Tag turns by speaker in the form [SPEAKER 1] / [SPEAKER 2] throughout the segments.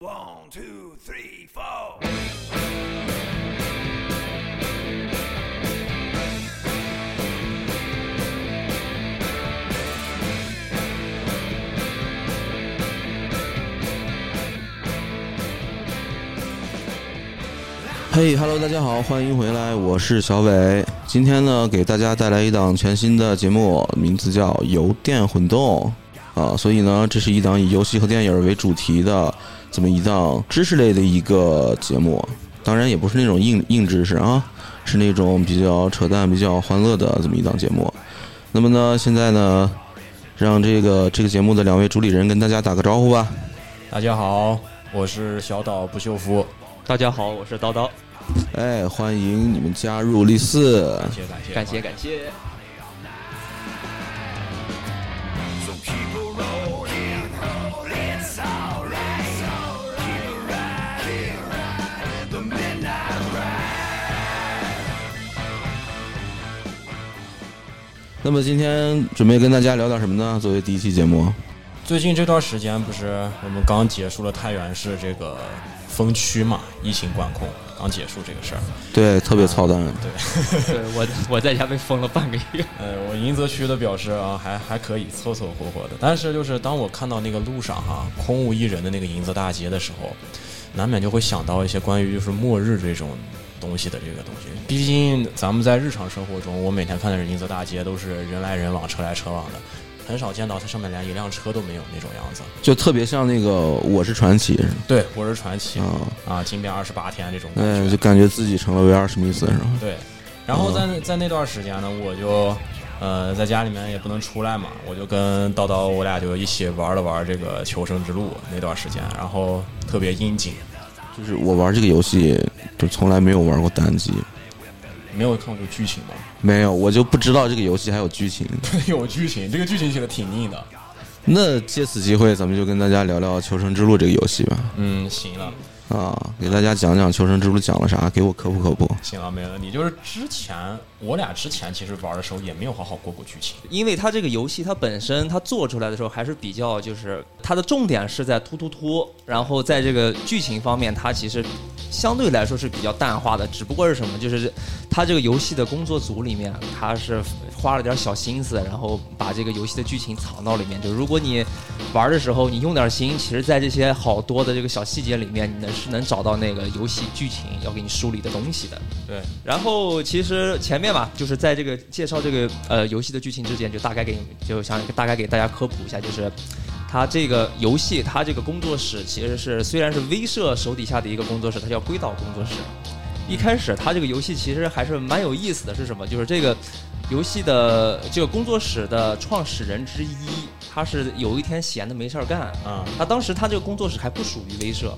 [SPEAKER 1] One, two, three, four.
[SPEAKER 2] 嘿、哈喽，大家好，欢迎回来，我是小伟。今天呢，给大家带来一档全新的节目，名字叫《油电混动》啊，所以呢，这是一档以游戏和电影为主题的这么一档知识类的一个节目。当然，也不是那种硬硬知识啊，是那种比较扯淡、比较欢乐的这么一档节目。那么呢，现在呢，让这个这个节目的两位主理人跟大家打个招呼吧。
[SPEAKER 3] 大家好，我是小岛不修夫。
[SPEAKER 4] 大家好，我是叨叨，
[SPEAKER 2] 哎，欢迎你们加入立四。
[SPEAKER 3] 谢谢感谢
[SPEAKER 4] 感谢感谢。
[SPEAKER 1] So keep a rolling, it's alright. Keep a riding, the midnight ride.
[SPEAKER 2] 那么今天准备跟大家聊点什么呢？作为第一期节目，
[SPEAKER 3] 最近这段时间不是我们刚结束了太原市这个封区嘛，疫情管控刚结束这个事儿。
[SPEAKER 2] 对，啊特别操蛋。
[SPEAKER 4] 对我我在家被封了半个月，
[SPEAKER 3] 呃，我银泽区的表示啊，还还可以，凑凑合合的。但是就是当我看到那个路上哈、空无一人的那个银泽大街的时候，难免就会想到一些关于就是末日这种东西的这个东西。毕竟咱们在日常生活中，我每天看的银泽大街都是人来人往、车来车往的，很少见到它上面连一辆车都没有那种样子。
[SPEAKER 2] 就特别像那个《我是传奇》
[SPEAKER 3] 对，《我是传奇》
[SPEAKER 2] 啊，
[SPEAKER 3] 啊，《金边二十八天》这种感
[SPEAKER 2] 哎，
[SPEAKER 3] 觉。
[SPEAKER 2] 就感觉自己成了威尔史密斯是吧？
[SPEAKER 3] 对，然后在在那段时间呢，我就呃在家里面也不能出来嘛，我就跟叨叨我俩就一起玩了玩这个《求生之路》那段时间，然后特别应景，
[SPEAKER 2] 就是我玩这个游戏，就从来没有玩过单机，
[SPEAKER 3] 没有看过剧情 吧？
[SPEAKER 2] 没有，我就不知道这个游戏还有剧情。
[SPEAKER 3] 有剧情，这个剧情写的挺硬的。
[SPEAKER 2] 那借此机会，咱们就跟大家聊聊《求生之路》这个游戏吧。
[SPEAKER 3] 嗯，行了，
[SPEAKER 2] 啊，给大家讲讲《求生之路》讲了啥，给我科普科普。
[SPEAKER 3] 行了，没问题。就是之前我俩之前其实玩的时候也没有好好过过剧情，
[SPEAKER 4] 因为它这个游戏它本身它做出来的时候还是比较就是它的重点是在突突突，然后在这个剧情方面它其实相对来说是比较淡化的，只不过是什么就是它这个游戏的工作组里面它是花了点小心思，然后把这个游戏的剧情藏到里面。就如果你玩的时候你用点心，其实在这些好多的这个小细节里面，你能是能找到那个游戏剧情要给你梳理的东西的。
[SPEAKER 3] 对，
[SPEAKER 4] 然后其实前面嘛，就是在这个介绍这个呃游戏的剧情之前，就大概给你就想大概给大家科普一下，就是它这个游戏它这个工作室其实是虽然是威社手底下的一个工作室，它叫龟岛工作室。一开始它这个游戏其实还是蛮有意思的，是什么？就是这个游戏的这个工作室的创始人之一，他是有一天闲的没事儿干，
[SPEAKER 3] 啊、
[SPEAKER 4] 他当时他这个工作室还不属于威社，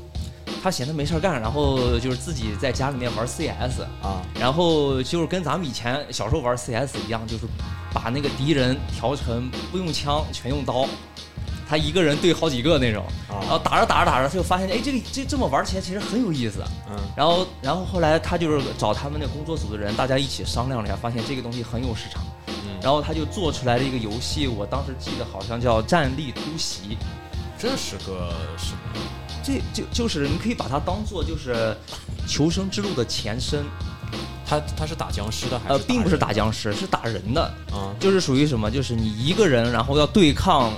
[SPEAKER 4] 他闲的没事儿干，然后就是自己在家里面玩 CS。
[SPEAKER 3] 啊，
[SPEAKER 4] 然后就是跟咱们以前小时候玩 CS 一样，就是把那个敌人调成不用枪，全用刀，他一个人对好几个那种。
[SPEAKER 3] 啊
[SPEAKER 4] 然后打着打着打着，他就发现，哎，这个这这么玩起来其实很有意思。
[SPEAKER 3] 嗯，
[SPEAKER 4] 然后，然后后来他就是找他们那工作组的人，大家一起商量了一下，发现这个东西很有市场。
[SPEAKER 3] 嗯
[SPEAKER 4] 然后他就做出来了一个游戏，我当时记得好像叫《战力突袭》。
[SPEAKER 3] 这是个什么？
[SPEAKER 4] 这就就是你可以把它当做就是《求生之路》的前身，
[SPEAKER 3] 他他是打僵尸的还是
[SPEAKER 4] 呃，并不是打僵尸，是打人的。
[SPEAKER 3] 人啊？
[SPEAKER 4] 就是属于什么？就是你一个人，然后要对抗，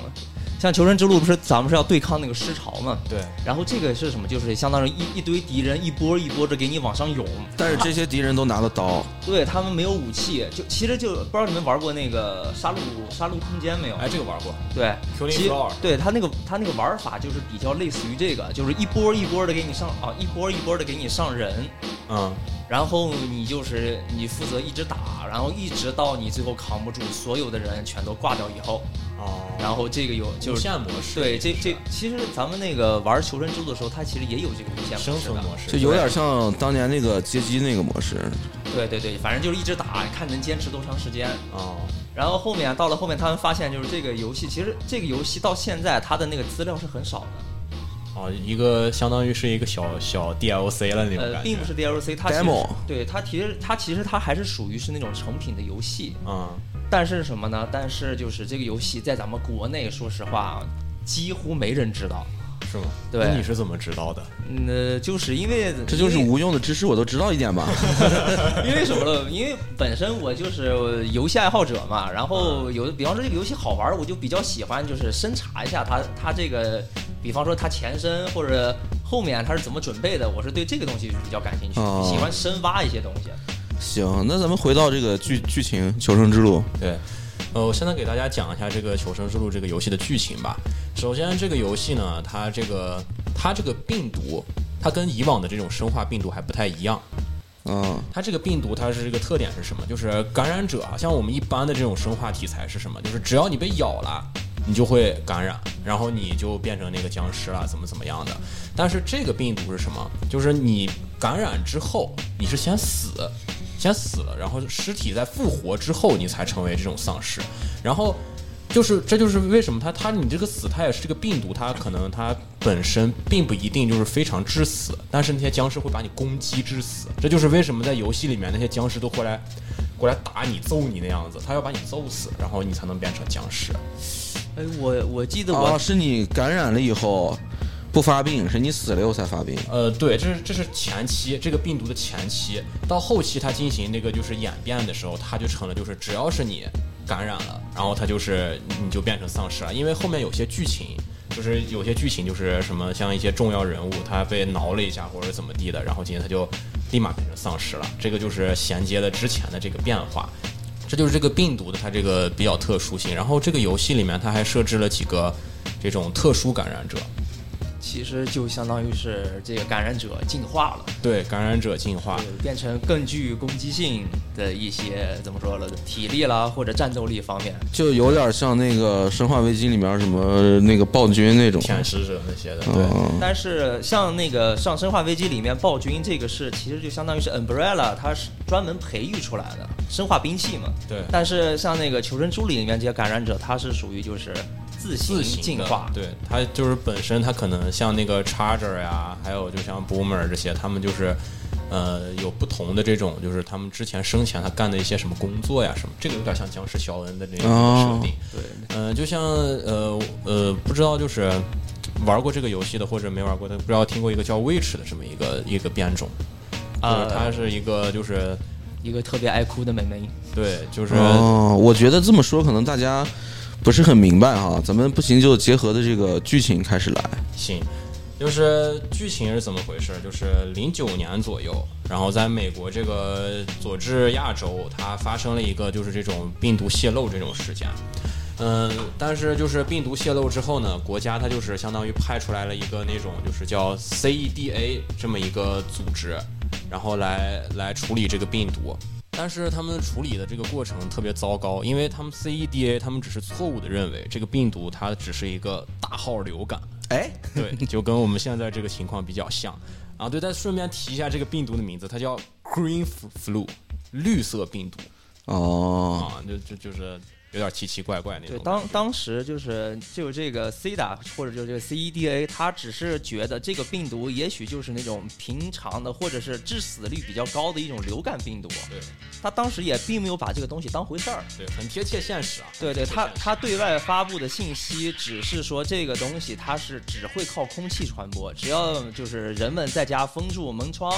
[SPEAKER 4] 像《求生之路》不是咱们是要对抗那个尸潮嘛？
[SPEAKER 3] 对，
[SPEAKER 4] 然后这个是什么？就是相当于一一堆敌人一波一波的给你往上涌，
[SPEAKER 2] 但是这些敌人都拿了刀，
[SPEAKER 4] 对他们没有武器，就其实就不知道你们玩过那个杀戮杀戮空间没有？
[SPEAKER 3] 哎，这个玩过。
[SPEAKER 4] 对，
[SPEAKER 3] Killing
[SPEAKER 4] 其
[SPEAKER 3] Floor
[SPEAKER 4] 对他那个他那个玩法就是比较类似于这个，就是一波一波的给你上啊，一波一波的给你上人，
[SPEAKER 3] 嗯，
[SPEAKER 4] 然后你就是你负责一直打，然后一直到你最后扛不住，所有的人全都挂掉以后，
[SPEAKER 3] 哦，
[SPEAKER 4] 然后这个有就
[SPEAKER 3] 无
[SPEAKER 4] 是
[SPEAKER 3] 限模式，
[SPEAKER 4] 对这
[SPEAKER 3] 是
[SPEAKER 4] 这
[SPEAKER 3] 吧
[SPEAKER 4] 其实咱们那个玩求生之路的时候，它其实也有这个无限
[SPEAKER 3] 生存模
[SPEAKER 4] 式
[SPEAKER 2] 就
[SPEAKER 3] 式
[SPEAKER 2] 有点像当年那个街机那个模式。
[SPEAKER 4] 的。对对对，反正就是一直打，看能坚持多长时间。
[SPEAKER 3] 哦，
[SPEAKER 4] 然后后面啊到了后面，他们发现就是这个游戏，其实这个游戏到现在它的那个资料是很少的，
[SPEAKER 3] 哦，一个相当于是一个小小 DLC 了那种
[SPEAKER 4] 呃，
[SPEAKER 3] 感觉，
[SPEAKER 4] 并不是 DLC，它其实
[SPEAKER 2] Demo
[SPEAKER 4] 对它其实它其实它还是属于是那种成品的游戏，
[SPEAKER 3] 嗯，
[SPEAKER 4] 但是什啊么呢？但是就是这个游戏在咱们国内，说实话，几乎没人知道。
[SPEAKER 3] 是吗？
[SPEAKER 4] 对
[SPEAKER 3] 那你是怎么知道的？
[SPEAKER 4] 嗯，呃就是因为
[SPEAKER 2] 这就是
[SPEAKER 4] 因为
[SPEAKER 2] 无用的知识，我都知道一点吧。
[SPEAKER 4] 因为什么了？因为本身我就是游戏爱好者嘛，然
[SPEAKER 2] 嗯
[SPEAKER 4] 后有的，比方说这个游戏好玩儿，我就比较喜欢，就是深查一下它它这个，比方说它前身或者后面它是怎么准备的，我是对这个东西比较感兴趣，
[SPEAKER 2] 哦
[SPEAKER 4] 喜欢深挖一些东西。
[SPEAKER 2] 行，那咱们回到这个剧剧情《求生之路》
[SPEAKER 3] 对，呃，我现在给大家讲一下这个《求生之路》这个游戏的剧情吧。首先，这个游戏呢，它这个它这个病毒，它跟以往的这种生化病毒还不太一样。
[SPEAKER 2] 啊，
[SPEAKER 3] 它这个病毒，它是这个特点是什么？就是感染者啊，像我们一般的这种生化题材是什么？就是只要你被咬了，你就会感染，然后你就变成那个僵尸了，怎么怎么样的。但是这个病毒是什么？就是你感染之后，你是先死，先死了，然后尸体在复活之后，你才成为这种丧尸，然后。就是，这就是为什么它它你这个死，它也是这个病毒，它可能它本身并不一定就是非常致死，但是那些僵尸会把你攻击致死，这就是为什么在游戏里面那些僵尸都过来过来打你、揍你那样子，他要把你揍死，然后你才能变成僵尸。
[SPEAKER 4] 哎，我我记得我
[SPEAKER 2] 哦，是你感染了以后不发病，是你死了以后才发病。
[SPEAKER 3] 呃，对，这是这是前期这个病毒的前期，到后期它进行那个就是演变的时候，它就成了就是只要是你感染了，然后它就是你就变成丧尸了，因为后面有些剧情。就是有些剧情就是什么像一些重要人物他被挠了一下或者怎么地的，然后今天他就立马变成丧尸了。这个就是衔接了之前的这个变化。这就是这个病毒的它这个比较特殊性。然后这个游戏里面它还设置了几个这种特殊感染者，
[SPEAKER 4] 其实就相当于是这个感染者进化了，
[SPEAKER 3] 对感染者进
[SPEAKER 2] 啊
[SPEAKER 3] 化。
[SPEAKER 4] 对变成更具攻击性的一些怎么说了，体力啦或者战斗力方面。
[SPEAKER 2] 就有点像那个《生化危机》里面什么那个暴君那种。
[SPEAKER 3] 舔食者那些的，对，
[SPEAKER 2] 嗯，
[SPEAKER 4] 但是像那个上《生化危机》里面暴君这个是，其实就相当于是 Umbrella，它是专门培育出来的生化兵器嘛。
[SPEAKER 3] 对
[SPEAKER 4] 但是像那个《求生之路》里面这些感染者，它是属于就是自行
[SPEAKER 3] 自行的
[SPEAKER 4] 进化。
[SPEAKER 3] 对它就是本身它可能像那个 Charger 呀，还有就像 Boomer 这些，他们就是呃有不同的这种，就是他们之前生前他干的一些什么工作呀什么，这个有点像僵尸肖恩的那种
[SPEAKER 2] 哦
[SPEAKER 3] 设定。
[SPEAKER 4] 对
[SPEAKER 3] 嗯，就像呃呃，不知道就是玩过这个游戏的或者没玩过的，不知道听过一个叫 Witch 的这么一个一个变种，就是
[SPEAKER 4] 啊
[SPEAKER 3] 它是一个就是
[SPEAKER 4] 一个特别爱哭的妹妹。
[SPEAKER 3] 对就是。
[SPEAKER 2] 哦，我觉得这么说可能大家不是很明白哈，咱们不行就结合的这个剧情开始来。
[SPEAKER 3] 行，就是剧情是怎么回事？就是零九年左右，然后在美国这个佐治亚州，它发生了一个就是这种病毒泄露这种事件。嗯，但是就是病毒泄露之后呢，国家它就是相当于派出来了一个那种就是叫 CEDA 这么一个组织，然后来来处理这个病毒。但是他们处理的这个过程特别糟糕，因为他们 CEDA 他们只是错误的认为这个病毒它只是一个大号流感，
[SPEAKER 2] 哎，
[SPEAKER 3] 对，就跟我们现在这个情况比较像。啊，对，再顺便提一下这个病毒的名字，它叫 Green Flu，绿色病毒
[SPEAKER 2] 哦，
[SPEAKER 3] 啊，就就就是有点奇奇怪怪那种
[SPEAKER 4] 嗯
[SPEAKER 3] 感觉。
[SPEAKER 4] 对，当当时就是就这个 CDA 或者就这个 E CEDA，他只是觉得这个病毒也许就是那种平常的或者是致死率比较高的一种流感病毒，
[SPEAKER 3] 对
[SPEAKER 4] 他当时也并没有把这个东西当回事儿。
[SPEAKER 3] 对，很贴切现实啊。
[SPEAKER 4] 对对，
[SPEAKER 3] 贴切
[SPEAKER 4] 他
[SPEAKER 3] 现实
[SPEAKER 4] 他对外发布的信息只是说这个东西它是只会靠空气传播，只要就是人们在家封住门窗，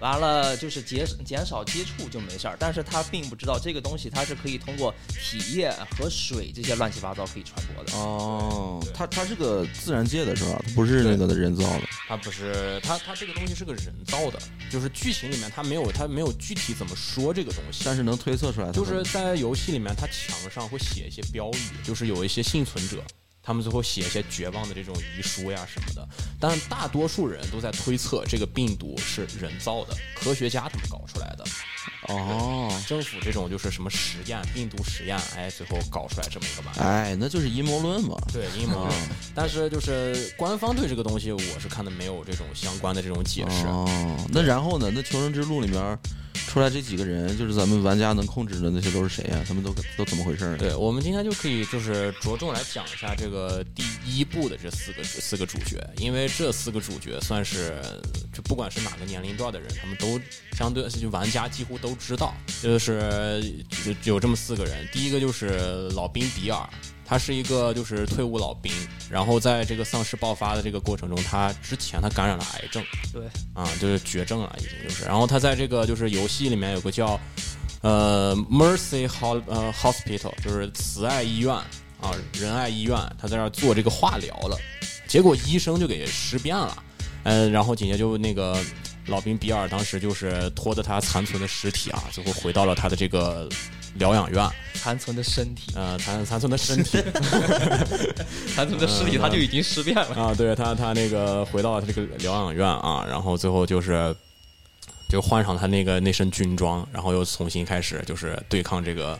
[SPEAKER 4] 完了就是减减少接触就没事儿。但是他并不知道这个东西它是可以通过体液和水这些乱七八糟可以传播的。
[SPEAKER 2] 哦
[SPEAKER 3] 对，
[SPEAKER 2] 它它是个自然界的是吧？它不是那个人造的。
[SPEAKER 3] 它不是它它这个东西是个人造的，就是剧情里面它没有它没有具体怎么说这个东西，
[SPEAKER 2] 但是能推测出来它
[SPEAKER 3] 就
[SPEAKER 2] 能，
[SPEAKER 3] 是在游戏里面，它墙上会写一些标语，就是有一些幸存者，他们最后写一些绝望的这种遗书呀什么的。但大多数人都在推测这个病毒是人造的，科学家他们搞出来的。
[SPEAKER 2] 哦，
[SPEAKER 3] 政府这种就是什么实验，病毒实验，哎，最后搞出来这么一个玩意儿。
[SPEAKER 2] 哎，嗯那就是阴谋论嘛。
[SPEAKER 3] 对阴谋论，但是就是官方对这个东西，我是看的没有这种相关的这种解释。
[SPEAKER 2] 哦，那然后呢？那《求生之路》里面出来这几个人，就是咱们玩家能控制的那些都是谁呀、他们都都怎么回事儿？
[SPEAKER 3] 对，我们今天就可以就是着重来讲一下这个第一部的这四个四个主角，因为这四个主角算是就不管是哪个年龄段的人，他们都相对就玩家几乎都知道，就是有有这么四个人，第一个就是老兵比尔，他是一个就是退伍老兵，然后在这个丧尸爆发的这个过程中，他之前他感染了癌症，
[SPEAKER 4] 对，
[SPEAKER 3] 啊，就是绝症了，已经就是。然后他在这个就是游戏里面有个叫呃 Mercy Ho 呃 Hospital，就是慈爱医院啊，仁爱医院，他在那儿做这个化疗了，结果医生就给尸变了，嗯，然后紧接着就那个老兵比尔当时就是拖着他残存的尸体啊，最后回到了他的这个疗养院，
[SPEAKER 4] 残存的身体，
[SPEAKER 3] 呃，残残存的身体
[SPEAKER 4] 残存的尸体，他就已经尸变 了。
[SPEAKER 3] 啊，对他他那个回到他这个疗养院啊，然后最后就是就换上他那个那身军装，然后又重新开始就是对抗这个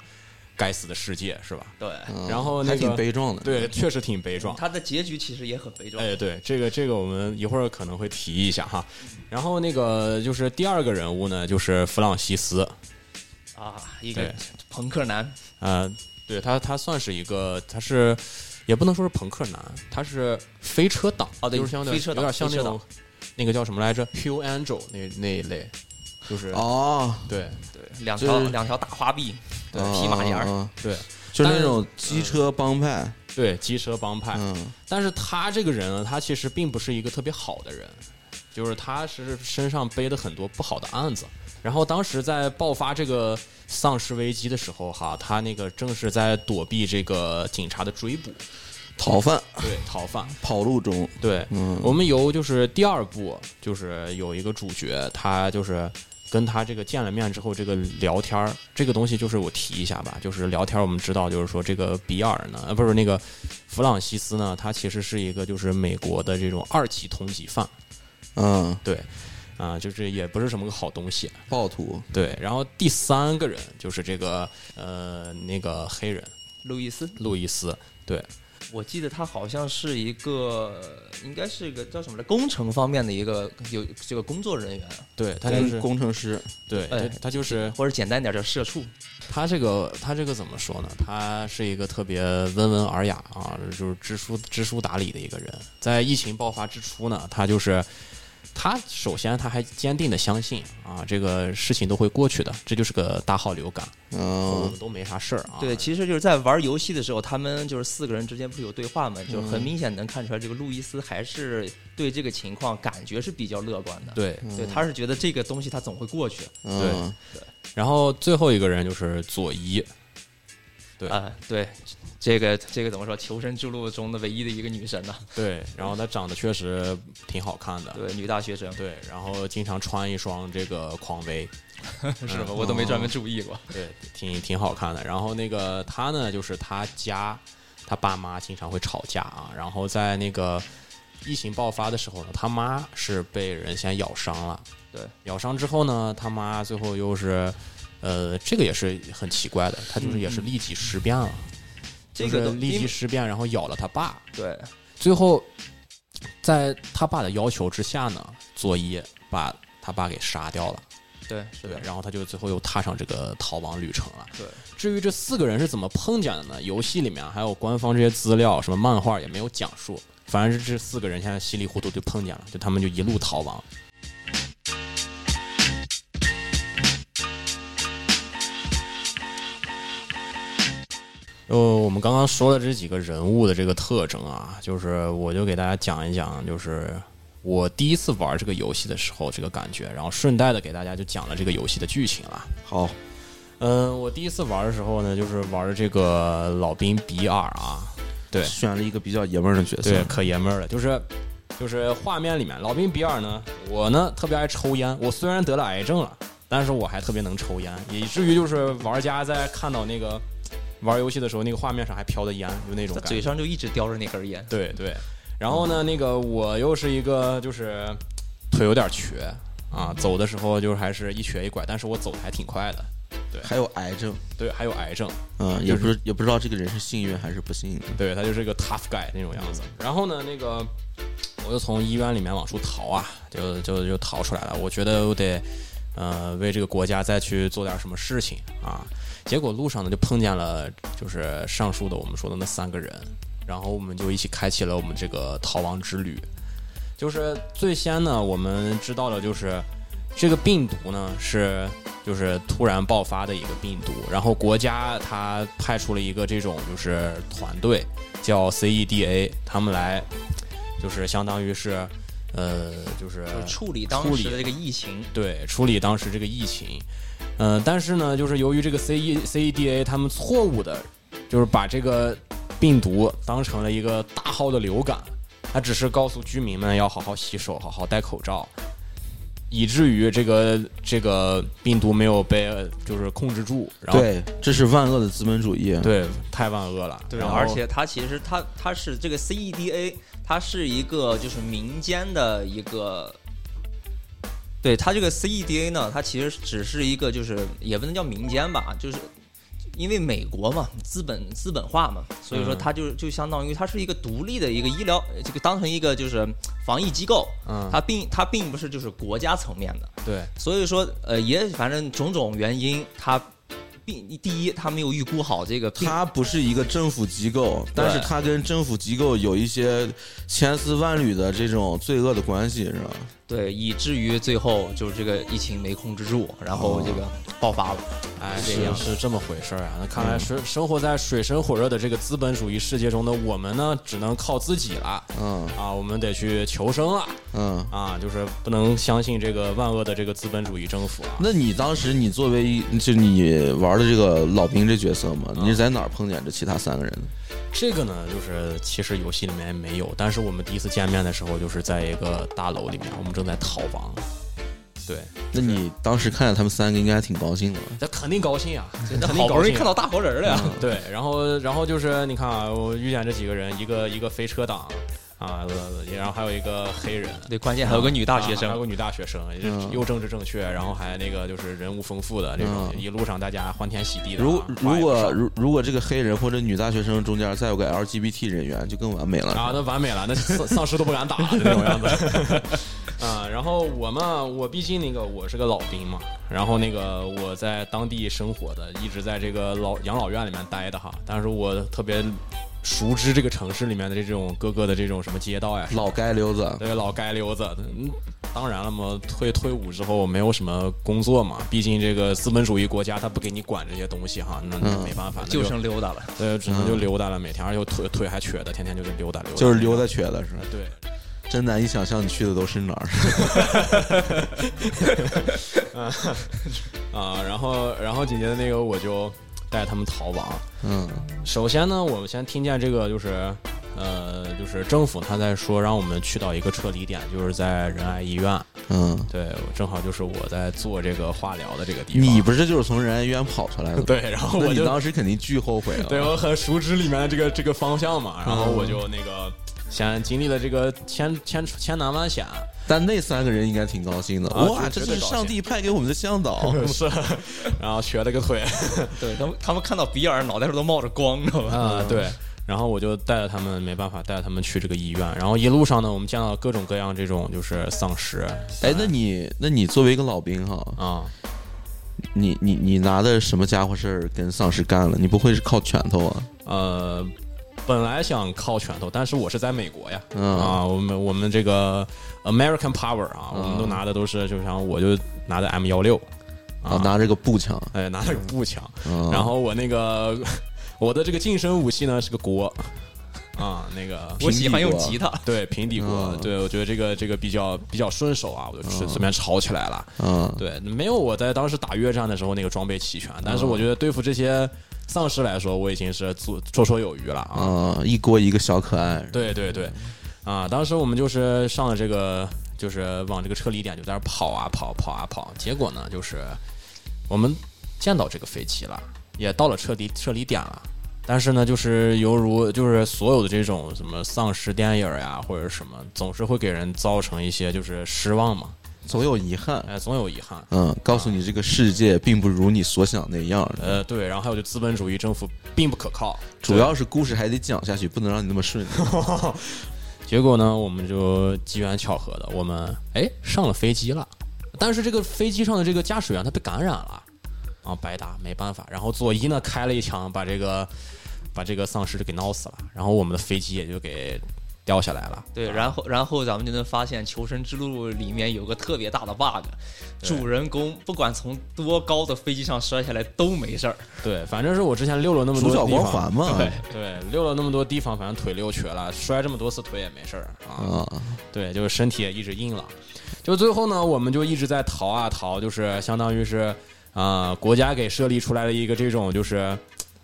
[SPEAKER 3] 该死的世界，是吧？
[SPEAKER 4] 对，
[SPEAKER 2] 嗯
[SPEAKER 3] 然后那
[SPEAKER 2] 还
[SPEAKER 3] 个
[SPEAKER 2] 挺悲壮的，
[SPEAKER 3] 对，确实挺悲壮。
[SPEAKER 4] 他的结局其实也很悲壮。
[SPEAKER 3] 哎，对，这个这个我们一会儿可能会提一下哈。然后那个就是第二个人物呢，就是弗朗西斯，
[SPEAKER 4] 啊，一个
[SPEAKER 3] 对
[SPEAKER 4] 朋克男，
[SPEAKER 3] 呃，对他他算是一个，他是也不能说是朋克男，他是飞车党
[SPEAKER 4] 哦对
[SPEAKER 3] 就是相对
[SPEAKER 4] 飞车
[SPEAKER 3] 有
[SPEAKER 4] 党
[SPEAKER 3] 点像那
[SPEAKER 4] 飞车
[SPEAKER 3] 种那个叫什么来着，Hugh Angel 那那一类，就是、
[SPEAKER 2] 哦，
[SPEAKER 3] 对
[SPEAKER 4] 对，嗯两
[SPEAKER 2] 就
[SPEAKER 4] 条
[SPEAKER 2] 是
[SPEAKER 4] 两条大花臂，对，
[SPEAKER 2] 啊
[SPEAKER 4] 匹马沿
[SPEAKER 2] 啊
[SPEAKER 4] 儿，
[SPEAKER 2] 啊
[SPEAKER 3] 对
[SPEAKER 2] 就是那
[SPEAKER 3] 嗯
[SPEAKER 2] 种机车帮派，
[SPEAKER 3] 对机车帮派。
[SPEAKER 2] 嗯，
[SPEAKER 3] 但是他这个人呢，他其实并不是一个特别好的人，就是他是身上背的很多不好的案子。然后当时在爆发这个丧尸危机的时候，哈，他那个正是在躲避这个警察的追捕，
[SPEAKER 2] 逃犯
[SPEAKER 3] 对，逃犯。
[SPEAKER 2] 跑路中，
[SPEAKER 3] 对，
[SPEAKER 2] 嗯
[SPEAKER 3] 我们由就是第二部，就是有一个主角，他就是跟他这个见了面之后，这个聊天儿，这个东西就是我提一下吧，就是聊天儿，我们知道就是说这个比尔呢，呃，不是那个弗朗西斯呢，他其实是一个就是美国的这种二级通缉犯，
[SPEAKER 2] 嗯，
[SPEAKER 3] 对，啊、就是也不是什么个好东西，
[SPEAKER 2] 暴徒，
[SPEAKER 3] 对。然后第三个人就是这个呃那个黑人
[SPEAKER 4] 路易斯，
[SPEAKER 3] 路易斯，对，
[SPEAKER 4] 我记得他好像是一个，呃应该是一个叫什么来，工程方面的一个有这个工作人员，
[SPEAKER 3] 对他就
[SPEAKER 2] 工
[SPEAKER 3] 是
[SPEAKER 2] 工程师，
[SPEAKER 3] 对，
[SPEAKER 4] 哎
[SPEAKER 3] 他就是
[SPEAKER 4] 或者简单点叫社畜。
[SPEAKER 3] 他这个他这个怎么说呢？他是一个特别温文尔雅啊，就是知书知书达理的一个人。在疫情爆发之初呢，他就是他首先他还坚定的相信啊，这个事情都会过去的，这就是个大号流感，我
[SPEAKER 2] 嗯
[SPEAKER 3] 们都没啥事儿啊。
[SPEAKER 4] 对，其实就是在玩游戏的时候，他们就是四个人之间不是有对话嘛，就
[SPEAKER 3] 嗯
[SPEAKER 4] 很明显能看出来，这个路易斯还是对这个情况感觉是比较乐观的。
[SPEAKER 3] 对，嗯
[SPEAKER 4] 对，他是觉得这个东西他总会过去
[SPEAKER 2] 嗯，
[SPEAKER 3] 然后最后一个人就是佐伊，对
[SPEAKER 4] 啊、对，这个这个怎么说？求生之路中的唯一的一个女神呐、
[SPEAKER 3] 对，然后她长得确实挺好看的，
[SPEAKER 4] 对，女大学生
[SPEAKER 3] 对，然后经常穿一双这个匡威，
[SPEAKER 4] 是吧？我都没专门注意过。
[SPEAKER 3] 对，挺挺好看的。然后那个他呢，就是他家他爸妈经常会吵架啊。然后在那个疫情爆发的时候呢，他妈是被人先咬伤了。
[SPEAKER 4] 对，
[SPEAKER 3] 咬伤之后呢，他妈最后又是，呃，这个也是很奇怪的，他就是也是立即尸变了，
[SPEAKER 4] 嗯这
[SPEAKER 3] 就
[SPEAKER 4] 个
[SPEAKER 3] 是
[SPEAKER 4] 都
[SPEAKER 3] 立
[SPEAKER 4] 因
[SPEAKER 3] 即
[SPEAKER 4] 为
[SPEAKER 3] 尸变，然后咬了他爸。
[SPEAKER 4] 对，
[SPEAKER 3] 最后，在他爸的要求之下呢，佐伊把他爸给杀掉了。
[SPEAKER 4] 对，是
[SPEAKER 3] 对
[SPEAKER 4] 的，，
[SPEAKER 3] 然后他就最后又踏上这个逃亡旅程了。
[SPEAKER 4] 对，
[SPEAKER 3] 至于这四个人是怎么碰见的呢？游戏里面还有官方这些资料，什么漫画也没有讲述。反正是这四个人现在稀里糊涂就碰见了，就他们就一路逃亡。呃，我们刚刚说了这几个人物的这个特征啊，就是我就给大家讲一讲，就是我第一次玩这个游戏的时候这个感觉，然后顺带的给大家就讲了这个游戏的剧情了。
[SPEAKER 2] 好，
[SPEAKER 3] 嗯，我第一次玩的时候呢，就是玩这个老兵比尔啊，对
[SPEAKER 2] 选了一个比较爷们儿的角
[SPEAKER 3] 对，
[SPEAKER 2] 色，
[SPEAKER 3] 可爷们儿了，就是就是画面里面老兵比尔呢，我呢特别爱抽烟，我虽然得了癌症了，但是我还特别能抽烟，以至于就是玩家在看到那个玩游戏的时候，那个画面上还飘着烟，就那种
[SPEAKER 4] 他
[SPEAKER 3] 感觉
[SPEAKER 4] 嘴。上就一直叼着那根烟。
[SPEAKER 3] 对 对，然后呢，那个我又是一个就是腿有点瘸啊，走的时候就是还是一瘸一拐，但是我走的还挺快的。
[SPEAKER 2] 还有癌症，
[SPEAKER 3] 对，还有癌症，
[SPEAKER 2] 嗯，也不是也不知道这个人是幸运还是不幸运，
[SPEAKER 3] 对他就是一个 tough guy 那种样子。然后呢，那个我就从医院里面往出逃啊，就就就逃出来了。我觉得我得呃为这个国家再去做点什么事情啊。结果路上呢就碰见了就是上述的我们说的那三个人，然后我们就一起开启了我们这个逃亡之旅。就是最先呢，我们知道的就是这个病毒呢是就是突然爆发的一个病毒，然后国家它派出了一个这种就是团队叫 CEDA，他们来就是相当于是呃就是
[SPEAKER 4] 就是处理当时的这个疫情，
[SPEAKER 3] 对，处理当时这个疫情。嗯、但是呢，就是由于这个 C E C E D A 他们错误的，就是把这个病毒当成了一个大号的流感，他只是告诉居民们要好好洗手，好好戴口罩，以至于这个这个病毒没有被呃就是控制住，然后
[SPEAKER 2] 对，这是万恶的资本主义。
[SPEAKER 3] 对太万恶了，
[SPEAKER 4] 对，
[SPEAKER 3] 然后
[SPEAKER 4] 而且它其实它它是这个 CEDA，它是一个就是民间的一个，对它这个 CEDA 呢，它其实只是一个就是也不能叫民间吧，就是因为美国嘛，资本资本化嘛，所以说
[SPEAKER 3] 嗯
[SPEAKER 4] 它就就相当于它是一个独立的一个医疗这个当成一个就是防疫机构，
[SPEAKER 3] 嗯
[SPEAKER 4] 它并它并不是就是国家层面的，
[SPEAKER 3] 对
[SPEAKER 4] 所以说呃也反正种种原因它。并第一，它没有预估好这个病
[SPEAKER 2] 它不是一个政府机构，但是它跟政府机构有一些千丝万缕的这种罪恶的关系，是吧？
[SPEAKER 4] 对，以至于最后就是这个疫情没控制住，然后这个爆发了。
[SPEAKER 3] 哎，
[SPEAKER 4] 是
[SPEAKER 3] 是
[SPEAKER 4] 这样
[SPEAKER 3] 是这么回事儿啊。那看来生生活在水深火热的这个资本主义世界中的我们呢，只能靠自己了
[SPEAKER 2] 嗯
[SPEAKER 3] 啊，我们得去求生了
[SPEAKER 2] 嗯。
[SPEAKER 3] 啊，就是不能相信这个万恶的这个资本主义政府啊。
[SPEAKER 2] 那你当时你作为一就你玩的这个老兵这角色
[SPEAKER 3] 啊
[SPEAKER 2] 嘛，你是在哪儿碰见这其他三个人的？
[SPEAKER 3] 这个呢，就是其实游戏里面没有，但是我们第一次见面的时候，就是在一个大楼里面，我们正在逃亡。对，
[SPEAKER 2] 那你当时看见他们三个应该挺高兴的吧？
[SPEAKER 3] 这肯定高兴啊，这肯定
[SPEAKER 4] 好
[SPEAKER 3] 高
[SPEAKER 4] 不容易
[SPEAKER 3] 兴啊
[SPEAKER 4] 看到大活人了呀！
[SPEAKER 3] 对，然后然后就是你看啊，我遇见这几个人，一个一个飞车党啊，呃然后还有一个黑人，
[SPEAKER 4] 对，关键还有个女大
[SPEAKER 3] 啊
[SPEAKER 4] 学
[SPEAKER 3] 还有
[SPEAKER 4] 生，
[SPEAKER 3] 个女大学生，
[SPEAKER 2] 嗯
[SPEAKER 3] 又政治正确，然后还那个就是人物丰富的这种，
[SPEAKER 2] 嗯
[SPEAKER 3] 一路上大家欢天喜地的啊。
[SPEAKER 2] 如
[SPEAKER 3] 话
[SPEAKER 2] 如
[SPEAKER 3] 也不
[SPEAKER 2] 果
[SPEAKER 3] 少
[SPEAKER 2] 如如果这个黑人或者女大学生中间再有个 LGBT 人员，就更完美了。
[SPEAKER 3] 啊，那完美了，那丧丧尸都不敢打了那种样子。 啊，然后我嘛，我毕竟那个我是个老兵嘛，然后那个我在当地生活的，一直在这个老养老院里面待的哈，但是我特别熟知这个城市里面的这种各个的这种什么街道呀，
[SPEAKER 2] 老街溜子，
[SPEAKER 3] 对老街溜子。嗯，当然了嘛，退退伍之后没有什么工作嘛，毕竟这个资本主义国家他不给你管这些东西哈，那那
[SPEAKER 2] 嗯
[SPEAKER 3] 没办法，那
[SPEAKER 4] 就剩溜达了。
[SPEAKER 3] 对，只能就溜达了，每天而且我腿腿还瘸的，天天就溜达溜达，
[SPEAKER 2] 就是溜达瘸的是吧，
[SPEAKER 3] 对。
[SPEAKER 2] 真难以想象你去的都是哪儿。
[SPEAKER 3] 啊，然后然后紧接着那个我就带他们逃亡。
[SPEAKER 2] 嗯
[SPEAKER 3] 首先呢，我们先听见这个就是，呃，就是政府他在说让我们去到一个撤离点，就是在仁爱医院。
[SPEAKER 2] 嗯，
[SPEAKER 3] 对，我正好就是我在做这个化疗的这个地方。
[SPEAKER 2] 你不是就是从仁爱医院跑出来的吗？
[SPEAKER 3] 对，然后
[SPEAKER 2] 那
[SPEAKER 3] 我
[SPEAKER 2] 你
[SPEAKER 3] 就
[SPEAKER 2] 当时肯定巨后悔了。啊
[SPEAKER 3] 对我很熟知里面的这个这个方向嘛，然后我就那个先经历了这个千千千难万险，
[SPEAKER 2] 但那三个人应该挺高兴的。
[SPEAKER 3] 啊
[SPEAKER 2] 哇，
[SPEAKER 3] 绝
[SPEAKER 2] 这
[SPEAKER 3] 对
[SPEAKER 2] 是上帝派给我们的向导。
[SPEAKER 3] 是，然后瘸了个腿。
[SPEAKER 4] 对他们，他们看到比尔脑袋上都冒着光，知道吧？
[SPEAKER 3] 啊、对。然后我就带着他们，没办法，带着他们去这个医院。然后一路上呢，我们见到各种各样这种就是丧尸
[SPEAKER 2] 哎，那你那你作为一个老兵哈，
[SPEAKER 3] 啊、
[SPEAKER 2] 你你你拿的什么家伙事儿跟丧尸干了？你不会是靠拳头啊？
[SPEAKER 3] 呃，本来想靠拳头，但是我是在美国呀，
[SPEAKER 2] 嗯
[SPEAKER 3] 啊，我们我们这个 American Power 啊，我们都拿的都是，就像我就拿的 M 幺六
[SPEAKER 2] 啊，拿着个步枪。
[SPEAKER 3] 哎，拿了个步枪，
[SPEAKER 2] 嗯
[SPEAKER 3] 然后我那个 我的这个近身武器呢是个锅啊，那个
[SPEAKER 4] 我喜欢用吉他，
[SPEAKER 3] 对平底锅，
[SPEAKER 2] 嗯
[SPEAKER 3] 对我觉得这个这个比较比较顺手啊，我就随随便炒起来了。
[SPEAKER 2] 嗯，
[SPEAKER 3] 对，没有我在当时打越战的时候那个装备齐全，但是
[SPEAKER 2] 嗯
[SPEAKER 3] 我觉得对付这些丧尸来说，我已经是绰绰绰有余了啊。
[SPEAKER 2] 啊，一锅一个小可爱。
[SPEAKER 3] 对对对，啊，当时我们就是上了这个，就是往这个撤离点就在那儿跑啊跑跑啊跑，结果呢就是我们见到这个飞机了，也到了撤离撤离点了。但是呢，就是犹如就是所有的这种什么丧尸电影呀、或者什么，总是会给人造成一些就是失望嘛，
[SPEAKER 2] 总有遗憾。
[SPEAKER 3] 哎，总有遗憾。
[SPEAKER 2] 嗯，告诉你这个世界并不如你所想那样。
[SPEAKER 3] 呃，对，然后还有就资本主义政府并不可靠，
[SPEAKER 2] 主要是故事还得讲下去，不能让你那么顺。
[SPEAKER 3] 结果呢，我们就机缘巧合的，我们哎上了飞机了，但是这个飞机上的这个驾驶员他被感染了，啊，白搭，没办法。然后佐伊呢开了一枪，把这个把这个丧尸给闹死了，然后我们的飞机也就给掉下来了。
[SPEAKER 4] 对，然后然后咱们就能发现《求生之路》里面有个特别大的 bug，
[SPEAKER 3] 对
[SPEAKER 4] 主人公不管从多高的飞机上摔下来都没事儿。
[SPEAKER 3] 对，反正是我之前溜了那么多
[SPEAKER 2] 主角
[SPEAKER 3] 地方
[SPEAKER 2] 光环嘛
[SPEAKER 3] 对 对，溜了那么多地方，反正腿溜瘸了，摔这么多次腿也没事儿啊。
[SPEAKER 2] 啊，
[SPEAKER 3] 对，就是身体也一直硬朗。就最后呢，我们就一直在逃啊逃，就是相当于是啊、国家给设立出来了一个这种就是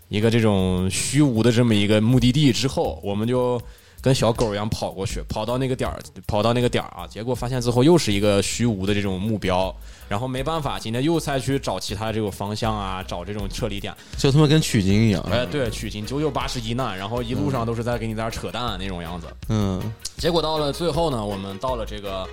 [SPEAKER 3] 一个这种虚无的这么一个目的地之后，我们就。跟小狗一样跑过去，跑到那个点儿，跑到那个点儿啊，结果发现最后又是一个虚无的这种目标，然后没办法，今天又再去找其他这种方向啊，找这种撤离点，
[SPEAKER 2] 就他妈跟取经一样。
[SPEAKER 3] 哎，对，取经九九八十一难，然后一路上都是在给你在那儿扯淡啊那种样子。
[SPEAKER 2] 嗯，
[SPEAKER 3] 结果到了最后呢，我们到了这个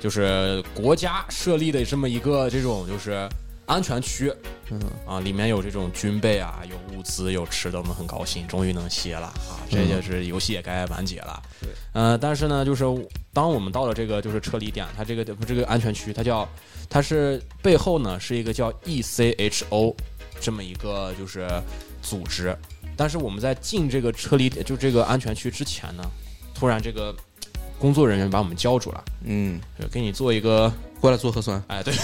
[SPEAKER 3] 就是国家设立的这么一个这种就是安全区，
[SPEAKER 2] 嗯
[SPEAKER 3] 啊，里面有这种军备啊，有物资，有吃的，我们很高兴，终于能歇了啊，这就是游戏也该完结了。
[SPEAKER 4] 对
[SPEAKER 3] 呃，但是呢，就是当我们到了这个就是撤离点，它这个不这个安全区，它叫它是背后呢是一个叫 E ECHO 这么一个就是组织，但是我们在进这个撤离点就这个安全区之前呢，突然这个工作人员把我们叫住了，
[SPEAKER 2] 嗯，
[SPEAKER 3] 就给你做一个
[SPEAKER 2] 过来做核酸。
[SPEAKER 3] 哎对。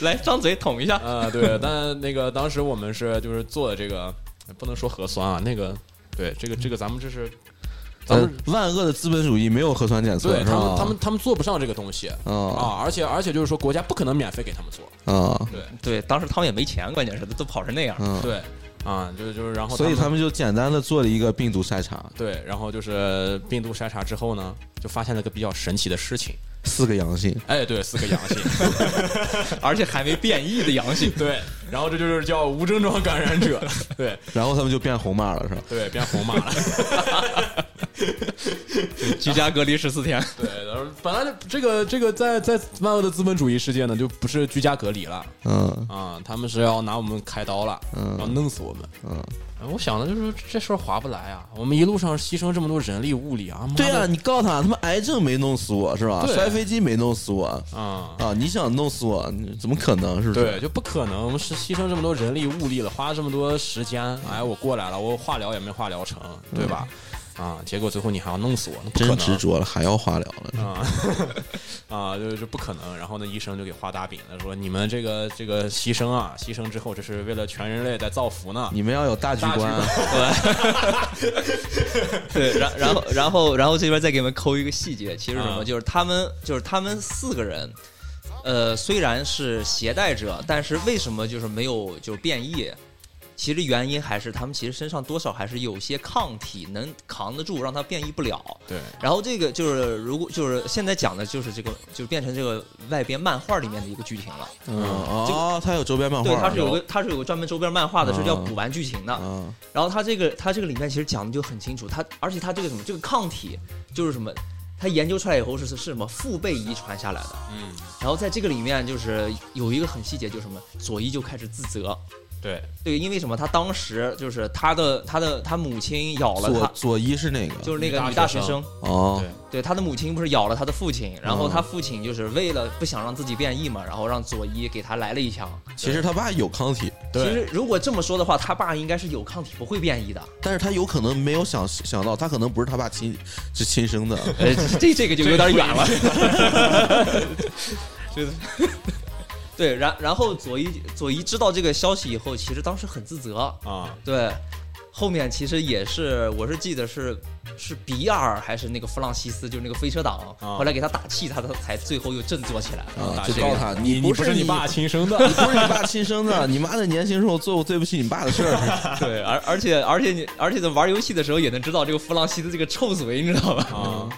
[SPEAKER 4] 来，张嘴捅一下。
[SPEAKER 3] 啊，对，但那个当时我们是就是做的这个，不能说核酸啊，那个对，这个这个咱们这是，咱们
[SPEAKER 2] 呃万恶的资本主义没有核酸检测，
[SPEAKER 3] 对
[SPEAKER 2] 是
[SPEAKER 3] 他
[SPEAKER 2] 吧？
[SPEAKER 3] 们他们他们做不上这个东西。
[SPEAKER 2] 啊
[SPEAKER 3] 啊，而且而且就是说，国家不可能免费给他们做，
[SPEAKER 2] 啊
[SPEAKER 3] 对
[SPEAKER 4] 对，当时他们也没钱，关键是都跑成那样。
[SPEAKER 2] 嗯，
[SPEAKER 3] 对，啊，就是就是，然后
[SPEAKER 2] 所以
[SPEAKER 3] 他
[SPEAKER 2] 他们就简单的做了一个病毒筛查，
[SPEAKER 3] 对，然后就是病毒筛查之后呢，就发现了个比较神奇的事情，
[SPEAKER 2] 四个阳性，
[SPEAKER 3] 哎，对，四个阳 性，。
[SPEAKER 4] 而且还没变异的阳性
[SPEAKER 3] 对，然后这就是叫无症状感染者，对
[SPEAKER 2] 然后他们就变红码了，是吧？
[SPEAKER 3] 对，变红码了，
[SPEAKER 4] 居家隔离十四天，
[SPEAKER 3] 对，然后本来就这个这个在在万恶的资本主义世界呢，就不是居家隔离了，
[SPEAKER 2] 嗯
[SPEAKER 3] 啊、他们是要拿我们开刀了，
[SPEAKER 2] 嗯
[SPEAKER 3] 要弄死我们。
[SPEAKER 2] 嗯，
[SPEAKER 3] 然后我想的就是这事儿划不来啊，我们一路上牺牲这么多人力物力啊，妈的
[SPEAKER 2] 对啊，你告诉他，他妈癌症没弄死我是吧？
[SPEAKER 3] 对
[SPEAKER 2] 摔飞机没弄死我
[SPEAKER 3] 啊、
[SPEAKER 2] 啊！你想弄死我，你怎么可能？是不是？
[SPEAKER 3] 对，就不可能，我们是牺牲这么多人力物力了，花这么多时间，哎，我过来了，我化疗也没化疗成，对吧？啊、结果最后你还要弄死我，那不可
[SPEAKER 2] 嗯真
[SPEAKER 3] 能
[SPEAKER 2] 执着了，还要化疗了。
[SPEAKER 3] 啊 啊，就是不可能。然后呢，医生就给画大饼了，说你们这个这个牺牲啊，牺牲之后，这是为了全人类在造福呢。
[SPEAKER 2] 你们要有大局
[SPEAKER 3] 大局
[SPEAKER 2] 观啊，
[SPEAKER 4] 对，然然后然后然后这边再给你们抠一个细节，其实什么、
[SPEAKER 3] 啊
[SPEAKER 4] 就是他们就是他们四个人，呃，虽然是携带者，但是为什么就是没有就是变异？其实原因还是他们其实身上多少还是有些抗体能扛得住，让它变异不了。
[SPEAKER 3] 对，
[SPEAKER 4] 然后这个就是如果就是现在讲的就是这个就变成这个外边漫画里面的一个剧情了。
[SPEAKER 2] 嗯哦，他有周边漫画
[SPEAKER 4] 对，
[SPEAKER 2] 啊，
[SPEAKER 4] 它是有个嗯它是有个专门周边漫画的，是叫补完剧情的。
[SPEAKER 2] 啊，
[SPEAKER 4] 然后它这个它这个里面其实讲的就很清楚，它而且它这个什么这个抗体就是什么，它研究出来以后是是是什么父辈遗传下来的。
[SPEAKER 3] 嗯，
[SPEAKER 4] 然后在这个里面就是有一个很细节，就是什么佐伊就开始自责，
[SPEAKER 3] 对，
[SPEAKER 4] 对，因为什么他当时就是他的他的他母亲咬了
[SPEAKER 2] 左
[SPEAKER 4] 他，
[SPEAKER 2] 左一是那个
[SPEAKER 4] 就是那个
[SPEAKER 3] 女
[SPEAKER 4] 女
[SPEAKER 3] 大
[SPEAKER 4] 大
[SPEAKER 3] 学
[SPEAKER 4] 学生，
[SPEAKER 2] 哦
[SPEAKER 3] 对
[SPEAKER 4] 对，他的母亲不是咬了他的父亲，然后
[SPEAKER 2] 嗯
[SPEAKER 4] 他父亲就是为了不想让自己变异嘛，然后让佐伊给他来了一枪。
[SPEAKER 2] 其实他爸有抗体，
[SPEAKER 4] 其
[SPEAKER 3] 对
[SPEAKER 4] 实如果这么说的话，他爸应该是有抗体不会变异的。
[SPEAKER 2] 但是他有可能没有想想到，他可能不是他爸亲是亲生 的，
[SPEAKER 4] 呃，这这个就有点远了。对的。 对，然然后佐伊佐伊知道这个消息以后，其实当时很自责。
[SPEAKER 3] 啊，
[SPEAKER 4] 对，后面其实也是，我是记得是是比尔还是那个弗朗西斯，就是那个飞车党，
[SPEAKER 3] 啊
[SPEAKER 4] 后来给他打气，他他才最后又振作起来。
[SPEAKER 2] 啊
[SPEAKER 3] 打
[SPEAKER 2] 就
[SPEAKER 3] 这
[SPEAKER 2] 告
[SPEAKER 3] 个
[SPEAKER 2] 诉他你
[SPEAKER 3] 不
[SPEAKER 2] 是
[SPEAKER 3] 你爸亲 生的，
[SPEAKER 2] 你不是你爸亲生的，你妈在年轻时候做过对不起你爸的事 儿。
[SPEAKER 4] 对，而而且而且你而且在玩游戏的时候也能知道这个弗朗西斯这个臭嘴，你知道吧？
[SPEAKER 3] 啊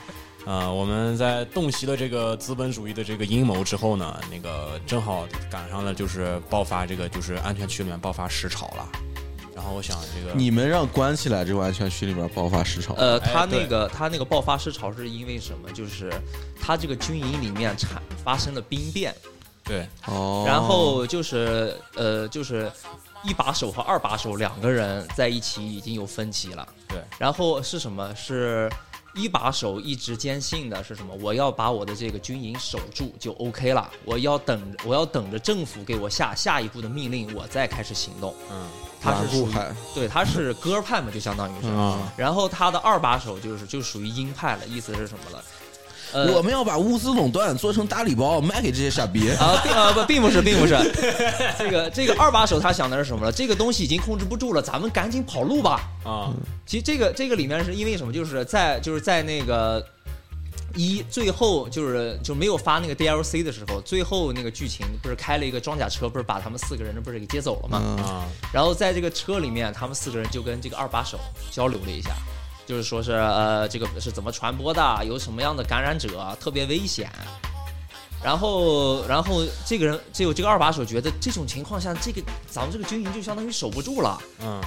[SPEAKER 3] 啊！我们在洞悉了这个资本主义的这个阴谋之后呢，那个正好赶上了，就是爆发这个就是安全区里面爆发食潮了。然后我想这个
[SPEAKER 2] 你们让关起来这个安全区里面爆发尸潮，
[SPEAKER 4] 呃，
[SPEAKER 3] 哎
[SPEAKER 4] 他
[SPEAKER 3] 对
[SPEAKER 4] 那个他那个爆发失潮是因为什么？就是他这个军营里面产发生了兵变，
[SPEAKER 3] 对
[SPEAKER 2] 哦，
[SPEAKER 4] 然后就是呃就是一把手和二把手两个人在一起已经有分歧了。
[SPEAKER 3] 对
[SPEAKER 4] 然后是什么？是一把手一直坚信的是什么？我要把我的这个军营守住就 OK 了，我要等，我要等着政府给我下下一步的命令，我再开始行动。
[SPEAKER 3] 嗯
[SPEAKER 4] 他是
[SPEAKER 2] 顽固
[SPEAKER 4] 属于
[SPEAKER 2] 派
[SPEAKER 4] 对，他是鸽派嘛，就相当于是。
[SPEAKER 2] 嗯
[SPEAKER 3] 啊，
[SPEAKER 4] 然后他的二把手就是就属于鹰派了，意思是什么了？呃，
[SPEAKER 2] 我们要把物资垄断做成打礼包卖给这些傻逼。
[SPEAKER 4] 啊，并呃不，并不是，并不是， 这个这个二把手他想的是什么了？这个东西已经控制不住了，咱们赶紧跑路吧。
[SPEAKER 3] 啊，
[SPEAKER 4] 其实这个这个里面是因为什么？就是在就是在那个一最后就是就没有发那个 DLC 的时候，最后那个剧情不是开了一个装甲车，不是把他们四个人不是给接走了吗？
[SPEAKER 2] 嗯，
[SPEAKER 3] 啊
[SPEAKER 4] 然后在这个车里面，他们四个人就跟这个二把手交流了一下，就是说是呃，这个是怎么传播的，有什么样的感染者，特别危险。然后，然后这个人，只有这个二把手觉得这种情况下，这个咱们这个军营就相当于守不住了。
[SPEAKER 3] 嗯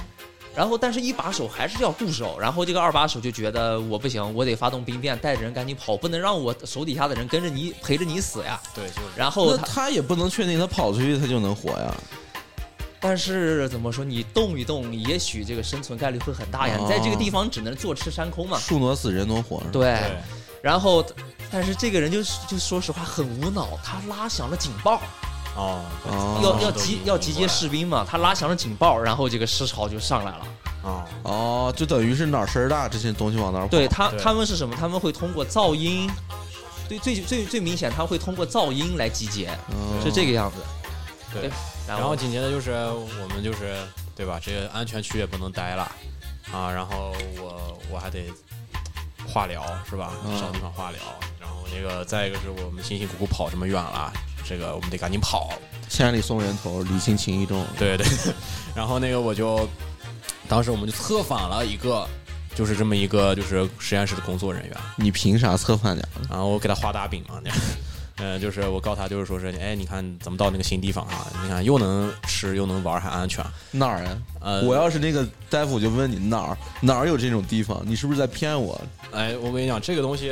[SPEAKER 4] 然后，但是一把手还是要固守。然后这个二把手就觉得我不行，我得发动兵变，带着人赶紧跑，不能让我手底下的人跟着你陪着你死呀。
[SPEAKER 3] 对，就是
[SPEAKER 4] 然后
[SPEAKER 2] 那
[SPEAKER 4] 他，
[SPEAKER 2] 他也不能确定他跑出去他就能活呀。
[SPEAKER 4] 但是怎么说，你动一动，也许这个生存概率会很大呀。
[SPEAKER 2] 哦
[SPEAKER 4] 你在这个地方只能坐吃山空嘛。
[SPEAKER 2] 树挪死人挪活。是吧，
[SPEAKER 4] 啊对，
[SPEAKER 3] 对
[SPEAKER 4] 然后，但是这个人就是就说实话很无脑，他拉响了警报，
[SPEAKER 3] 哦
[SPEAKER 2] 哦
[SPEAKER 4] 要要集要集结士兵嘛，他拉响了警报，然后这个尸潮就上来了。
[SPEAKER 3] 啊，
[SPEAKER 2] 哦，就等于是哪儿声儿大，这些东西往哪儿跑。
[SPEAKER 4] 对他，
[SPEAKER 3] 对
[SPEAKER 4] 他们是什么？他们会通过噪音，对最最最明显，他会通过噪音来集结，
[SPEAKER 2] 嗯，
[SPEAKER 4] 是这个样子。
[SPEAKER 3] 对
[SPEAKER 4] 对，然
[SPEAKER 3] 然
[SPEAKER 4] 后
[SPEAKER 3] 后紧接着就是我们就是对吧？这个安全区也不能待了啊，然后我我还得化疗是吧
[SPEAKER 2] 嗯？
[SPEAKER 3] 找地方化疗，然后那个再一个是我们辛辛苦苦跑这么远了，这个我们得赶紧跑，
[SPEAKER 2] 千里送人头，礼轻情意重。
[SPEAKER 3] 对对，然后那个我就当时我们就策反了一个。就是这么一个，就是实验室的工作人员，
[SPEAKER 2] 你凭啥策反呀？
[SPEAKER 3] 然后我给他画大饼嘛，那样， 呃，就是我告他，就是说是，哎，你看咱们到那个新地方啊，你看又能吃又能玩儿，还安全，
[SPEAKER 2] 哪儿啊？
[SPEAKER 3] 呃，
[SPEAKER 2] 我要是那个大夫，我就问你哪儿哪儿有这种地方？你是不是在骗我？
[SPEAKER 3] 哎，我跟你讲，这个东西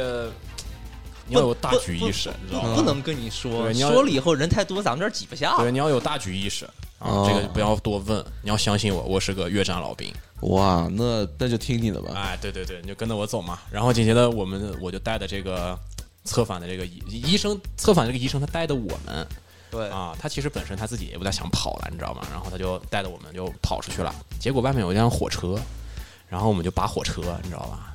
[SPEAKER 3] 你要有大局意识，你知
[SPEAKER 4] 不
[SPEAKER 3] 道吗？
[SPEAKER 4] 不能跟你说，
[SPEAKER 3] 对你要
[SPEAKER 4] 说了以后人太多，咱们这儿挤不下。
[SPEAKER 3] 对，你要有大局意识啊
[SPEAKER 2] 哦，
[SPEAKER 3] 这个不要多问，你要相信我，我是个越战老兵。
[SPEAKER 2] 哇，那那就听你的吧。
[SPEAKER 3] 哎，对对对，你就跟着我走嘛。然后紧接着我们我就带着这个策反的这个医医生，策反这个医生他带的我们
[SPEAKER 4] 对
[SPEAKER 3] 啊，他其实本身他自己也不太想跑了，你知道吗？然后他就带着我们就跑出去了。结果外面有一辆火车，然后我们就扒火车，你知道吧？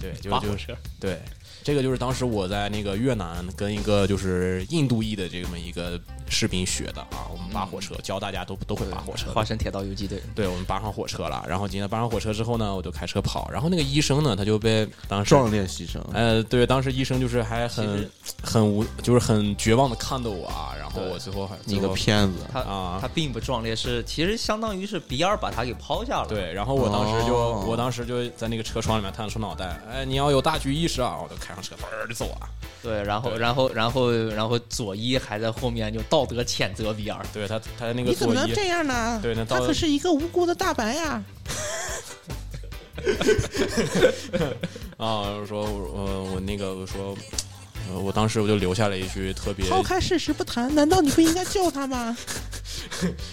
[SPEAKER 3] 对，就
[SPEAKER 4] 扒火
[SPEAKER 3] 就
[SPEAKER 4] 车
[SPEAKER 3] 对，这个就是当时我在那个越南跟一个就是印度裔的这么一个士兵学的啊，我们扒火车，教大家都都会扒火车的。
[SPEAKER 4] 华山铁道游击队，
[SPEAKER 3] 对，我们扒上火车了，然后今天扒上火车之后呢，我就开车跑，然后那个医生呢，他就被当时
[SPEAKER 2] 壮烈牺牲。
[SPEAKER 3] 呃，对，当时医生就是还
[SPEAKER 4] 其
[SPEAKER 3] 很
[SPEAKER 4] 实
[SPEAKER 3] 很无，就是很绝望的看着我啊，然后我最后还
[SPEAKER 2] 你
[SPEAKER 3] 最
[SPEAKER 2] 个
[SPEAKER 3] 后
[SPEAKER 2] 骗子！
[SPEAKER 4] 他、
[SPEAKER 3] 啊
[SPEAKER 4] 他并不壮烈，是其实相当于是比尔把他给抛下了。
[SPEAKER 3] 对，然后我当时就、
[SPEAKER 2] 哦
[SPEAKER 3] 我当时就在那个车窗里面探出脑袋，哎，你要有大局意识啊！我就开上车，嘣儿就走啊了。
[SPEAKER 4] 对然后
[SPEAKER 3] 对
[SPEAKER 4] 然后然后然后佐伊还在后面就道德谴责比尔，
[SPEAKER 3] 对他，他那个座椅，
[SPEAKER 5] 样呢
[SPEAKER 3] 对那到了
[SPEAKER 5] 一个无辜的大白呀、
[SPEAKER 3] 啊，我说我呃我那个我说，呃我当时我就留下了一句特别
[SPEAKER 5] 抛开事实不谈，难道你不应该救他吗？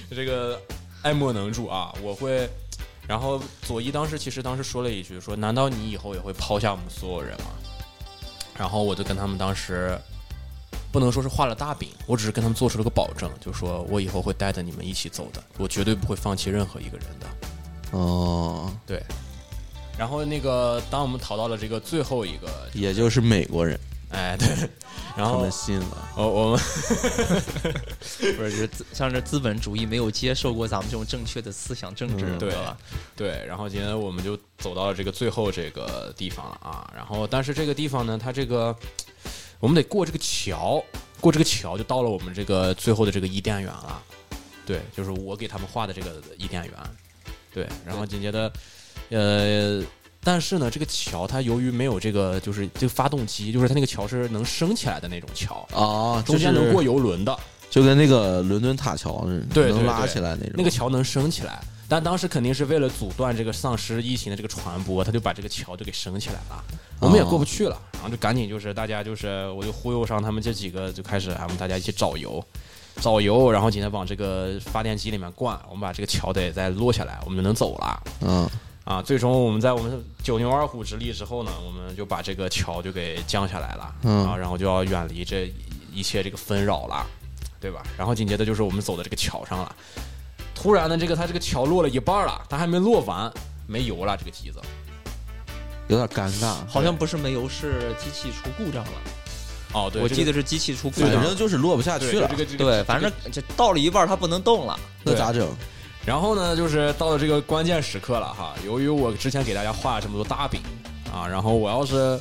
[SPEAKER 3] 这个呃爱莫能助啊，我会。然后佐伊当时其实当时说了一句说，难道你以后也会抛下我们所有人吗？然后我就跟他们当时不能说是画了大饼，我只是跟他们做出了个保证，就说我以后会带着你们一起走的，我绝对不会放弃任何一个人的。
[SPEAKER 2] 哦，
[SPEAKER 3] 对。然后那个，当我们逃到了这个最后一个，
[SPEAKER 2] 也就是美国人，
[SPEAKER 3] 哎，对，然
[SPEAKER 2] 他
[SPEAKER 3] 后
[SPEAKER 2] 们信了。
[SPEAKER 3] 我我们
[SPEAKER 4] 不是就是资像是资本主义没有接受过咱们这种正确的思想政治，
[SPEAKER 2] 嗯
[SPEAKER 4] 对
[SPEAKER 3] 对
[SPEAKER 4] 吧？
[SPEAKER 3] 对，然后今天我们就走到了这个最后这个地方了啊。然后，但是这个地方呢，它这个我们得过这个桥，过这个桥就到了我们这个最后的这个伊甸园了。啊对，就是我给他们画的这个伊甸园。对，然后紧接着，呃，但是呢，这个桥它由于没有这个，就是这个发动机，就是它那个桥是能升起来的那种桥，
[SPEAKER 2] 哦，
[SPEAKER 3] 中间能
[SPEAKER 2] 就是
[SPEAKER 3] 过游轮的。
[SPEAKER 2] 就跟那个伦敦塔桥似的，
[SPEAKER 3] 对对
[SPEAKER 2] 能
[SPEAKER 3] 对
[SPEAKER 2] 拉起来那种。
[SPEAKER 3] 那个桥能升起来，但当时肯定是为了阻断这个丧尸疫情的这个传播，他就把这个桥就给升起来了。我们也过不去了，然后就赶紧就是大家就是我就忽悠上他们这几个，就开始啊我们大家一起找油，找油，然后紧接着往这个发电机里面灌，我们把这个桥得再落下来，我们就能走了。
[SPEAKER 2] 嗯，
[SPEAKER 3] 啊，最终我们在我们九牛二虎之力之后呢，我们就把这个桥就给降下来了，
[SPEAKER 2] 嗯
[SPEAKER 3] 啊，然后就要远离这一切这个纷扰了，对吧？然后紧接着就是我们走到这个桥上了，突然呢，这个它这个桥落了一半儿了，它还没落完，没油了，这个机子
[SPEAKER 2] 有点尴尬。
[SPEAKER 4] 好像不是没油，是机器出故障了。
[SPEAKER 3] 哦，对，
[SPEAKER 4] 我
[SPEAKER 3] 这
[SPEAKER 4] 记
[SPEAKER 3] 个
[SPEAKER 4] 得是机器出故
[SPEAKER 2] 反
[SPEAKER 4] 障。
[SPEAKER 2] 正就是落不下
[SPEAKER 3] 对
[SPEAKER 2] 去了
[SPEAKER 3] 这，个这个
[SPEAKER 4] 对，反正这到了一半儿它不能动了。
[SPEAKER 2] 那咋整？
[SPEAKER 3] 然后呢，就是到了这个关键时刻了哈。由于我之前给大家画了这么多大饼啊，然后我要是，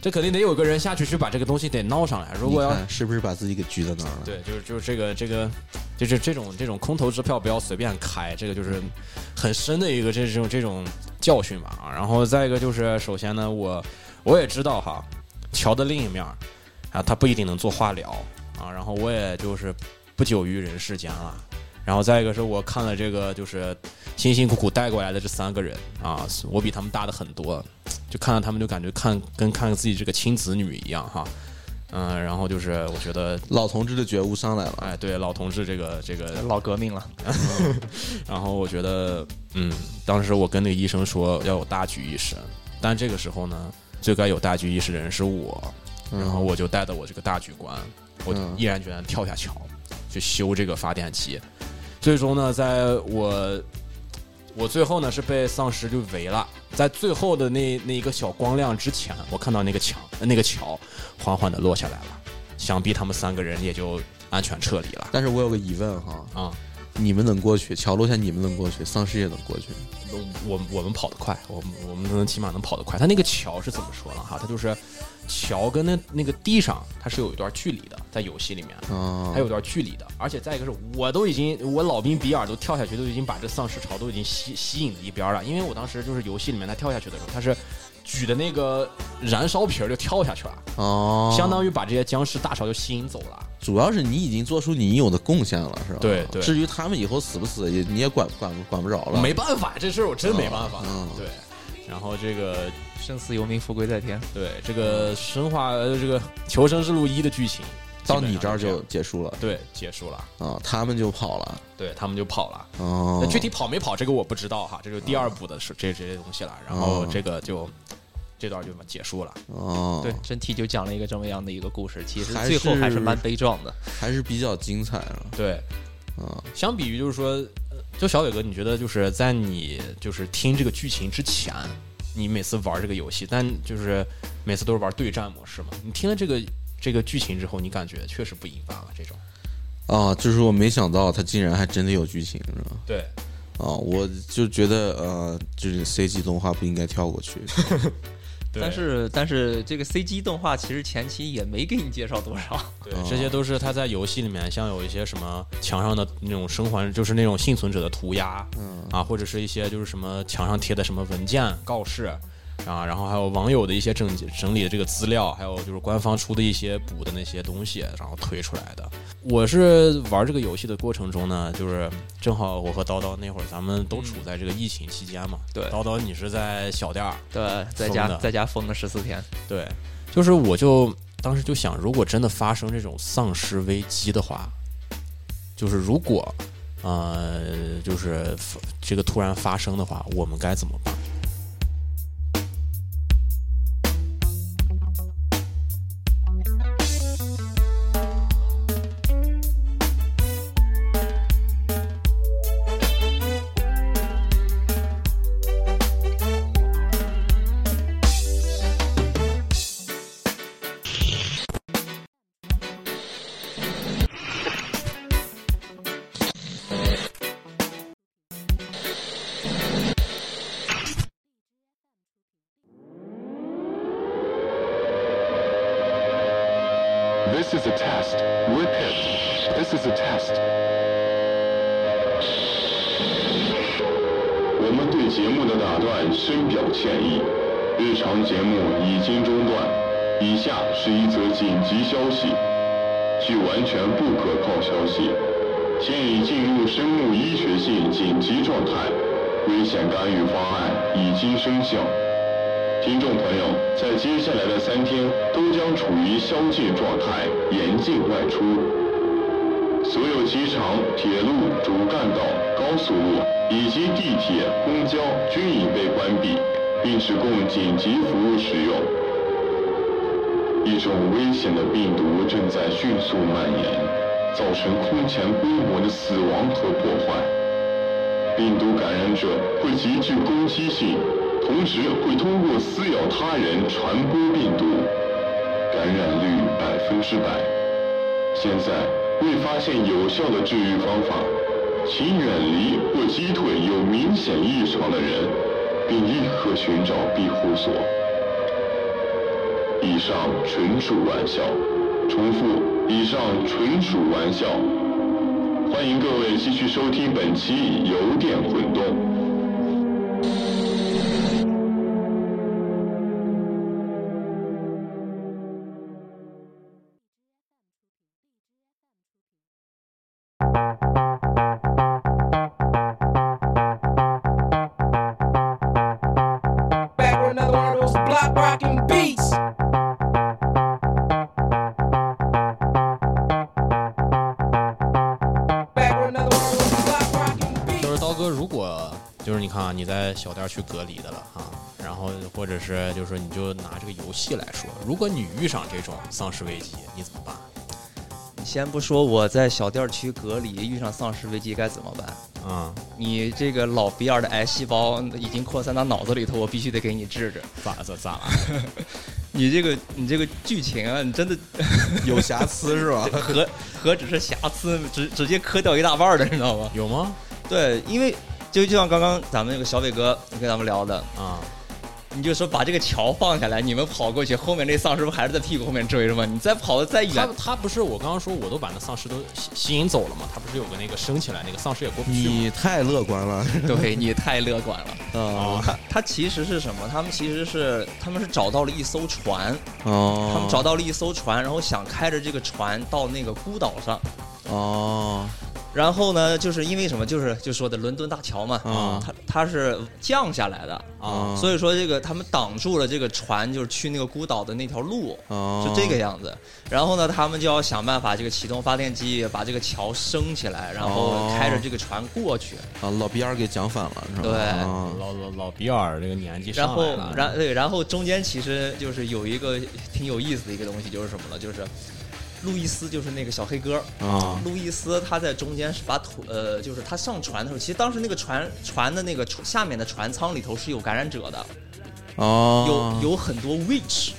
[SPEAKER 3] 这肯定得有个人下去去把这个东西得闹上来。如果要
[SPEAKER 2] 你看是不是把自己给拘在那儿了？
[SPEAKER 3] 对，就是就是这个这个，就是这种这种空头支票不要随便开，这个就是很深的一个这种这种教训吧啊。然后再一个就是，首先呢，我我也知道哈，桥的另一面儿啊，他不一定能做化疗啊。然后我也就是不久于人世间了。然后再一个是我看了这个就是辛辛苦苦带过来的这三个人啊，我比他们大的很多，就看到他们就感觉看跟看自己这个亲子女一样哈。嗯，然后就是我觉得
[SPEAKER 2] 老同志的觉悟上来了，
[SPEAKER 3] 哎，对，老同志这个这个，
[SPEAKER 4] 老革命了，
[SPEAKER 3] 然后我觉得，嗯，当时我跟那个医生说要有大局意识，但这个时候呢，最该有大局意识的人是我，然后我就带着我这个大局观，我
[SPEAKER 2] 嗯
[SPEAKER 3] 毅然决然跳下桥去修这个发电机，最终呢，在我我最后呢是被丧尸就围了，在最后的那那一个小光亮之前，我看到那个墙呃那个桥缓缓的落下来了，想必他们三个人也就安全撤离了
[SPEAKER 2] 但是我有个疑问哈，
[SPEAKER 3] 啊。
[SPEAKER 2] 你们能过去，桥落下你们能过去，丧尸也能过去，
[SPEAKER 3] 我我们跑得快，我们我们能起码能跑得快。它那个桥是怎么说呢？哈，它就是桥跟那那个地上它是有一段距离的，在游戏里面
[SPEAKER 2] 啊
[SPEAKER 3] 它有段距离的。而且再一个是我都已经我老兵比尔都跳下去，都已经把这丧尸潮都已经吸吸引了一边了。因为我当时就是游戏里面他跳下去的时候，他是举的那个燃烧瓶儿就跳下去了，
[SPEAKER 2] 哦，
[SPEAKER 3] 相当于把这些僵尸大潮就吸引走了。
[SPEAKER 2] 主要是你已经做出你应有的贡献了，是吧？
[SPEAKER 3] 对对
[SPEAKER 2] 至于他们以后死不死，也你也管管不管不着了。
[SPEAKER 3] 没办法，这事儿我真没办法。
[SPEAKER 2] 嗯
[SPEAKER 3] 对，然后这个
[SPEAKER 4] 生死由命，富贵在天。
[SPEAKER 3] 对这个生化呃这个求生之路一的剧情，
[SPEAKER 2] 到你这儿
[SPEAKER 3] 基本
[SPEAKER 2] 就
[SPEAKER 3] 上
[SPEAKER 2] 结束了
[SPEAKER 3] 这样对结束了，
[SPEAKER 2] 啊，他们就跑了。
[SPEAKER 3] 对他们就跑了。
[SPEAKER 2] 哦
[SPEAKER 3] 那，具体跑没跑这个我不知道哈，这就是第二部的事，这这些东西了。然后
[SPEAKER 2] 哦
[SPEAKER 3] 这个就这段就结束了。
[SPEAKER 2] 哦，
[SPEAKER 4] 对，，真题就讲了一个这么样的一个故事，其实
[SPEAKER 2] 还
[SPEAKER 4] 最后还是
[SPEAKER 2] 是
[SPEAKER 4] 蛮悲壮的。
[SPEAKER 2] 还是比较精彩了
[SPEAKER 3] 对，
[SPEAKER 2] 啊。
[SPEAKER 3] 相比于就是说，呃就小伟哥，你觉得就是在你就是听这个剧情之前，你每次玩这个游戏，但就是每次都是玩对战模式嘛？你听了这个这个剧情之后，你感觉确实不一般了，这种。
[SPEAKER 2] 啊，就是我没想到他竟然还真的有剧情，是吧？
[SPEAKER 3] 对，
[SPEAKER 2] 啊，我就觉得呃，就是 CG 动画不应该跳过去。
[SPEAKER 3] 对
[SPEAKER 4] 但是但是这个 CG 动画其实前期也没给你介绍多少，
[SPEAKER 3] 对
[SPEAKER 2] 哦，
[SPEAKER 3] 这些都是他在游戏里面，像有一些什么墙上的那种生还，就是那种幸存者的涂鸦，
[SPEAKER 2] 嗯
[SPEAKER 3] 啊，或者是一些就是什么墙上贴的什么文件告示，啊，然后还有网友的一些整整理的这个资料，还有就是官方出的一些补的那些东西，然后推出来的。我是玩这个游戏的过程中呢，就是正好我和叨叨那会儿咱们都处在这个疫情期间嘛，
[SPEAKER 4] 对
[SPEAKER 3] 叨叨你是在小店儿，
[SPEAKER 4] 对，在
[SPEAKER 3] 疯
[SPEAKER 4] 家
[SPEAKER 3] 的
[SPEAKER 4] 在家封了十四天，
[SPEAKER 3] 对，就是我就当时就想，如果真的发生这种丧尸危机的话，就是如果呃，就是这个突然发生的话，我们该怎么办？
[SPEAKER 6] This is a test. Repeat. This is a test. 我们对节目的打断深表歉意，日常节目已经中断。以下是一则紧急消息，据完全不可靠消息，现已进入生物医学性紧急状态，危险干预方案已经生效。听众朋友，在接下来的三天都将处于宵禁状态，严禁外出。所有机场、铁路、主干道、高高速路以及地铁、公交均已被关闭，并只供紧急服务使用。一种危险的病毒正在迅速蔓延，造成空前规模的死亡和破坏。病毒感染者会极具攻击性，同时会通过撕咬他人传播病毒，感染率百分之百。现在未发现有效的治愈方法，请远离或击退有明显异常的人，并立刻寻找庇护所。以上纯属玩笑，重复，以上纯属玩笑。欢迎各位继续收听本期《有点混动》。
[SPEAKER 7] back with another one of those block rocking beats. Back with another one of those block rocking beats.
[SPEAKER 3] 就是刀哥，如果就是你看啊，你在小店儿去隔离的了啊，然后或者是就是说你就拿这个游戏来说，如果你遇上这种丧尸危机，你怎么办？
[SPEAKER 4] 你先不说我在小店区隔离遇上丧尸危机该怎么办，
[SPEAKER 3] 啊、
[SPEAKER 4] 你这个老鼻儿的癌细胞已经扩散到脑子里头，我必须得给你治治。
[SPEAKER 3] 咋咋咋了？
[SPEAKER 4] 你这个你这个剧情啊，你真的
[SPEAKER 2] 有瑕疵是吧？
[SPEAKER 4] 何何止是瑕疵，直直接磕掉一大半儿的，你知道吗？
[SPEAKER 3] 有吗？
[SPEAKER 4] 对，因为就就像刚刚咱们那个小伟哥你跟咱们聊的，
[SPEAKER 3] 啊、
[SPEAKER 4] 你就说把这个桥放下来，你们跑过去，后面那丧尸不还是在屁股后面追着吗？你再跑的再
[SPEAKER 3] 他
[SPEAKER 4] 远，
[SPEAKER 3] 他不是我刚刚说我都把那丧尸都吸吸引走了吗？他不是有个那个升起来那个丧尸也过不去吗？
[SPEAKER 2] 你太乐观了
[SPEAKER 4] 对你太乐观了。
[SPEAKER 2] 啊！
[SPEAKER 4] 他他其实是什么？他们其实是他们是找到了一艘船，
[SPEAKER 2] 哦，
[SPEAKER 4] 他们找到了一艘船，然后想开着这个船到那个孤岛上。
[SPEAKER 2] 哦，
[SPEAKER 4] 然后呢，就是因为什么？就是就说的伦敦大桥嘛，
[SPEAKER 2] 啊
[SPEAKER 4] 它它是降下来的，
[SPEAKER 2] 啊
[SPEAKER 4] 所以说这个他们挡住了这个船，就是去那个孤岛的那条路。
[SPEAKER 2] 哦，
[SPEAKER 4] 是这个样子，然后呢，他们就要想办法这个启动发电机，把这个桥升起来，然后
[SPEAKER 2] 哦
[SPEAKER 4] 开着这个船过去。
[SPEAKER 2] 啊，老逼儿给讲反了是吧？
[SPEAKER 4] 对
[SPEAKER 2] 啊
[SPEAKER 3] 哦老老老比尔这个年纪
[SPEAKER 4] 然
[SPEAKER 3] 上
[SPEAKER 4] 后
[SPEAKER 3] 来了，，
[SPEAKER 4] 然对，然后中间其实就是有一个挺有意思的一个东西，就是什么呢？就是路易斯，就是那个小黑哥儿
[SPEAKER 2] 啊
[SPEAKER 4] 路易斯他在中间是把土呃，就是他上船的时候，其实当时那个船船的那个下面的船舱里头是有感染者的，
[SPEAKER 2] 哦
[SPEAKER 4] 有，有很多 witch。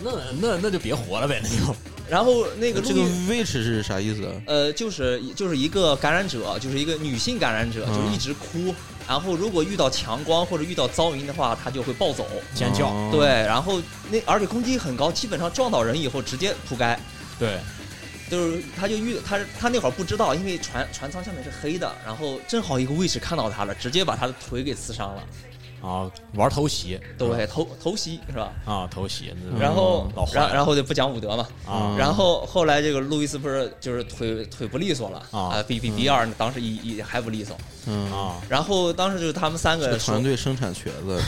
[SPEAKER 3] 那那那就别活了呗，那就
[SPEAKER 4] 然后那个路
[SPEAKER 2] 哦这个
[SPEAKER 4] 易
[SPEAKER 2] which 是啥意思？啊
[SPEAKER 4] 呃，就是就是一个感染者，就是一个女性感染者，
[SPEAKER 2] 嗯
[SPEAKER 4] 就是一直哭。然后如果遇到强光或者遇到噪音的话，她就会暴走。
[SPEAKER 3] 尖叫，
[SPEAKER 2] 哦
[SPEAKER 4] 对，然后那而且攻击很高，基本上撞到人以后直接扑街。
[SPEAKER 3] 对，
[SPEAKER 4] 就是她就遇她她那会儿不知道，因为船船舱下面是黑的，然后正好一个卫士看到她了，直接把她的腿给刺伤了。
[SPEAKER 3] 啊，玩偷袭，
[SPEAKER 4] 对，头头袭是吧？
[SPEAKER 3] 啊，偷袭，
[SPEAKER 4] 嗯然后
[SPEAKER 3] 嗯老，坏
[SPEAKER 4] 然
[SPEAKER 3] 了
[SPEAKER 4] 然后就不讲武德嘛。
[SPEAKER 3] 啊
[SPEAKER 4] 然后后来这个路易斯不是就是腿腿不利索了
[SPEAKER 3] 啊
[SPEAKER 4] 啊，比比比尔当时一一还不利索。
[SPEAKER 2] 嗯，
[SPEAKER 3] 啊，
[SPEAKER 4] 然后当时就是他们三
[SPEAKER 2] 这
[SPEAKER 4] 个
[SPEAKER 2] 个
[SPEAKER 4] 呃说
[SPEAKER 2] 团，队生产瘸子，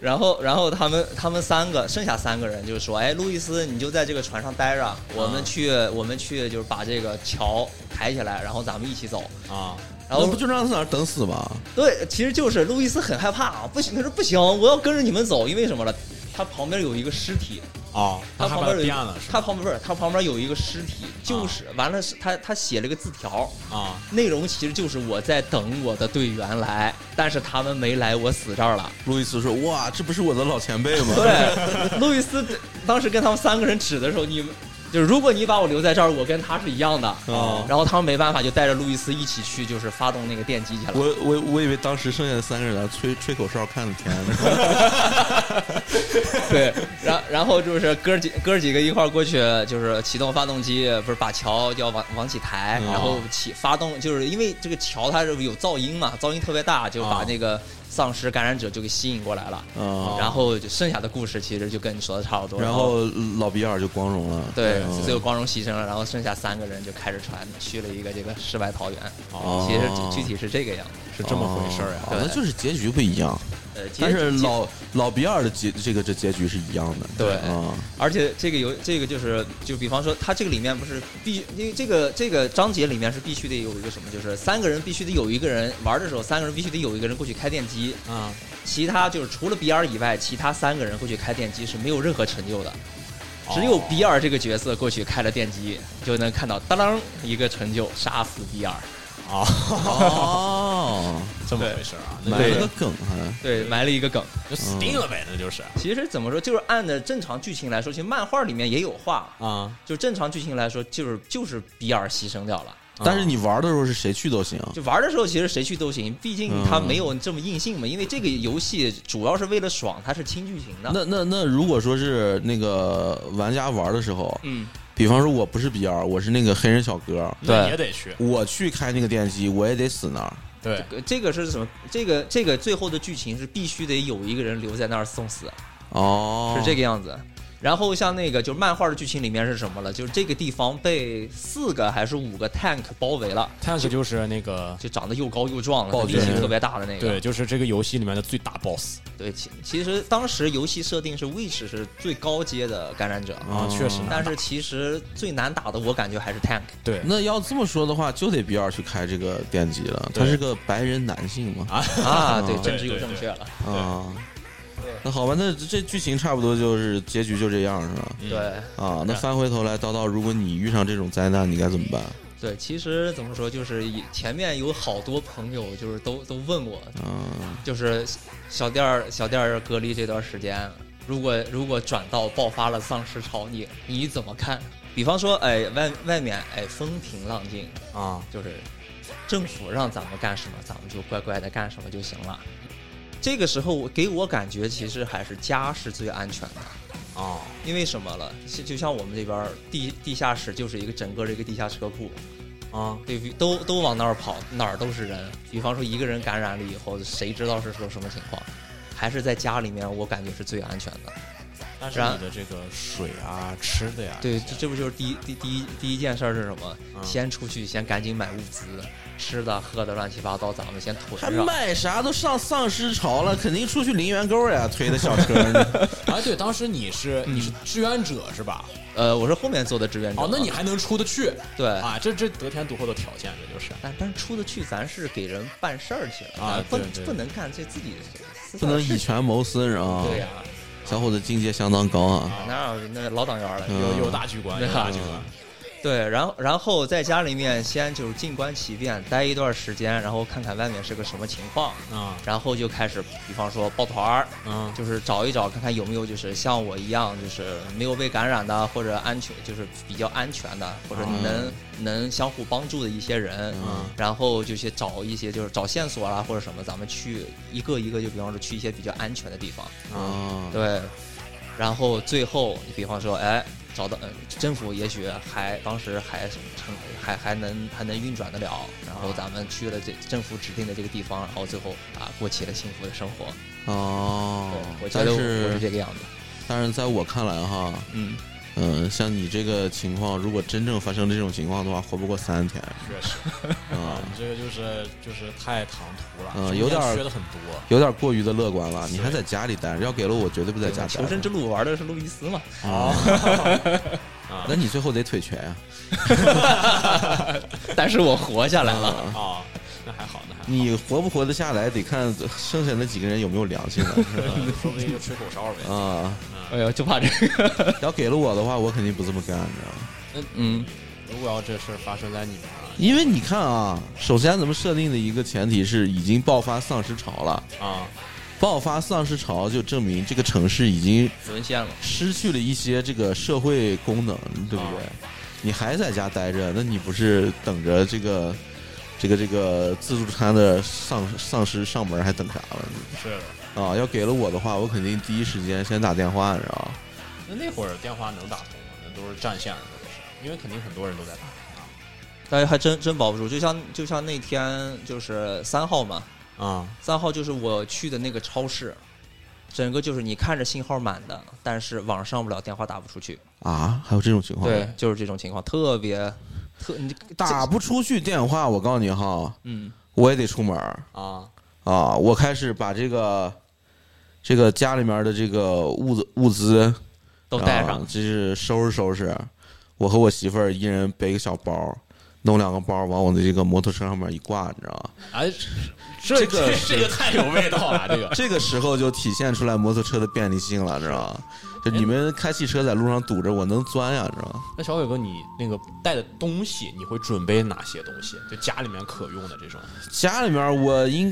[SPEAKER 4] 然后然后他们他们三个剩下三个人就是说，哎，路易斯你就在这个船上待着，我们去、我们去就是把这个桥抬起来，然后咱们一起走。
[SPEAKER 3] 啊，
[SPEAKER 4] 然后
[SPEAKER 2] 那不就让他在那儿等死吗？
[SPEAKER 4] 对，其实就是路易斯很害怕啊，不行，他说不行，我要跟着你们走，因为什么了？他旁边有一个尸体，
[SPEAKER 3] 哦，他还
[SPEAKER 4] 旁
[SPEAKER 3] 把
[SPEAKER 4] 边
[SPEAKER 3] 它
[SPEAKER 4] 有一
[SPEAKER 3] 变了是
[SPEAKER 4] 他
[SPEAKER 3] 吧？
[SPEAKER 4] 旁边不是他旁边有一个尸体，就是、完了是他他写了个字条，
[SPEAKER 3] 啊，
[SPEAKER 4] 内容其实就是我在等我的队员来，但是他们没来，我死这儿了。
[SPEAKER 2] 路易斯说：“哇，这不是我的老前辈吗？”
[SPEAKER 4] 对，路易斯当时跟他们三个人指的时候，你们就是如果你把我留在这儿，我跟他是一样的。
[SPEAKER 2] 哦
[SPEAKER 4] 然后他们没办法，就带着路易斯一起去，就是发动那个电击 去了。
[SPEAKER 2] 我我我以为当时剩下的三个人在吹吹口哨看的天呢。
[SPEAKER 4] 对，然然后就是哥几哥几个一块儿过去，就是启动发动机，不是把桥要往往起抬，
[SPEAKER 2] 哦
[SPEAKER 4] 然后起发动，就是因为这个桥它是有噪音嘛，噪音特别大，就把
[SPEAKER 3] 哦
[SPEAKER 4] 那个丧尸感染者就给吸引过来了。
[SPEAKER 2] 啊，
[SPEAKER 4] 然后就剩下的故事其实就跟你说的差不多。
[SPEAKER 2] 然后老比尔就光荣了。
[SPEAKER 4] 对，
[SPEAKER 2] 嗯
[SPEAKER 4] 最后光荣牺牲了，然后剩下三个人就开着船去了一个这个世外桃源。
[SPEAKER 2] 哦
[SPEAKER 4] 其实具体是这个样子。
[SPEAKER 3] 是这么回事儿呀、
[SPEAKER 2] 哦那就是结局不一样，
[SPEAKER 4] 呃，结
[SPEAKER 2] 但是
[SPEAKER 4] 结
[SPEAKER 2] 老老比尔的结这个这结局是一样的。
[SPEAKER 4] 对
[SPEAKER 2] 啊，
[SPEAKER 4] 而且这个有这个就是就比方说，它这个里面不是必因为这个这个章节里面是必须得有一个什么，就是三个人必须得有一个人玩的时候，三个人必须得有一个人过去开电机，
[SPEAKER 3] 啊。
[SPEAKER 4] 其他就是除了比尔以外，其他三个人过去开电机是没有任何成就的。
[SPEAKER 2] 哦
[SPEAKER 4] 只有比尔这个角色过去开了电机，就能看到当当一个成就，杀死比尔。
[SPEAKER 3] 啊，
[SPEAKER 2] 哦，
[SPEAKER 3] 这么回事儿啊？那
[SPEAKER 2] 埋
[SPEAKER 3] 就
[SPEAKER 2] 了
[SPEAKER 3] 是
[SPEAKER 2] 个梗还。
[SPEAKER 4] 对，埋了一个梗。
[SPEAKER 3] 就死
[SPEAKER 2] 嗯
[SPEAKER 3] 定了呗，那就是
[SPEAKER 4] 其实怎么说，就是按照正常剧情来说，其实漫画里面也有画，
[SPEAKER 3] 啊。
[SPEAKER 4] 就正常剧情来说，就是就是比尔牺牲掉了。
[SPEAKER 2] 嗯但是你玩的时候是谁去都行。
[SPEAKER 4] 就玩的时候，其实谁去都行，毕竟它没有这么硬性嘛。因为这个游戏主要是为了爽，它是轻剧情的。
[SPEAKER 2] 那那那，如果说是那个玩家玩的时候，
[SPEAKER 4] 嗯，
[SPEAKER 2] 比方说我不是比尔，我是那个黑人小哥，
[SPEAKER 3] 那
[SPEAKER 4] 对
[SPEAKER 3] 也得去，
[SPEAKER 2] 我去开那个电机，我也得死那儿。
[SPEAKER 3] 对
[SPEAKER 4] 呃这个是什么？这个这个最后的剧情是必须得有一个人留在那儿送死，
[SPEAKER 2] 哦，
[SPEAKER 4] 是这个样子。然后像那个就是漫画的剧情里面是什么了？就是这个地方被四个还是五个 tank 包围了，
[SPEAKER 3] ，Tank 就是那个，
[SPEAKER 4] 就长得又高又壮
[SPEAKER 2] 暴
[SPEAKER 4] 了，
[SPEAKER 2] 君
[SPEAKER 4] 力气特别大的那个。
[SPEAKER 3] 对，就是这个游戏里面的最大 BOSS
[SPEAKER 4] 对，其其实当时游戏设定是 Witch 是最高阶的感染者，
[SPEAKER 3] 啊，确实难
[SPEAKER 4] 哦但是其实最难打的我感觉还是 tank。
[SPEAKER 3] 对
[SPEAKER 2] 那要这么说的话，就得比尔去开这个电机了。
[SPEAKER 3] 对
[SPEAKER 2] 他是个白人男性嘛。
[SPEAKER 3] 啊，
[SPEAKER 4] 啊，对，
[SPEAKER 2] 对
[SPEAKER 4] 政治又
[SPEAKER 3] 对
[SPEAKER 4] 正确了。
[SPEAKER 2] 啊，那好吧，那这剧情差不多就是结局就这样是吧？
[SPEAKER 3] 对
[SPEAKER 4] 对
[SPEAKER 2] 啊，那翻回头来，叨叨，如果你遇上这种灾难，你该怎么办？
[SPEAKER 4] 对，其实怎么说，就是以前面有好多朋友就是都都问我，
[SPEAKER 2] 啊，
[SPEAKER 4] 就是小店儿小店儿隔离这段时间，如果如果转到爆发了丧尸潮，你你怎么看？比方说，哎，外外面哎风平浪静，
[SPEAKER 3] 啊，
[SPEAKER 4] 就是政府让咱们干什么，咱们就乖乖的干什么就行了。这个时候，我给我感觉其实还是家是最安全的。
[SPEAKER 3] 哦，
[SPEAKER 4] 因为什么了？是就像我们这边儿地地下室就是一个整个这个地下车库，
[SPEAKER 3] 啊，
[SPEAKER 4] 对，都都往那儿跑，哪儿都是人。比方说一个人感染了以后，谁知道是个什么情况？还是在家里面，我感觉是最安全的。
[SPEAKER 3] 但是
[SPEAKER 4] 然
[SPEAKER 3] 你的这个水啊、吃的呀，
[SPEAKER 4] 对，这这不就是第一第第一第一件事儿是什么？
[SPEAKER 3] 嗯
[SPEAKER 4] 先出去，先赶紧买物资，吃的喝的乱七八糟，咱们先囤
[SPEAKER 2] 还
[SPEAKER 4] 上。
[SPEAKER 2] 卖啥都上丧尸潮了，肯定出去林园沟呀，推的小车 呢。
[SPEAKER 3] 哎，对，当时你是你
[SPEAKER 4] 嗯
[SPEAKER 3] 是志愿者是吧？
[SPEAKER 4] 呃，我是后面做的志愿者。
[SPEAKER 3] 哦，那你还能出得去
[SPEAKER 4] 对
[SPEAKER 2] 哎
[SPEAKER 3] 啊？这这得天独厚的条件，这就是
[SPEAKER 4] 但但是出得去，咱是给人办事儿去了
[SPEAKER 3] 啊
[SPEAKER 4] 咱不
[SPEAKER 3] 对对
[SPEAKER 4] 不能干这自己私
[SPEAKER 2] 不
[SPEAKER 4] 下
[SPEAKER 2] 能
[SPEAKER 4] 的事
[SPEAKER 2] 以
[SPEAKER 4] 情
[SPEAKER 2] 权谋私啊！
[SPEAKER 4] 对呀、
[SPEAKER 2] 小伙子境界相当高啊！
[SPEAKER 4] 啊，那那老党员了。
[SPEAKER 2] 嗯
[SPEAKER 3] 有有大局观，有
[SPEAKER 4] 对啊
[SPEAKER 3] 大局观，
[SPEAKER 4] 对，然后然后在家里面先就是静观其变，待一段时间，然后看看外面是个什么情况，
[SPEAKER 3] 啊
[SPEAKER 4] 然后就开始，比方说抱团儿，
[SPEAKER 3] 啊
[SPEAKER 4] 就是找一找看看有没有就是像我一样就是没有被感染的，或者安全就是比较安全的，或者
[SPEAKER 2] 嗯
[SPEAKER 4] 能、能相互帮助的一些人，
[SPEAKER 2] 嗯
[SPEAKER 4] 然后就去找一些就是找线索啦或者什么，咱们去一个一个就比方说去一些比较安全的地方，
[SPEAKER 3] 啊，
[SPEAKER 2] 啊，
[SPEAKER 4] 对，然后最后，你比方说，哎，找到、呃、政府也许还当时还成还还能还能运转得了，然后咱们去了这政府指定的这个地方，然后最后啊过起了幸福的生活。
[SPEAKER 2] 哦
[SPEAKER 4] 对，我觉
[SPEAKER 2] 但
[SPEAKER 4] 得我我是这
[SPEAKER 2] 是
[SPEAKER 4] 个样子。
[SPEAKER 2] 但是在我看来哈，
[SPEAKER 4] 嗯，
[SPEAKER 2] 嗯，像你这个情况，如果真正发生这种情况的话，活不过三天
[SPEAKER 3] 确实啊
[SPEAKER 2] 啊，
[SPEAKER 3] 你这个就是就是太唐突了，
[SPEAKER 2] 嗯
[SPEAKER 3] 中间
[SPEAKER 2] 有点儿
[SPEAKER 3] 缺的很多，
[SPEAKER 2] 有点过于的乐观了。你还在家里待着，要给了我绝对不在
[SPEAKER 4] 对
[SPEAKER 2] 家
[SPEAKER 4] 嘛
[SPEAKER 2] 待
[SPEAKER 4] 求
[SPEAKER 2] 着
[SPEAKER 4] 生。之路玩的是路易斯嘛？
[SPEAKER 2] 啊，
[SPEAKER 3] 啊
[SPEAKER 2] 那你最后得腿瘸啊呀！
[SPEAKER 4] 但是我活下来了。
[SPEAKER 3] 啊，那还好，那还好。
[SPEAKER 2] 你活不活得下来，得看剩下那几个人有没有良心了。是吧
[SPEAKER 3] 呃说不定就吹口哨呗。
[SPEAKER 2] 啊，
[SPEAKER 4] 哎呦，就怕这个。
[SPEAKER 2] 要给了我的话，我肯定不这么干，你知道吗？
[SPEAKER 4] 嗯，
[SPEAKER 3] 如果要这事儿发生在你们那
[SPEAKER 2] 因为你看啊，首先咱们设定的一个前提是已经爆发丧尸潮了，
[SPEAKER 3] 儿啊，
[SPEAKER 2] 爆发丧尸潮就证明这个城市已经
[SPEAKER 4] 沦陷了。
[SPEAKER 2] 失去了一些这个社会功能，对不对？你还在家待着，那你不是等着这个这个这个自助餐的丧丧尸上门还等啥了？
[SPEAKER 3] 是的。
[SPEAKER 2] 啊，要给了我的话，我肯定第一时间先打电话，你知道吗？
[SPEAKER 3] 那那会儿电话能打通吗？那都是占线的，都是，因为肯定很多人都在打
[SPEAKER 4] 但是还真真保不住，就像就像那天就是三号嘛，
[SPEAKER 2] 嗯
[SPEAKER 3] 啊
[SPEAKER 4] 三号就是我去的那个超市，整个就是你看着信号满的，但是网上不了，电话打不出去。
[SPEAKER 2] 啊，还有这种情况？，，
[SPEAKER 4] 就是这种情况，特别特你这
[SPEAKER 2] 打不出去电话，我告诉你哈，
[SPEAKER 4] 嗯
[SPEAKER 2] 我也得出门儿
[SPEAKER 3] 啊，
[SPEAKER 2] 啊，我开始把这个这个家里面的这个物资物资
[SPEAKER 4] 都带上
[SPEAKER 2] 啊，这是收拾收拾。我和我媳妇儿一人背个小包，弄两个包往我的这个摩托车上面一挂，你知道吗？
[SPEAKER 3] 哎，这个
[SPEAKER 2] 是
[SPEAKER 3] 这个太有味道了，这个
[SPEAKER 4] 啊
[SPEAKER 2] 这个时候就体现出来摩托车的便利性了，知道吗？就你们开汽车在路上堵着，我能钻呀，知道吗？
[SPEAKER 3] 那小伟哥，你那个带的东西，你会准备哪些东西？就家里面可用的这种
[SPEAKER 2] 家里面我应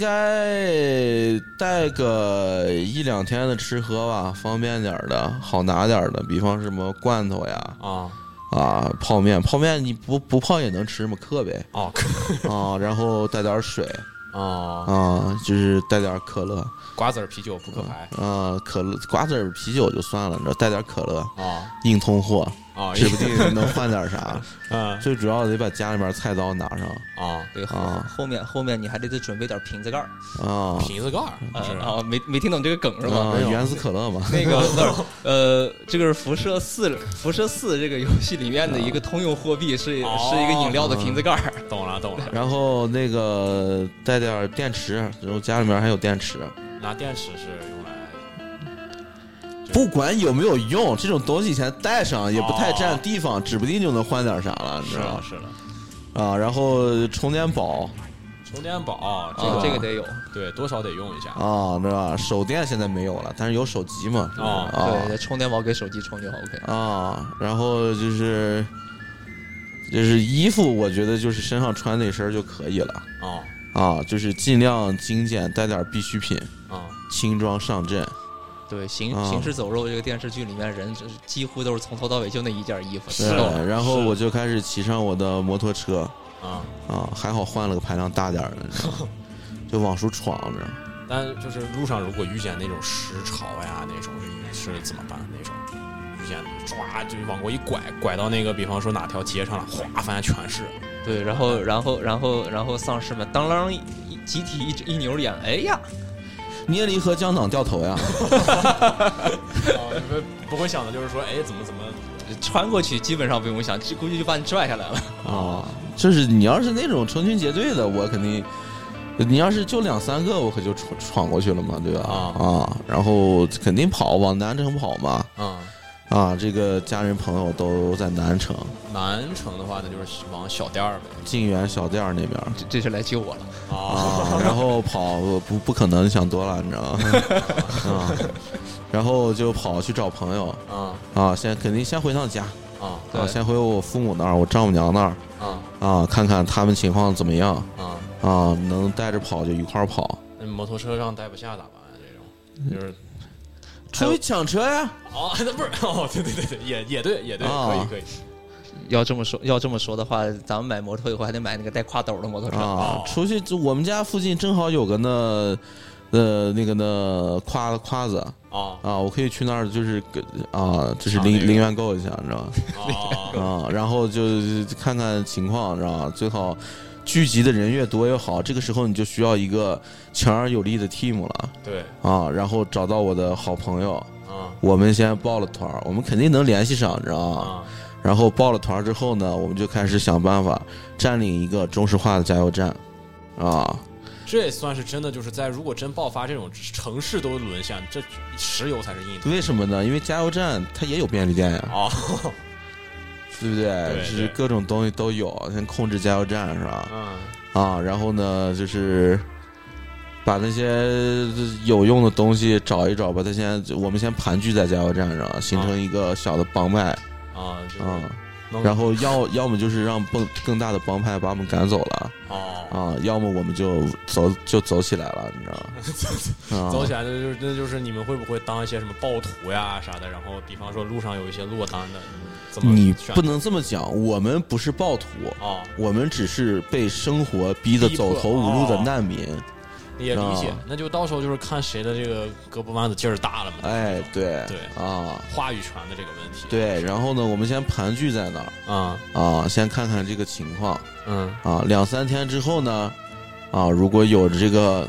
[SPEAKER 2] 该带个一两天的吃喝吧，方便点儿的，好拿点儿的，比方什么罐头呀，
[SPEAKER 3] 啊
[SPEAKER 2] 啊，泡面，泡面你不不泡也能吃嘛，嗑呗
[SPEAKER 3] 啊
[SPEAKER 2] 啊，然后带点水
[SPEAKER 3] 啊，
[SPEAKER 2] 啊，就是带点可乐
[SPEAKER 3] 瓜子儿啤酒扑克牌
[SPEAKER 2] 啊，可乐瓜子儿啤酒就算了，你知道带点可乐，
[SPEAKER 3] 啊
[SPEAKER 2] 硬通货，
[SPEAKER 3] 啊，
[SPEAKER 2] 指不
[SPEAKER 4] 哎
[SPEAKER 2] 定能换点啥。
[SPEAKER 3] 啊
[SPEAKER 2] 最主要得把家里面菜刀拿上
[SPEAKER 3] 啊，
[SPEAKER 4] 对，后
[SPEAKER 2] 啊
[SPEAKER 4] 后面后面你还得再准备点瓶子盖儿，
[SPEAKER 2] 啊
[SPEAKER 3] 瓶子盖儿
[SPEAKER 4] 呃
[SPEAKER 3] 是吧
[SPEAKER 4] 啊，没没听懂这个梗是吧
[SPEAKER 2] 啊？，原子可乐嘛，
[SPEAKER 4] 那个不是，呃，这个是辐射四，辐射四这个游戏里面的一个通用货币是、
[SPEAKER 3] 哦
[SPEAKER 4] 是一个饮料的瓶子盖儿，
[SPEAKER 3] 懂了懂了，
[SPEAKER 2] 然后那个带点电池，然后家里面还有电池，
[SPEAKER 3] 拿电池是用来
[SPEAKER 2] 不管有没有用，这种东西先带上也不太占
[SPEAKER 3] 哦
[SPEAKER 2] 地方，指不定就能换点啥了，你知
[SPEAKER 3] 是
[SPEAKER 2] 道
[SPEAKER 3] 了
[SPEAKER 2] 吗？
[SPEAKER 3] 是了，
[SPEAKER 2] 啊，然后充电宝
[SPEAKER 3] 充电宝这
[SPEAKER 4] 啊
[SPEAKER 3] 个
[SPEAKER 4] 这个得有。
[SPEAKER 3] 对多少得用一下
[SPEAKER 2] 啊，对吧？手电现在没有了，但是有手机嘛，是吧
[SPEAKER 3] 哦
[SPEAKER 4] 对，充电宝给手机充就好，OK。
[SPEAKER 2] 啊啊，然后就是就是衣服，我觉得就是身上穿那身儿就可以了
[SPEAKER 3] 啊
[SPEAKER 2] 啊，就是尽量精简，带点必需品，
[SPEAKER 3] 啊
[SPEAKER 2] 轻装上阵
[SPEAKER 4] 对，行
[SPEAKER 3] 哦
[SPEAKER 2] 啊
[SPEAKER 4] 行尸走肉这个电视剧里面人就是几乎都是从头到尾就那一件衣服，
[SPEAKER 2] 对
[SPEAKER 4] 知道吗
[SPEAKER 2] 然后我就开始骑上我的摩托车
[SPEAKER 3] 啊，
[SPEAKER 2] 啊，还好换了个排量大点儿的，你知道吗就往出闯着。
[SPEAKER 3] 但就是路上如果遇见那种石潮呀那种是怎么办那种？遇见唰就往过一拐，拐到那个比方说哪条街上了，哗，发现全是。
[SPEAKER 4] 对，然后然后然后然后丧尸们当啷一一集体一一扭脸，哎呀，
[SPEAKER 2] 捏了一盒姜糖掉头呀！
[SPEAKER 3] 哦，你们不会想的就是说，哎，怎么怎么
[SPEAKER 4] 穿过去基本上不用想，这估计就把你拽下来了。
[SPEAKER 2] 啊，就是你要是那种成群结队的，我肯定，你要是就两三个，我可就闯闯过去了嘛，对吧？
[SPEAKER 3] 啊
[SPEAKER 2] 啊，然后肯定跑往南城跑嘛，
[SPEAKER 3] 啊、
[SPEAKER 2] 啊，这个家人朋友都在南城
[SPEAKER 3] 南城的话，那就是往小店儿呗。
[SPEAKER 2] 晋源小店儿那边儿
[SPEAKER 4] 这这是来救我了。
[SPEAKER 3] 啊
[SPEAKER 2] 啊，然后跑不不可能，你想多了，你知道吗？ 啊，然后就跑去找朋友
[SPEAKER 3] 啊
[SPEAKER 2] 啊，先肯定先回趟家
[SPEAKER 3] 啊
[SPEAKER 2] 啊，
[SPEAKER 4] 对
[SPEAKER 2] 先回我父母那儿，我丈母娘那儿
[SPEAKER 3] 啊
[SPEAKER 2] 啊，看看他们情况怎么样。
[SPEAKER 3] 啊！
[SPEAKER 2] 啊，能带着跑就一块儿跑，
[SPEAKER 3] 那摩托车上待不下咋办、啊？
[SPEAKER 2] 嗯
[SPEAKER 3] 这种就是
[SPEAKER 2] 出去抢车呀！
[SPEAKER 3] 哦， 那不是哦，对对对对，也也对也对，
[SPEAKER 2] 啊
[SPEAKER 3] 可以可以。
[SPEAKER 4] 要这么说，要这么说的话，咱们买摩托以后还得买那个带挎兜的摩托车。
[SPEAKER 3] 哦
[SPEAKER 2] 啊，出去就我们家附近正好有个那，呃，那个那夸夸子
[SPEAKER 3] 哦
[SPEAKER 2] 啊，我可以去那儿就是跟啊，就是
[SPEAKER 3] 啊
[SPEAKER 2] 零
[SPEAKER 3] 那个
[SPEAKER 2] 零元购一下，你知道 吗？
[SPEAKER 3] 哦
[SPEAKER 2] 啊，然后就看看情况，知道吗？最好聚集的人越多越好，这个时候你就需要一个强而有力的 team 了
[SPEAKER 3] 对
[SPEAKER 2] 啊。然后找到我的好朋友，
[SPEAKER 3] 啊
[SPEAKER 2] 我们先报了团儿，我们肯定能联系上，你知道吗？
[SPEAKER 3] 啊
[SPEAKER 2] 然后报了团儿之后呢，我们就开始想办法占领一个中石化的加油站，啊，
[SPEAKER 3] 这也算是真的，就是在如果真爆发这种城市都沦陷，这石油才是硬的
[SPEAKER 2] 为什么呢？因为加油站它也有便利店呀，
[SPEAKER 3] 哦
[SPEAKER 2] 对不对？
[SPEAKER 3] 对
[SPEAKER 2] 是各种东西都有，先控制加油站是吧？
[SPEAKER 3] 嗯
[SPEAKER 2] 啊，然后呢，就是把那些有用的东西找一找，把它先我们先盘踞在加油站上，形成一个小的帮派
[SPEAKER 3] 啊，就是
[SPEAKER 2] 啊，
[SPEAKER 3] 啊弄
[SPEAKER 2] 然后要要么就是让更更大的帮派把我们赶走了。
[SPEAKER 3] 哦，
[SPEAKER 2] 啊，要么我们就走就走起来了，你知道 吗？啊
[SPEAKER 3] 走起
[SPEAKER 2] 来
[SPEAKER 3] 来的就是那就是你们会不会当一些什么暴徒呀啥的？然后比方说路上有一些落单的，怎么
[SPEAKER 2] 你
[SPEAKER 3] 选
[SPEAKER 2] 不能这么讲，我们不是暴徒，
[SPEAKER 3] 哦，
[SPEAKER 2] 我们只是被生活逼得
[SPEAKER 3] 逼迫
[SPEAKER 2] 走投无路的难民。
[SPEAKER 3] 也理解
[SPEAKER 2] 啊，
[SPEAKER 3] 那就到时候就是看谁的这个胳膊腕子劲儿大了嘛。
[SPEAKER 2] 哎，对
[SPEAKER 3] 对
[SPEAKER 2] 啊，
[SPEAKER 3] 话语权的这个问题。
[SPEAKER 2] 对，然后呢，我们先盘踞在那儿
[SPEAKER 3] 啊，
[SPEAKER 2] 啊，先看看这个情况
[SPEAKER 3] 嗯
[SPEAKER 2] 啊。两三天之后呢，啊，如果有这个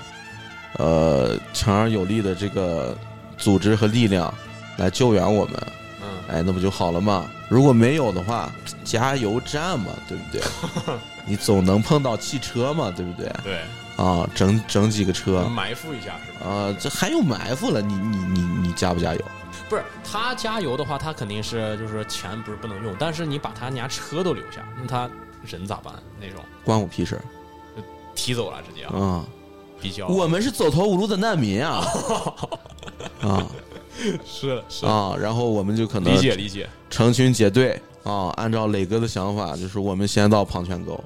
[SPEAKER 2] 呃强而有力的这个组织和力量来救援我们，
[SPEAKER 3] 嗯，
[SPEAKER 2] 哎，那不就好了嘛？如果没有的话， 加油站嘛，对不对？你总能碰到汽车嘛，对不对？
[SPEAKER 3] 对，
[SPEAKER 2] 啊，整整几个车
[SPEAKER 3] 埋伏一下是吧？
[SPEAKER 2] 啊，这还有埋伏了，你你你你加不加油？
[SPEAKER 3] 不是他加油的话，他肯定是就是说钱不是不能用，但是你把他人家车都留下，那他人咋办？那种
[SPEAKER 2] 关我屁事
[SPEAKER 3] 踢走了直接啊，
[SPEAKER 2] 啊！
[SPEAKER 3] 比较
[SPEAKER 2] 我们是走投无路的难民啊！啊
[SPEAKER 3] 是是
[SPEAKER 2] 啊！然后我们就可能
[SPEAKER 3] 理解理解，
[SPEAKER 2] 成群结队啊，按照磊哥的想法，就是我们先到庞泉 沟，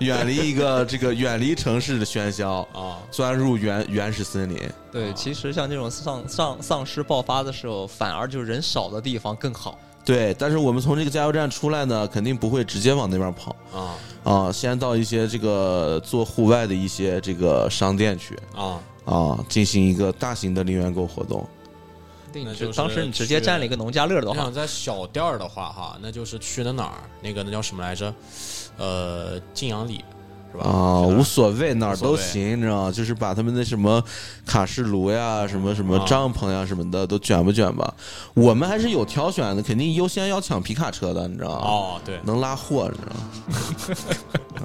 [SPEAKER 2] 远离一个这个远离城市的喧嚣，
[SPEAKER 3] 啊，
[SPEAKER 2] 钻入原原始森林。
[SPEAKER 4] 对，其实像这种丧丧丧尸爆发的时候，反而就是人少的地方更好。
[SPEAKER 2] 对，但是我们从这个加油站出来呢，肯定不会直接往那边跑
[SPEAKER 3] 啊
[SPEAKER 2] 啊，先到一些这个做户外的一些这个商店去
[SPEAKER 3] 啊，
[SPEAKER 2] 啊，进行一个大型的零元购活动。
[SPEAKER 4] 对，
[SPEAKER 3] 那
[SPEAKER 4] 你
[SPEAKER 3] 就
[SPEAKER 4] 就是当时你直接
[SPEAKER 3] 去
[SPEAKER 4] 占了一个农家乐的
[SPEAKER 3] 你
[SPEAKER 4] 话
[SPEAKER 3] 想，在小店儿的话哈，那就是去的哪儿？那个那叫什么来着？呃，晋阳里是
[SPEAKER 2] 啊，
[SPEAKER 3] 吧？是吧
[SPEAKER 2] 无所谓，哪儿
[SPEAKER 3] 无所
[SPEAKER 2] 都
[SPEAKER 3] 谓
[SPEAKER 2] 行，你知道吗？就是把他们的什么卡式炉呀、什么什么
[SPEAKER 3] 啊
[SPEAKER 2] 帐篷呀、什么的都卷吧卷吧。我们还是有挑选的，肯定优先要抢皮卡车的，你知道吗？
[SPEAKER 3] 哦，对，
[SPEAKER 2] 能拉货，你知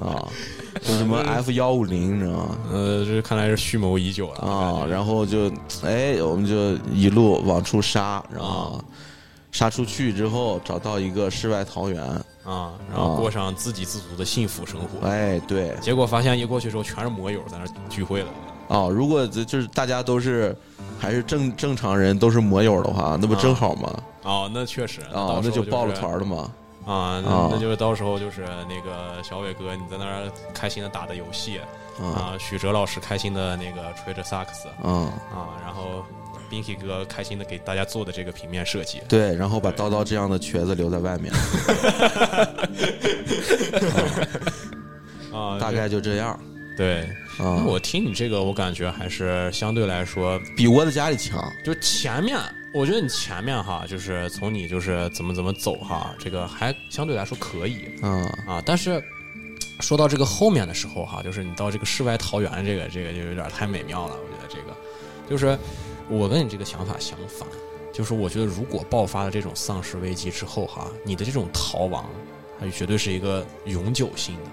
[SPEAKER 2] 道 吗？啊，就什么
[SPEAKER 3] 嗯
[SPEAKER 2] F 幺五零，你知道吗？
[SPEAKER 3] 呃，这看来是蓄谋已久了
[SPEAKER 2] 啊，
[SPEAKER 3] 后
[SPEAKER 2] 然后就哎，我们就一路往出杀，然
[SPEAKER 3] 啊
[SPEAKER 2] 后杀出去之后，找到一个世外桃源。
[SPEAKER 3] 啊，然后过上自给自足的幸福生活。
[SPEAKER 2] 哎，对，
[SPEAKER 3] 结果发现一过去之后，全是摩友在那儿聚会了。
[SPEAKER 2] 哦，如果这就是大家都是还是正正常人，都是摩友的话，那不正好吗？
[SPEAKER 3] 哦，那确实，
[SPEAKER 2] 啊，那
[SPEAKER 3] 到时候
[SPEAKER 2] 就
[SPEAKER 3] 就
[SPEAKER 2] 抱了
[SPEAKER 3] 是
[SPEAKER 2] 团了嘛。
[SPEAKER 3] 啊，那
[SPEAKER 2] 啊
[SPEAKER 3] 那就是到时候就是那个小伟哥你在那儿开心的打的游戏
[SPEAKER 2] 啊
[SPEAKER 3] 啊，许哲老师开心的那个吹着萨克斯
[SPEAKER 2] 啊，
[SPEAKER 3] 啊，然后 Binky 哥开心的给大家做的这个平面设 计，
[SPEAKER 2] 对，然后把叨叨这样的瘸子留在外面，
[SPEAKER 3] 啊，
[SPEAKER 2] 大概就这样
[SPEAKER 3] 对。
[SPEAKER 2] 啊
[SPEAKER 3] 那。我听你这个，我感觉还是相对来说，
[SPEAKER 2] 比我的家里强，
[SPEAKER 3] 就是前面，我觉得你前面哈，就是从你就是怎么怎么走哈，这个还相对来说可以
[SPEAKER 2] 啊
[SPEAKER 3] 啊。但是说到这个后面的时候哈，就是你到这个世外桃源，这个这个就有点太美妙了。我觉得这个就是我跟你这个想法相反，就是我觉得如果爆发了这种丧尸危机之后哈，你的这种逃亡，它绝对是一个永久性的，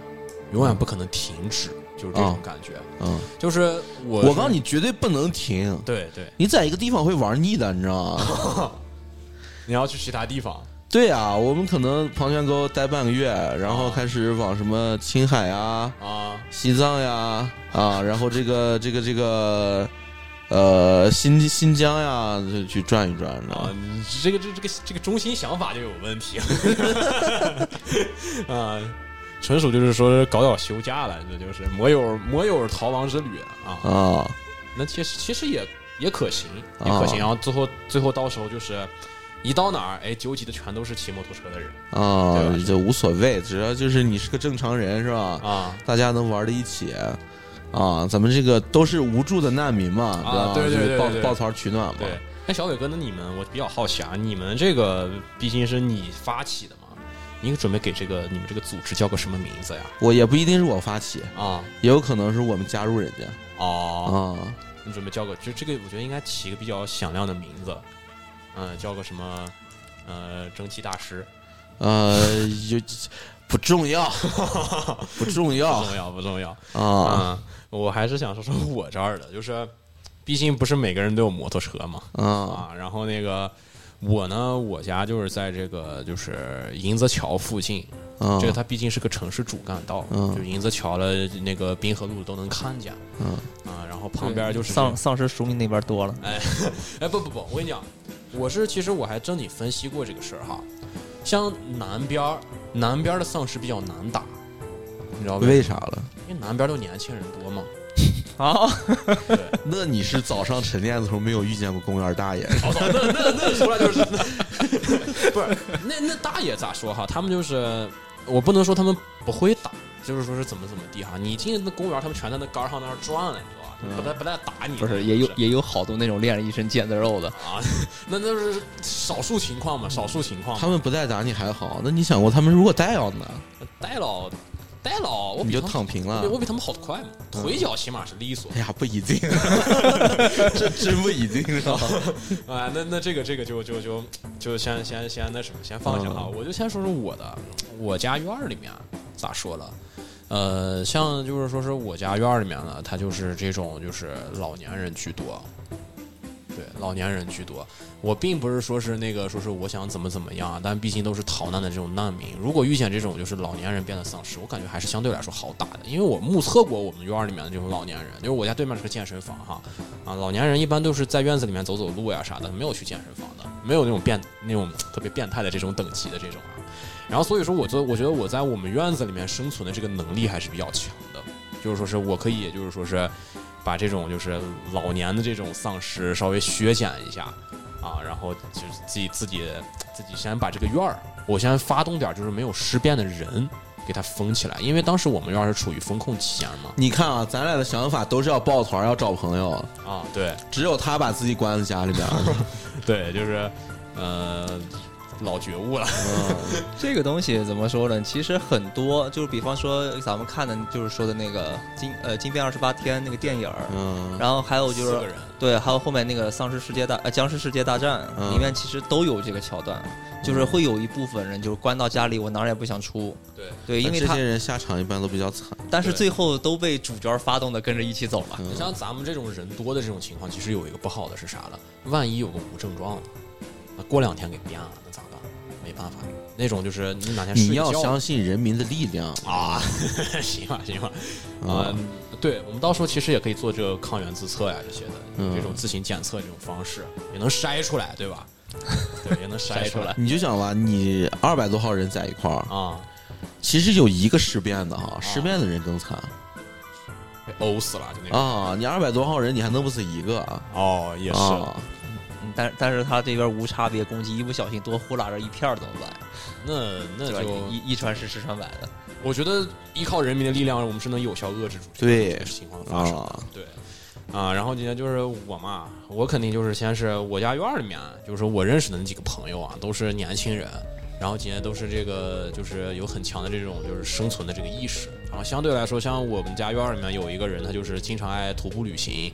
[SPEAKER 3] 永远不可能停止，就是这种
[SPEAKER 2] 啊
[SPEAKER 3] 感觉。
[SPEAKER 2] 嗯，
[SPEAKER 3] 就是我
[SPEAKER 2] 我告诉
[SPEAKER 3] 你，
[SPEAKER 2] 你，绝对不能停。
[SPEAKER 3] 对对，
[SPEAKER 2] 你在一个地方会玩腻的，你知道吗？
[SPEAKER 3] 你要去其他地方
[SPEAKER 2] 对啊，我们可能庞泉沟待半个月，然后开始往什么青海啊、
[SPEAKER 3] 啊
[SPEAKER 2] 西藏呀啊，然后这个这个这个呃新新疆呀就去转一转，你知道
[SPEAKER 3] 啊
[SPEAKER 2] 吗？！
[SPEAKER 3] 你这个这这个这个中心想法就有问题 啊，纯属就是说搞搞休假了，这就是摩友摩友逃亡之旅啊。
[SPEAKER 2] 啊
[SPEAKER 3] 那其实其实也也可行，也
[SPEAKER 2] 啊
[SPEAKER 3] 可行。然后最后最后到时候就是一到哪儿，哎，纠集的全都是骑摩托车的人对
[SPEAKER 2] 啊
[SPEAKER 3] 吧，
[SPEAKER 2] 这无所谓，只要就是你是个正常人是吧？
[SPEAKER 3] 啊
[SPEAKER 2] 大家能玩到一起。啊，咱们这个都是无助的难民嘛，知道吧
[SPEAKER 3] 啊对对
[SPEAKER 2] 就是
[SPEAKER 3] 对
[SPEAKER 2] 抱
[SPEAKER 3] 对对
[SPEAKER 2] 抱团取暖嘛。
[SPEAKER 3] 对，那小伟哥，那你们我比较好奇啊，你们这个毕竟是你发起的嘛，你准备给这个你们这个组织叫个什么名字呀？
[SPEAKER 2] 我也不一定是我发起，
[SPEAKER 3] 啊
[SPEAKER 2] 也有可能是我们加入人家
[SPEAKER 3] 哦，
[SPEAKER 2] 啊。
[SPEAKER 3] 你准备叫个，就这个我觉得应该起一个比较响亮的名字，嗯，叫个什么？呃，蒸汽大师
[SPEAKER 2] 呃，有不重 要，不重
[SPEAKER 3] 不
[SPEAKER 2] 要
[SPEAKER 3] 重要不重要
[SPEAKER 2] 啊
[SPEAKER 3] 啊、我还是想说说我这儿的，就是毕竟不是每个人都有摩托车嘛，
[SPEAKER 2] 啊
[SPEAKER 3] 啊，然后那个我呢，我家就是在这个就是银泽桥附近，
[SPEAKER 2] 啊！
[SPEAKER 3] 这个它毕竟是个城市主干道，
[SPEAKER 2] 嗯
[SPEAKER 3] 就银泽桥了，那个滨河路都能看见，
[SPEAKER 2] 嗯
[SPEAKER 3] 啊，然后旁边就是
[SPEAKER 4] 丧丧尸熟龄那边多了。
[SPEAKER 3] 哎，不不不，我跟你讲，我是其实我还真得分析过这个事儿哈。像南边儿，南边儿的丧尸比较难打，你知道为
[SPEAKER 2] 为
[SPEAKER 3] 啥？
[SPEAKER 2] 啥了？
[SPEAKER 3] 因为南边儿都年轻人多嘛。
[SPEAKER 4] 啊，
[SPEAKER 2] 那你是早上晨练的时候没有遇见过公园大爷？
[SPEAKER 3] 我操，那那那出来就是不是那那大爷咋说哈？他们就是我不能说他们不会打，就是说是怎么怎么地哈。你进那公园，他们全在那杆儿上那儿转了，你知道吧？他们不带不带打你的，
[SPEAKER 4] 不是，也有也有好多那种练了一身腱子肉的，
[SPEAKER 3] 啊， 那那是少数情况嘛，少数情况嘛。
[SPEAKER 2] 他们不带打你还好，那你想过他们如果带要呢？
[SPEAKER 3] 呆老呆老，我比
[SPEAKER 2] 你就
[SPEAKER 3] 他们
[SPEAKER 2] 躺平了
[SPEAKER 3] 对，。我比他们跑得快嘛，腿脚起码是 利索
[SPEAKER 2] 哎。呀，不一定，这真不一定是 吧？
[SPEAKER 3] 啊，那那这个这个就就就就先先先那什么，先放下哈。我就先说说我的，我家院儿里面咋说了，呃，像就是说是我家院儿里面呢，它就是这种就是老年人居多，对，老年人居多。我并不是说是那个说是我想怎么怎么样，啊但毕竟都是逃难的这种难民。如果遇见这种就是老年人变得丧尸，我感觉还是相对来说好打的，因为我目测过我们院儿里面的这种老年人，就是我家对面是个健身房哈，啊，老年人一般都是在院子里面走走路呀啥的，没有去健身房的，没有那种变那种特别变态的这种等级的这种啊。然后所以说我做，我觉得我在我们院子里面生存的这个能力还是比较强的，就是说是我可以，也就是说是把这种就是老年的这种丧尸稍微削减一下啊，然后就是自己自己自己先把这个院儿，我先发动点儿就是没有尸变的人给它封起来，因为当时我们院儿是处于封控期间嘛。
[SPEAKER 2] 你看啊，咱俩的想法都是要抱团，要找朋友，
[SPEAKER 3] 啊，对
[SPEAKER 2] 只有他把自己关在家里边儿。
[SPEAKER 3] 对，就是呃老觉悟了，
[SPEAKER 4] 这个东西怎么说呢？其实很多，就是比方说咱们看的，就是说的那个《金呃金边二十八天》那个电影儿，
[SPEAKER 2] 嗯，
[SPEAKER 4] 然后还有就
[SPEAKER 3] 四
[SPEAKER 4] 是
[SPEAKER 3] 个人
[SPEAKER 4] 对，还有后面那个丧尸世界大呃僵尸世界大战、
[SPEAKER 2] 嗯
[SPEAKER 4] 里面其实都有这个桥段，就是会有一部分人就是关到家里，我哪儿也不想出。
[SPEAKER 3] 对
[SPEAKER 4] 对，因为
[SPEAKER 2] 这
[SPEAKER 4] 他
[SPEAKER 2] 些人下场一般都比较惨。
[SPEAKER 4] 但是
[SPEAKER 3] 对
[SPEAKER 4] 最后都被主角发动的跟着一起走了。
[SPEAKER 2] 嗯
[SPEAKER 3] 你像咱们这种人多的这种情况，其实有一个不好的是啥呢？万一有个无症状的，那过两天给变了，那咋办？没办法，那种就是你哪天睡
[SPEAKER 2] 你
[SPEAKER 3] 觉
[SPEAKER 2] 要相信人民的力量
[SPEAKER 3] 啊， 行吧行吧，啊、
[SPEAKER 2] 嗯
[SPEAKER 3] 对我们到时候其实也可以做这个抗原自测呀这些的，
[SPEAKER 2] 嗯
[SPEAKER 3] 这种自行检测这种方式也能筛出来，对吧？对，也能筛出来
[SPEAKER 2] 你就想吧，你二百多号人在一块儿，
[SPEAKER 3] 啊，
[SPEAKER 2] 其实有一个尸变的哈，尸变的人更惨
[SPEAKER 3] 被呕死了就那种。
[SPEAKER 2] 啊！你二百多号人，你还弄不死一个啊？
[SPEAKER 3] 哦，也是，
[SPEAKER 2] 啊，
[SPEAKER 4] 嗯但但是他这边无差别攻击，一不小心多呼啦着一片儿怎么办？
[SPEAKER 3] 那那
[SPEAKER 4] 对吧？
[SPEAKER 3] 就
[SPEAKER 4] 一一传十，十传百的。
[SPEAKER 3] 我觉得依靠人民的力量，我们是能有效遏制住这
[SPEAKER 2] 对
[SPEAKER 3] 个情况的发生的。
[SPEAKER 2] 啊
[SPEAKER 3] 对，啊，然后今天就是我嘛，我肯定就是先是我家院儿里面，就是我认识的那几个朋友啊，都是年轻人，然后今天都是这个就是有很强的这种就是生存的这个意识。然后相对来说，像我们家院儿里面有一个人，他就是经常爱徒步旅行。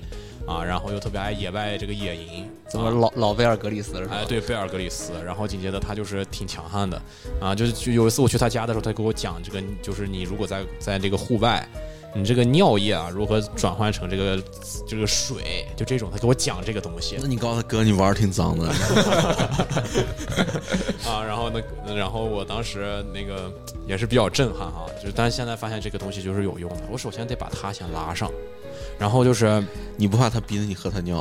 [SPEAKER 3] 啊，然后又特别爱野外这个野营，
[SPEAKER 4] 怎么
[SPEAKER 3] 啊
[SPEAKER 4] 老老贝尔格里斯是吧？
[SPEAKER 3] 哎，对，贝尔格里斯。然后紧接着他就是挺强悍的，啊，就是就有一次我去他家的时候，他给我讲这个，就是你如果在在这个户外，你这个尿液啊如何转换成这个这个水，就这种，他给我讲这个东 西
[SPEAKER 2] 那你告诉他哥，你玩儿挺脏的，
[SPEAKER 3] 啊。然后呢，然后我当时那个也是比较震撼哈、就是但是现在发现这个东西就是有用的，我首先得把它先拉上，然 后就是。
[SPEAKER 2] 你不怕他逼着你喝他 尿？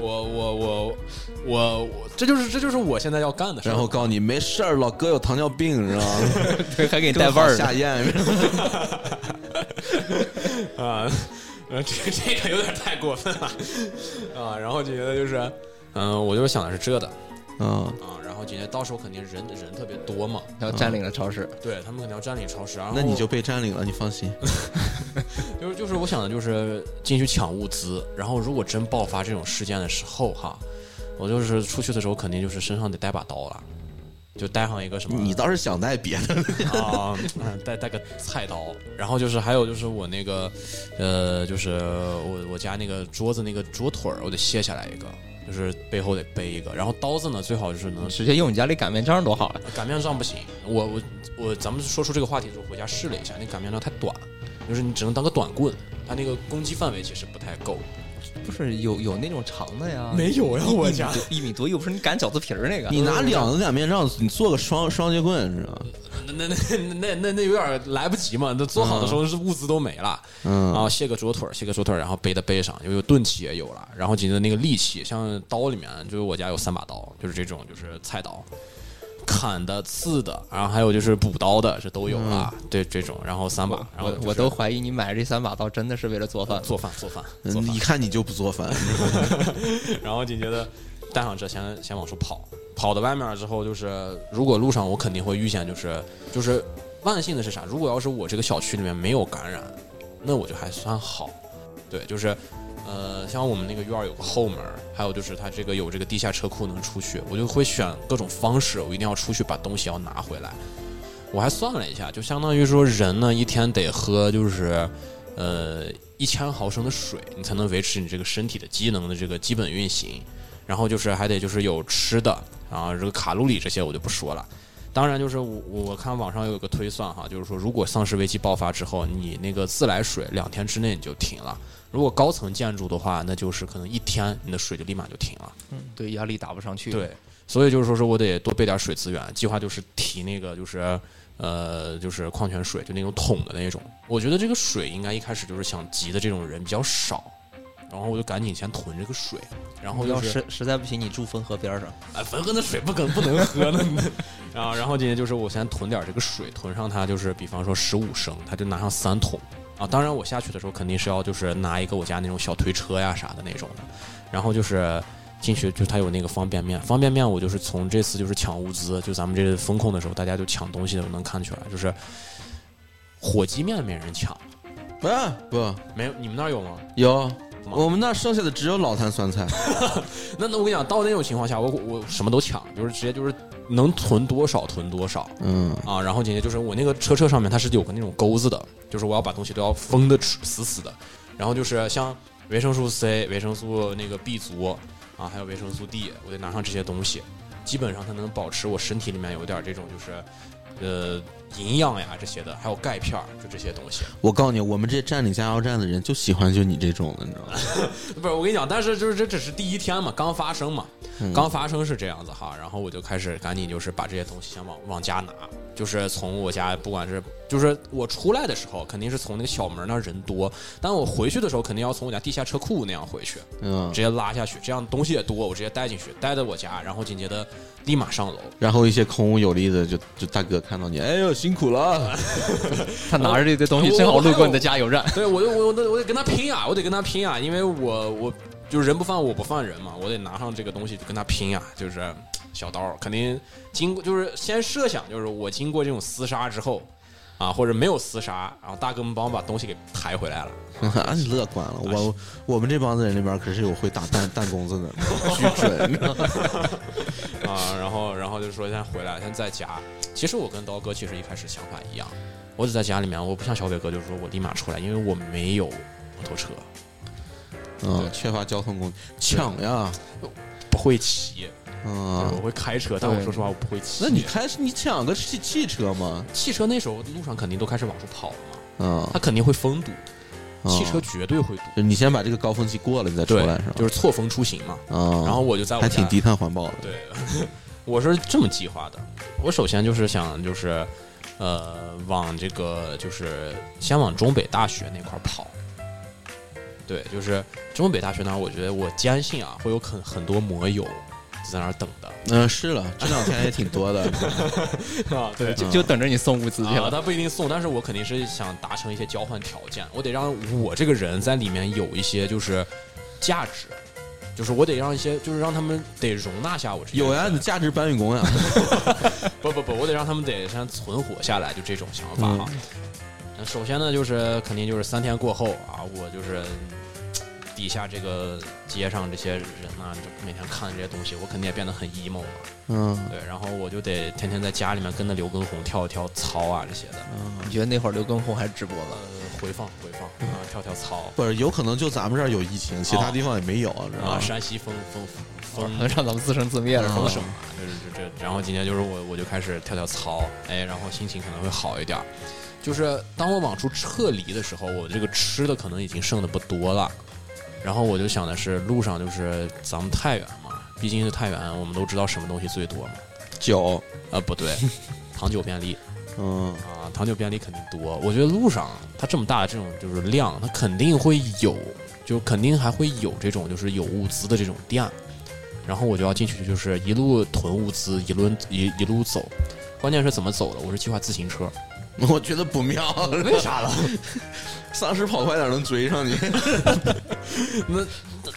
[SPEAKER 3] 我我我我我，这就是这就是我现在要干的事儿。
[SPEAKER 2] 然后告诉你没事儿，老哥有糖尿病，你知道 吗？
[SPEAKER 4] 对，还给你带味儿
[SPEAKER 2] 更好下
[SPEAKER 4] 呢。
[SPEAKER 2] 咽。
[SPEAKER 3] 啊，呃，这这个有点太过分了啊。然后就觉得就是，嗯、我就是想的是这的
[SPEAKER 2] 嗯，
[SPEAKER 3] 啊。然后觉得到时候肯定人人特别多嘛，
[SPEAKER 4] 然后占领了超市，
[SPEAKER 3] 对他们肯定要占领超市。然后
[SPEAKER 2] 那你就被占领了，你放心。
[SPEAKER 3] 就是就是我想的就是进去抢物资，然后如果真爆发这种事件的时候哈，我就是出去的时候肯定就是身上得带把刀了。就带上一个什么？
[SPEAKER 2] 你倒是想带别的，
[SPEAKER 3] 啊，嗯带带个菜刀，然后就是还有就是我那个，呃，就是我我家那个桌子那个桌腿儿，我得卸下来一个，就是背后得背一个，然后刀子呢最好就是能
[SPEAKER 4] 直接用你家里擀面杖多好啊！
[SPEAKER 3] 擀面杖不行，我我我咱们说出这个话题的时候回家试了一下，那擀面杖太短，就是你只能当个短棍，它那个攻击范围其实不太够。
[SPEAKER 4] 不是有有那种长的呀？
[SPEAKER 3] 有呀，我
[SPEAKER 4] 一米多一米多，又不是你擀饺子皮儿那个。
[SPEAKER 2] 你拿
[SPEAKER 3] 嗯
[SPEAKER 2] 两个擀面杖，你做个双双截棍，你知道吗？
[SPEAKER 3] 那那那那那那有点来不及嘛，那做好的时
[SPEAKER 4] 嗯
[SPEAKER 3] 候是物资都没了。然
[SPEAKER 2] 嗯
[SPEAKER 3] 后卸个左腿儿，卸个左腿儿，然后背在背上，因为有钝器也有了，然后紧着那个利器，像刀里面，就是我家有三把刀，就是这种就是菜刀，砍的、刺的，然后还有就是补刀的，这都有了，对这种，然后三把，然后
[SPEAKER 4] 嗯我
[SPEAKER 3] 就是
[SPEAKER 4] 我都怀疑你买这三把刀真的是为了做饭。
[SPEAKER 3] 做饭做饭做
[SPEAKER 2] 嗯，
[SPEAKER 3] 饭
[SPEAKER 2] 一，看你就不做 饭。
[SPEAKER 3] 然后紧接着带上这先先往出跑，跑到外面之后就是，如果路上我肯定会遇见，就是就是万幸的是啥？如果要是我这个小区里面没有感染，那我就还算好。对，就是呃，像我们那个院儿有个后门儿，还有就是它这个有这个地下车库能出去，我就会选各种方式，我一定要出去把东西要拿回来。我还算了一下，就相当于说人呢一天得喝就是呃一千毫升的水，你才能维持你这个身体的机能的这个基本啊运行。然后就是还得就是有吃的，然后这个卡路里这些我就不说了。当然，就是我我我看网上有个推算哈，就是说如果丧尸危机爆发之后，你那个自来水两天之内你就停了；如果高层建筑的话，那就是可能一天你的水就立马就停了。
[SPEAKER 4] 对压力打不上去。，
[SPEAKER 3] 嗯对，所以就是说是我得多备点水资源，计划就是提那个就是呃就是矿泉水，就那种桶的那种。我觉得这个水应该一开始就是想急的这种人比较少。然后我就赶紧先囤这个水，然后
[SPEAKER 4] 要
[SPEAKER 3] 就是
[SPEAKER 4] 实实在不行，你住汾河边上。
[SPEAKER 3] 哎，汾河的水不可不能喝呢。 然后，然后今天就是我先囤点这个水，囤上它就是，比方说十五升，它就拿上三桶啊。当然，我下去的时候肯定是要就是拿一个我家那种小推车呀啥的那种的。然后就是进去，就它有那个方便面，方便面我就是从这次就是抢物资，就咱们这风控的时候，大家就抢东西的，我能看出来，就是火鸡面没人抢，
[SPEAKER 2] 哎，不
[SPEAKER 3] 没有你们那儿有吗？
[SPEAKER 2] 有，我们那剩下的只有老坛酸 菜。
[SPEAKER 3] 那那我跟你讲，到那种情况下，我我什么都抢，就是直接就是能囤多少囤多少。
[SPEAKER 2] 嗯，
[SPEAKER 3] 啊，然后紧接着就是我那个车车上面它是有个那种钩子的，就是我要把东西都要封的死死的，然后就是像维生素 C、维生素那个 B 族啊，还有维生素 D，我得拿上这些东西，基本上它能保持我身体里面有点这种就是呃营养呀这些的，还有钙片儿，就这些东西。
[SPEAKER 2] 我告诉你，我们这站里加油站的人就喜欢就你这种的，你知道吗？
[SPEAKER 3] 不是我跟你讲，但是就是这只是第一天嘛，刚发生嘛，刚发生是这样子哈，然后我就开始赶紧就是把这些东西先往往家拿，就是从我家不管是就是我出来的时候肯定是从那个小门那儿人多，但我回去的时候肯定要从我家地下车库那样回去，
[SPEAKER 2] 嗯
[SPEAKER 3] 直，接拉下去，这样东西也多，我直接带进去，带到我家，然后紧接着立马上楼，
[SPEAKER 2] 然后一些空无有力的就就大哥看到你，哎呦辛苦了，
[SPEAKER 4] 他拿着这堆东西，
[SPEAKER 3] 我
[SPEAKER 4] 正好路
[SPEAKER 3] 我
[SPEAKER 4] 过你的加油站。
[SPEAKER 3] 对，我就我我我得跟他拼啊呀，我得跟他拼呀，因为我我就是人不犯我不犯人嘛，我得拿上这个东西就跟他拼呀，就是嘖小刀儿肯定经过，就是先设想就是我经过这种厮杀之后。啊，或者没有厮杀，然后大哥们帮我把东西给抬回来了。
[SPEAKER 2] 啊，你乐观了。我我们这帮子人里边可是有会打弹弹弓子的， 巨准。
[SPEAKER 3] 啊，然后然后就说先回来，先在家。其实我跟刀哥其实一开始想法一样，我只在家里面，我不像小伟哥，就是说我立马出来，因为我没有摩托车，
[SPEAKER 2] 嗯，缺乏交通工具， 抢呀，
[SPEAKER 3] 不会骑，
[SPEAKER 2] 嗯
[SPEAKER 3] 我，会开车，但我说实话我不会骑。
[SPEAKER 2] 那你开你抢个汽汽车嘛，
[SPEAKER 3] 汽车那时候路上肯定都开始往出跑了嘛，
[SPEAKER 2] 嗯，
[SPEAKER 3] 它肯定会封堵，
[SPEAKER 2] 嗯
[SPEAKER 3] 汽车绝对会堵。
[SPEAKER 2] 就你先把这个高峰期过了，你再出来是吧？
[SPEAKER 3] 就是错峰出行嘛。
[SPEAKER 2] 嗯，
[SPEAKER 3] 然后我就在我
[SPEAKER 2] 还
[SPEAKER 3] 家
[SPEAKER 2] 挺低碳环保的，
[SPEAKER 3] 对，我是这么计划的。我首先就是想就是，呃，往这个就是先往中北大学那块儿跑。对，就是中北大学那儿，我觉得我坚信啊，会有很很多摩友在那儿等的
[SPEAKER 2] 嗯，是了，这两天也挺多的，
[SPEAKER 3] 啊。
[SPEAKER 2] 嗯
[SPEAKER 3] 对
[SPEAKER 4] 就就等着你送物资去
[SPEAKER 3] 啊，
[SPEAKER 4] 了。
[SPEAKER 3] 他不一定送，但是我肯定是想达成一些交换条件，我得让我这个人在里面有一些就是价值，就是我得让一些就是让他们得容纳下我这些
[SPEAKER 2] 有呀，
[SPEAKER 3] 人
[SPEAKER 2] 你价值搬运工呀，
[SPEAKER 3] 不不不，我得让他们得先存活下来，就这种想法
[SPEAKER 2] 嗯
[SPEAKER 3] 哈。那首先呢，就是肯定就是三天过后啊，我就是嘖底下这个街上这些人呐、就每天看这些东西，我肯定也变得很 emo 了。
[SPEAKER 2] 嗯，
[SPEAKER 3] 对，然后我就得天天在家里面跟着刘畊宏跳一跳操啊这些的，
[SPEAKER 2] 嗯
[SPEAKER 4] 你觉得那会儿刘畊宏还直播
[SPEAKER 3] 呃
[SPEAKER 4] 吗？，
[SPEAKER 3] 回放回放啊，跳跳操
[SPEAKER 2] 不是，有可能就咱们这儿有疫情，其他地方也没有，知道
[SPEAKER 3] 哦啊，
[SPEAKER 2] 吗？嗯
[SPEAKER 3] 山西风风风
[SPEAKER 4] 让咱们自生自灭了，是
[SPEAKER 3] 风
[SPEAKER 4] 吧
[SPEAKER 3] 手嘛，就是这这。然后今天就是我我就开始跳跳操，哎，然后心情可能会好一点儿。就是当我往出撤离的时候，我这个吃的可能已经剩的不多了，然后我就想的是路上就是咱们太原嘛，毕竟是太原，我们都知道什么东西最多嘛。
[SPEAKER 2] 酒，
[SPEAKER 3] 呃，不对，糖酒便利
[SPEAKER 2] 嗯，
[SPEAKER 3] 啊，糖酒便利肯定多。我觉得路上它这么大的这种就是量，它肯定会有，就肯定还会有这种就是有物资的这种店。然后我就要进去，就是一路囤物资，一路一一路走。关键是怎么走的？我是计划自行车，
[SPEAKER 2] 我觉得不妙，为啥了？丧尸跑快点能追上你，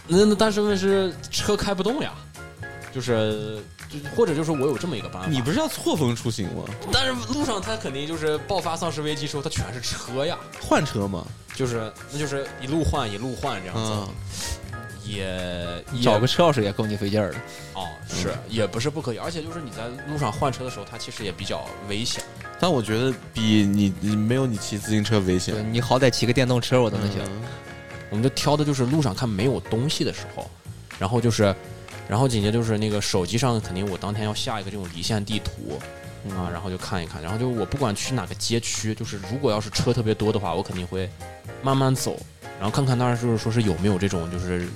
[SPEAKER 3] 那那但是问题是车开不动呀，就是就或者就是我有这么一个办 法，
[SPEAKER 2] 你不是要错峰出行吗？
[SPEAKER 3] 但是路上它肯定就是爆发丧尸危机时候，它全是车呀，
[SPEAKER 2] 换车吗？
[SPEAKER 3] 就是那就是一路换一路换这样子，
[SPEAKER 2] 嗯，
[SPEAKER 3] 也也
[SPEAKER 4] 找个车钥匙也够你费劲儿的。
[SPEAKER 3] 哦，是也不是不可以，而且就是你在路上换车的时候，它其实也比较危险。
[SPEAKER 2] 但我觉得比你你没有你骑自行车危
[SPEAKER 4] 对
[SPEAKER 2] 险。
[SPEAKER 4] 你好歹骑个电动车，我都能行。
[SPEAKER 2] 嗯
[SPEAKER 3] 我们就挑的就是路上看没有东西的时候，然后就是然后紧接着就是那个手机上肯定我当天要下一个这种离线地图。啊，然后就看一看，然后就我不管去哪个街区，就是如果要是车特别多的话，我肯定会慢慢走，然后看看当然就是说是有没有这种就是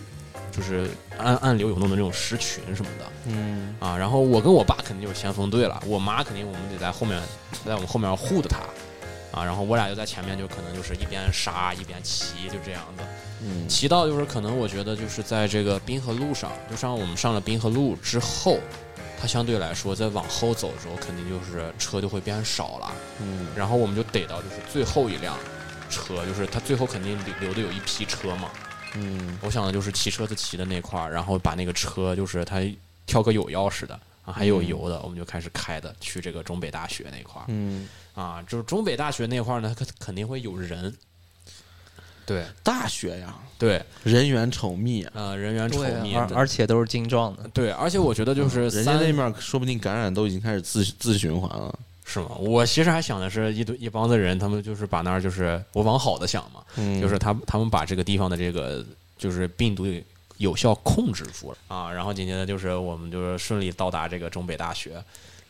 [SPEAKER 3] 就是暗暗流涌动的这种狮群什么的，
[SPEAKER 4] 嗯，
[SPEAKER 3] 啊，然后我跟我爸肯定就是先锋队了，我妈肯定我们得在后面，在我们后面护着她，啊，然后我俩就在前面就可能就是一边杀一边骑，就这样子，
[SPEAKER 2] 嗯
[SPEAKER 3] 骑到就是可能我觉得就是在这个滨河路上，就上我们上了滨河路之后，它相对来说再往后走的时候，肯定就是车就会变少了，
[SPEAKER 4] 嗯，
[SPEAKER 3] 然后我们就逮到就是最后一辆车，就是它最后肯定留留的有一批车嘛，
[SPEAKER 4] 嗯，
[SPEAKER 3] 我想的就是骑车子骑的那块儿，然后把那个车就是他挑个有钥匙的啊，还有油的，我们就开始开的去这个中北大学那块儿。
[SPEAKER 4] 嗯，
[SPEAKER 3] 啊，就是中北大学那块儿呢，它肯肯定会有人。对
[SPEAKER 2] 大学呀，
[SPEAKER 3] 对，
[SPEAKER 2] 人员稠密啊，
[SPEAKER 3] 呃，人员稠密
[SPEAKER 4] 对，，而而且都是精壮的，
[SPEAKER 3] 对，而且我觉得就是
[SPEAKER 2] 嗯人家
[SPEAKER 3] 三
[SPEAKER 2] 那面说不定感染都已经开始自自循环了。
[SPEAKER 3] 是吗？我其实还想的是一堆一帮子人，他们就是把那儿就是我往好的想嘛，
[SPEAKER 2] 嗯
[SPEAKER 3] 就是他们他们把这个地方的这个就是病毒有有效控制住了啊，然后紧接着就是我们就是顺利到达这个中北大学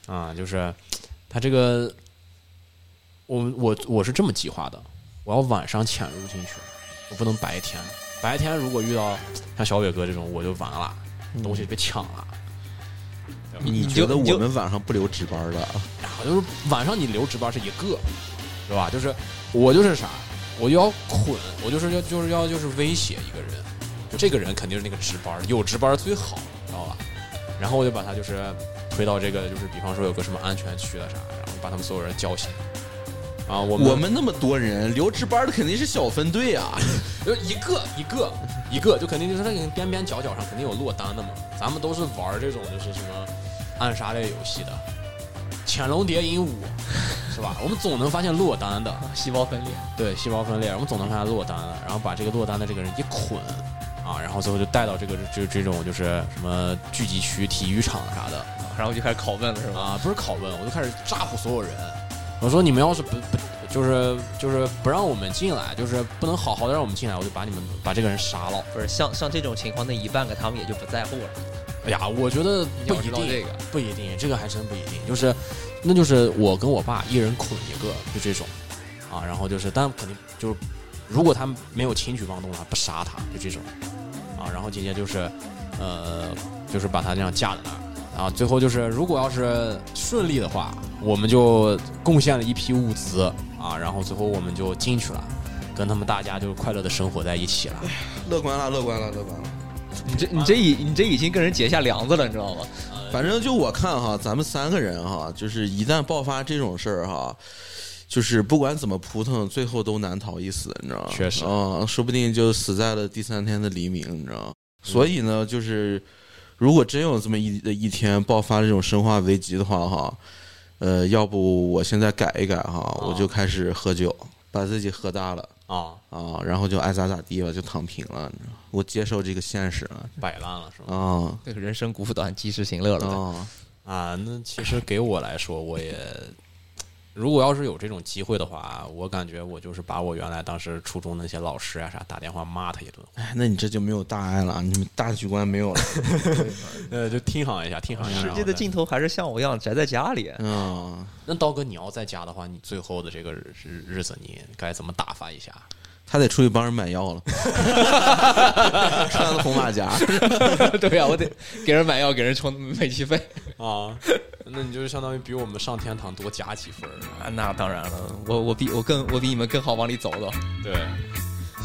[SPEAKER 3] 啊，就是他这个我我我是这么计划的，我要晚上潜入进去，我不能白天，白天如果遇到像小伟哥这种我就完了，东
[SPEAKER 2] 嗯
[SPEAKER 3] 西被抢了。
[SPEAKER 2] 你觉
[SPEAKER 4] 就
[SPEAKER 2] 得
[SPEAKER 4] 你就
[SPEAKER 2] 我们晚上不留值班的啊？
[SPEAKER 3] 好就是晚上你留值班是一个，是吧？就是我就是啥，我就要捆，我就是要就是要就是威胁一个人，就这个人肯定是那个值班，有值班最好，知道吧？然后我就把他就是推到这个就是比方说有个什么安全区的啊啥，然后把他们所有人叫醒。啊，我们
[SPEAKER 2] 我们那么多人，留值班的肯定是小分队啊。
[SPEAKER 3] 就一个一个一个，就肯定就是那个边边角角上肯定有落单的嘛。咱们都是玩这种就是什么暗杀类游戏的，潜龙谍影五，是吧？我们总能发现落单的，
[SPEAKER 4] 细胞分裂，
[SPEAKER 3] 对，细胞分裂，我们总能发现落单了，然后把这个落单的这个人一捆啊，然后最后就带到这个就这种就是什么聚集区、体育场啥的
[SPEAKER 4] 然后就开始拷问了，是吧？
[SPEAKER 3] 啊，不是拷问，我就开始扎唬所有人，我说你们要是不不就是就是不让我们进来，就是不能好好的让我们进来，我就把你们把这个人杀了。
[SPEAKER 4] 不是，像像这种情况，那一半个他们也就不在乎了。
[SPEAKER 3] 哎呀，我觉得
[SPEAKER 4] 你
[SPEAKER 3] 不
[SPEAKER 4] 要
[SPEAKER 3] 一
[SPEAKER 4] 知道
[SPEAKER 3] 定，
[SPEAKER 4] 这个
[SPEAKER 3] 不一定，这个还真不一定。就是，那就是我跟我爸一人捆一个，就这种啊。然后就是，但肯定就是，如果他没有轻举妄动的话，不杀他，就这种啊。然后紧接着就是，呃，就是把他这样架在那儿。啊，最后就是，如果要是顺利的话，我们就贡献了一批物资啊，然后最后我们就进去了，跟他们大家就快乐的生活在一起了。
[SPEAKER 2] 乐观了，乐观了，乐观了。
[SPEAKER 4] 你这你这已你这已经跟人结下梁子了，你知道吗？
[SPEAKER 2] 反正就我看哈，咱们三个人哈，就是一旦爆发这种事儿哈，就是不管怎么扑腾，最后都难逃一死，你知道吗？
[SPEAKER 3] 确实
[SPEAKER 2] 啊、说不定就死在了第三天的黎明，你知道
[SPEAKER 3] 嗯
[SPEAKER 2] 吗？所以呢，就是如果真有这么一一天爆发这种生化危机的话哈，呃，要不我现在改一改哈，我就开始喝酒，把自己喝大了。
[SPEAKER 3] 啊，
[SPEAKER 2] 啊，然后就爱咋咋地吧，就躺平了，你知道吗？我接受这个现实了
[SPEAKER 3] 摆烂了是吗？
[SPEAKER 2] 啊
[SPEAKER 4] 这个人生苦短，及时行乐了呗。
[SPEAKER 2] 啊！
[SPEAKER 3] 啊，那其实给我来说，我也如果要是有这种机会的话，我感觉我就是把我原来当时初中那些老师啊啥打电话骂他一 顿，
[SPEAKER 2] 哎，那你这就没有大爱了，你们大局观没有了。
[SPEAKER 3] 呃，就听行一下，听行一下。
[SPEAKER 4] 世界的尽
[SPEAKER 3] 头。
[SPEAKER 4] 头还是像我一样宅在家里。啊
[SPEAKER 2] 嗯，
[SPEAKER 3] 那刀哥，你要在家的话，你最后的这个日日日子，你该怎么打发一下？
[SPEAKER 2] 他得出去帮人买药了， 穿个红马 甲。
[SPEAKER 4] 对啊呀、我得给人买药，给人充煤气费。
[SPEAKER 3] 啊， 那你就是相当于比我们上天堂多加几分儿。
[SPEAKER 4] 啊，那当然了，我我比我更我比你们更好往里走走。
[SPEAKER 3] 对，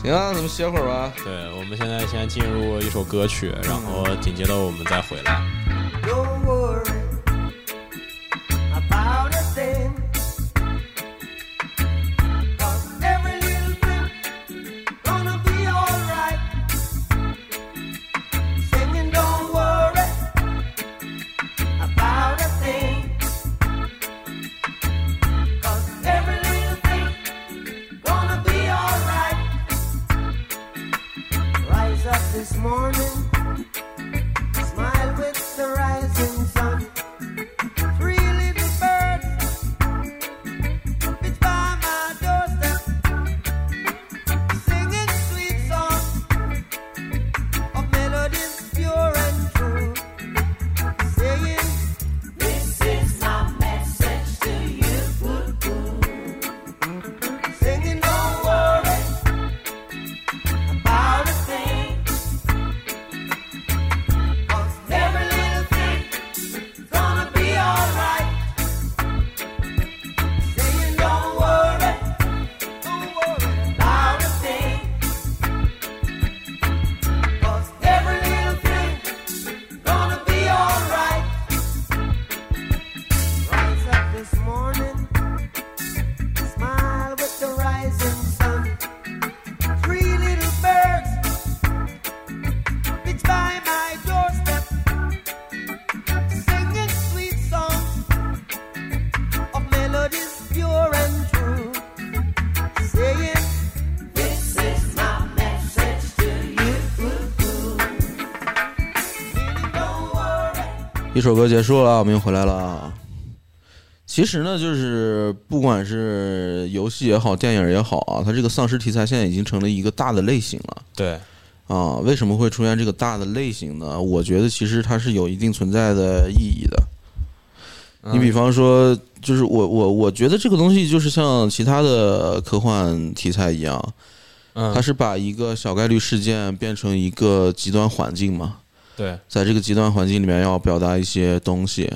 [SPEAKER 2] 行啊，咱们歇会儿吧。
[SPEAKER 3] 对，我们现在先进入一首歌曲，然后紧接着我们再回来。
[SPEAKER 8] Don't worry about a thing. 'Cause every little thing gonna be alright. Singing, don't worry about a thing. 'Cause every little thing gonna be alright. Rise up this morning, smile with the
[SPEAKER 2] 一首歌结束了，我们又回来了啊。其实呢，就是不管是游戏也好，电影也好啊，它这个丧尸题材现在已经成了一个大的类型了。
[SPEAKER 3] 对，
[SPEAKER 2] 啊，为什么会出现这个大的类型呢？我觉得其实它是有一定存在的意义的。你比方说，就是我我我觉得这个东西就是像其他的科幻题材一样，
[SPEAKER 3] 嗯，
[SPEAKER 2] 它是把一个小概率事件变成一个极端环境嘛，
[SPEAKER 3] 对，
[SPEAKER 2] 在这个极端环境里面要表达一些东西。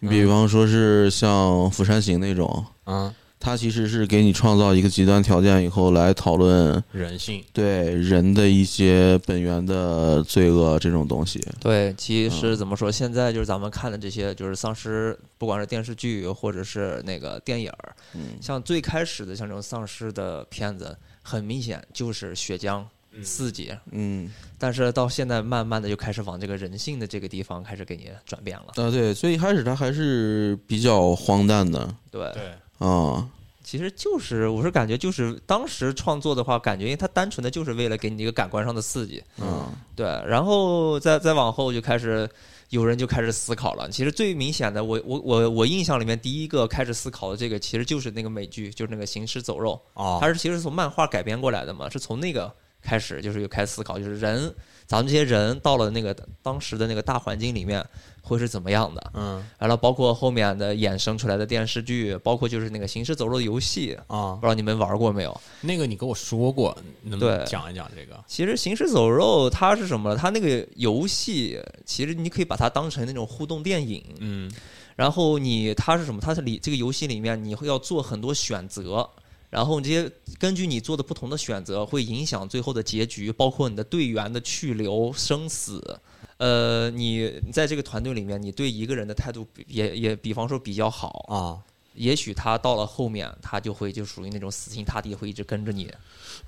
[SPEAKER 2] 你比方说是像《釜山行》那种，
[SPEAKER 3] 嗯，
[SPEAKER 2] 它其实是给你创造一个极端条件以后来讨论
[SPEAKER 3] 人性，
[SPEAKER 2] 对人的一些本源的罪恶这种东西。
[SPEAKER 4] 对，其
[SPEAKER 2] 嗯
[SPEAKER 4] 实怎么说，现在就是咱们看的这些，就是丧尸，不管是电视剧或者是那个电影儿，
[SPEAKER 2] 嗯
[SPEAKER 4] 像最开始的像这种丧尸的片子，很明显就是血浆、刺激，
[SPEAKER 2] 嗯，
[SPEAKER 4] 但是到现在慢慢的就开始往这个人性的这个地方开始给你转变了。
[SPEAKER 2] 啊对，最一开始它还是比较荒诞的
[SPEAKER 4] 对，
[SPEAKER 3] 对，
[SPEAKER 2] 啊，
[SPEAKER 4] 其实就是我是感觉就是当时创作的话，感觉因为它单纯的就是为了给你一个感官上的刺激，
[SPEAKER 2] 嗯
[SPEAKER 4] 对，然后再再往后就开始有人就开始思考了。其实最明显的，我我我我印象里面第一个开始思考的这个，其实就是那个美剧，就是那个《行尸走肉》，
[SPEAKER 3] 哦
[SPEAKER 4] 它，是其实是从漫画改编过来的嘛，是从那个开始就是有开始思考，就是人咱们这些人到了那个当时的那个大环境里面会是怎么样的。
[SPEAKER 3] 嗯，
[SPEAKER 4] 完了，包括后面的衍生出来的电视剧，包括就是那个《行尸走肉》的游戏，
[SPEAKER 3] 啊
[SPEAKER 4] 不知，道你们玩过没有？
[SPEAKER 3] 那个你跟我说过，能不能
[SPEAKER 4] 对
[SPEAKER 3] 讲一讲这个？
[SPEAKER 4] 其实《行尸走肉》它是什么？它那个游戏，其实你可以把它当成那种互动电影。
[SPEAKER 3] 嗯，
[SPEAKER 4] 然后你它是什么？它是里这个游戏里面你会要做很多选择，然后这些根据你做的不同的选择，会影响最后的结局，包括你的队员的去留、生死。呃，你在这个团队里面，你对一个人的态度比也也，比方说比较好，
[SPEAKER 3] 啊，
[SPEAKER 4] 也许他到了后面，他就会就属于那种死心塌地，会一直跟着你。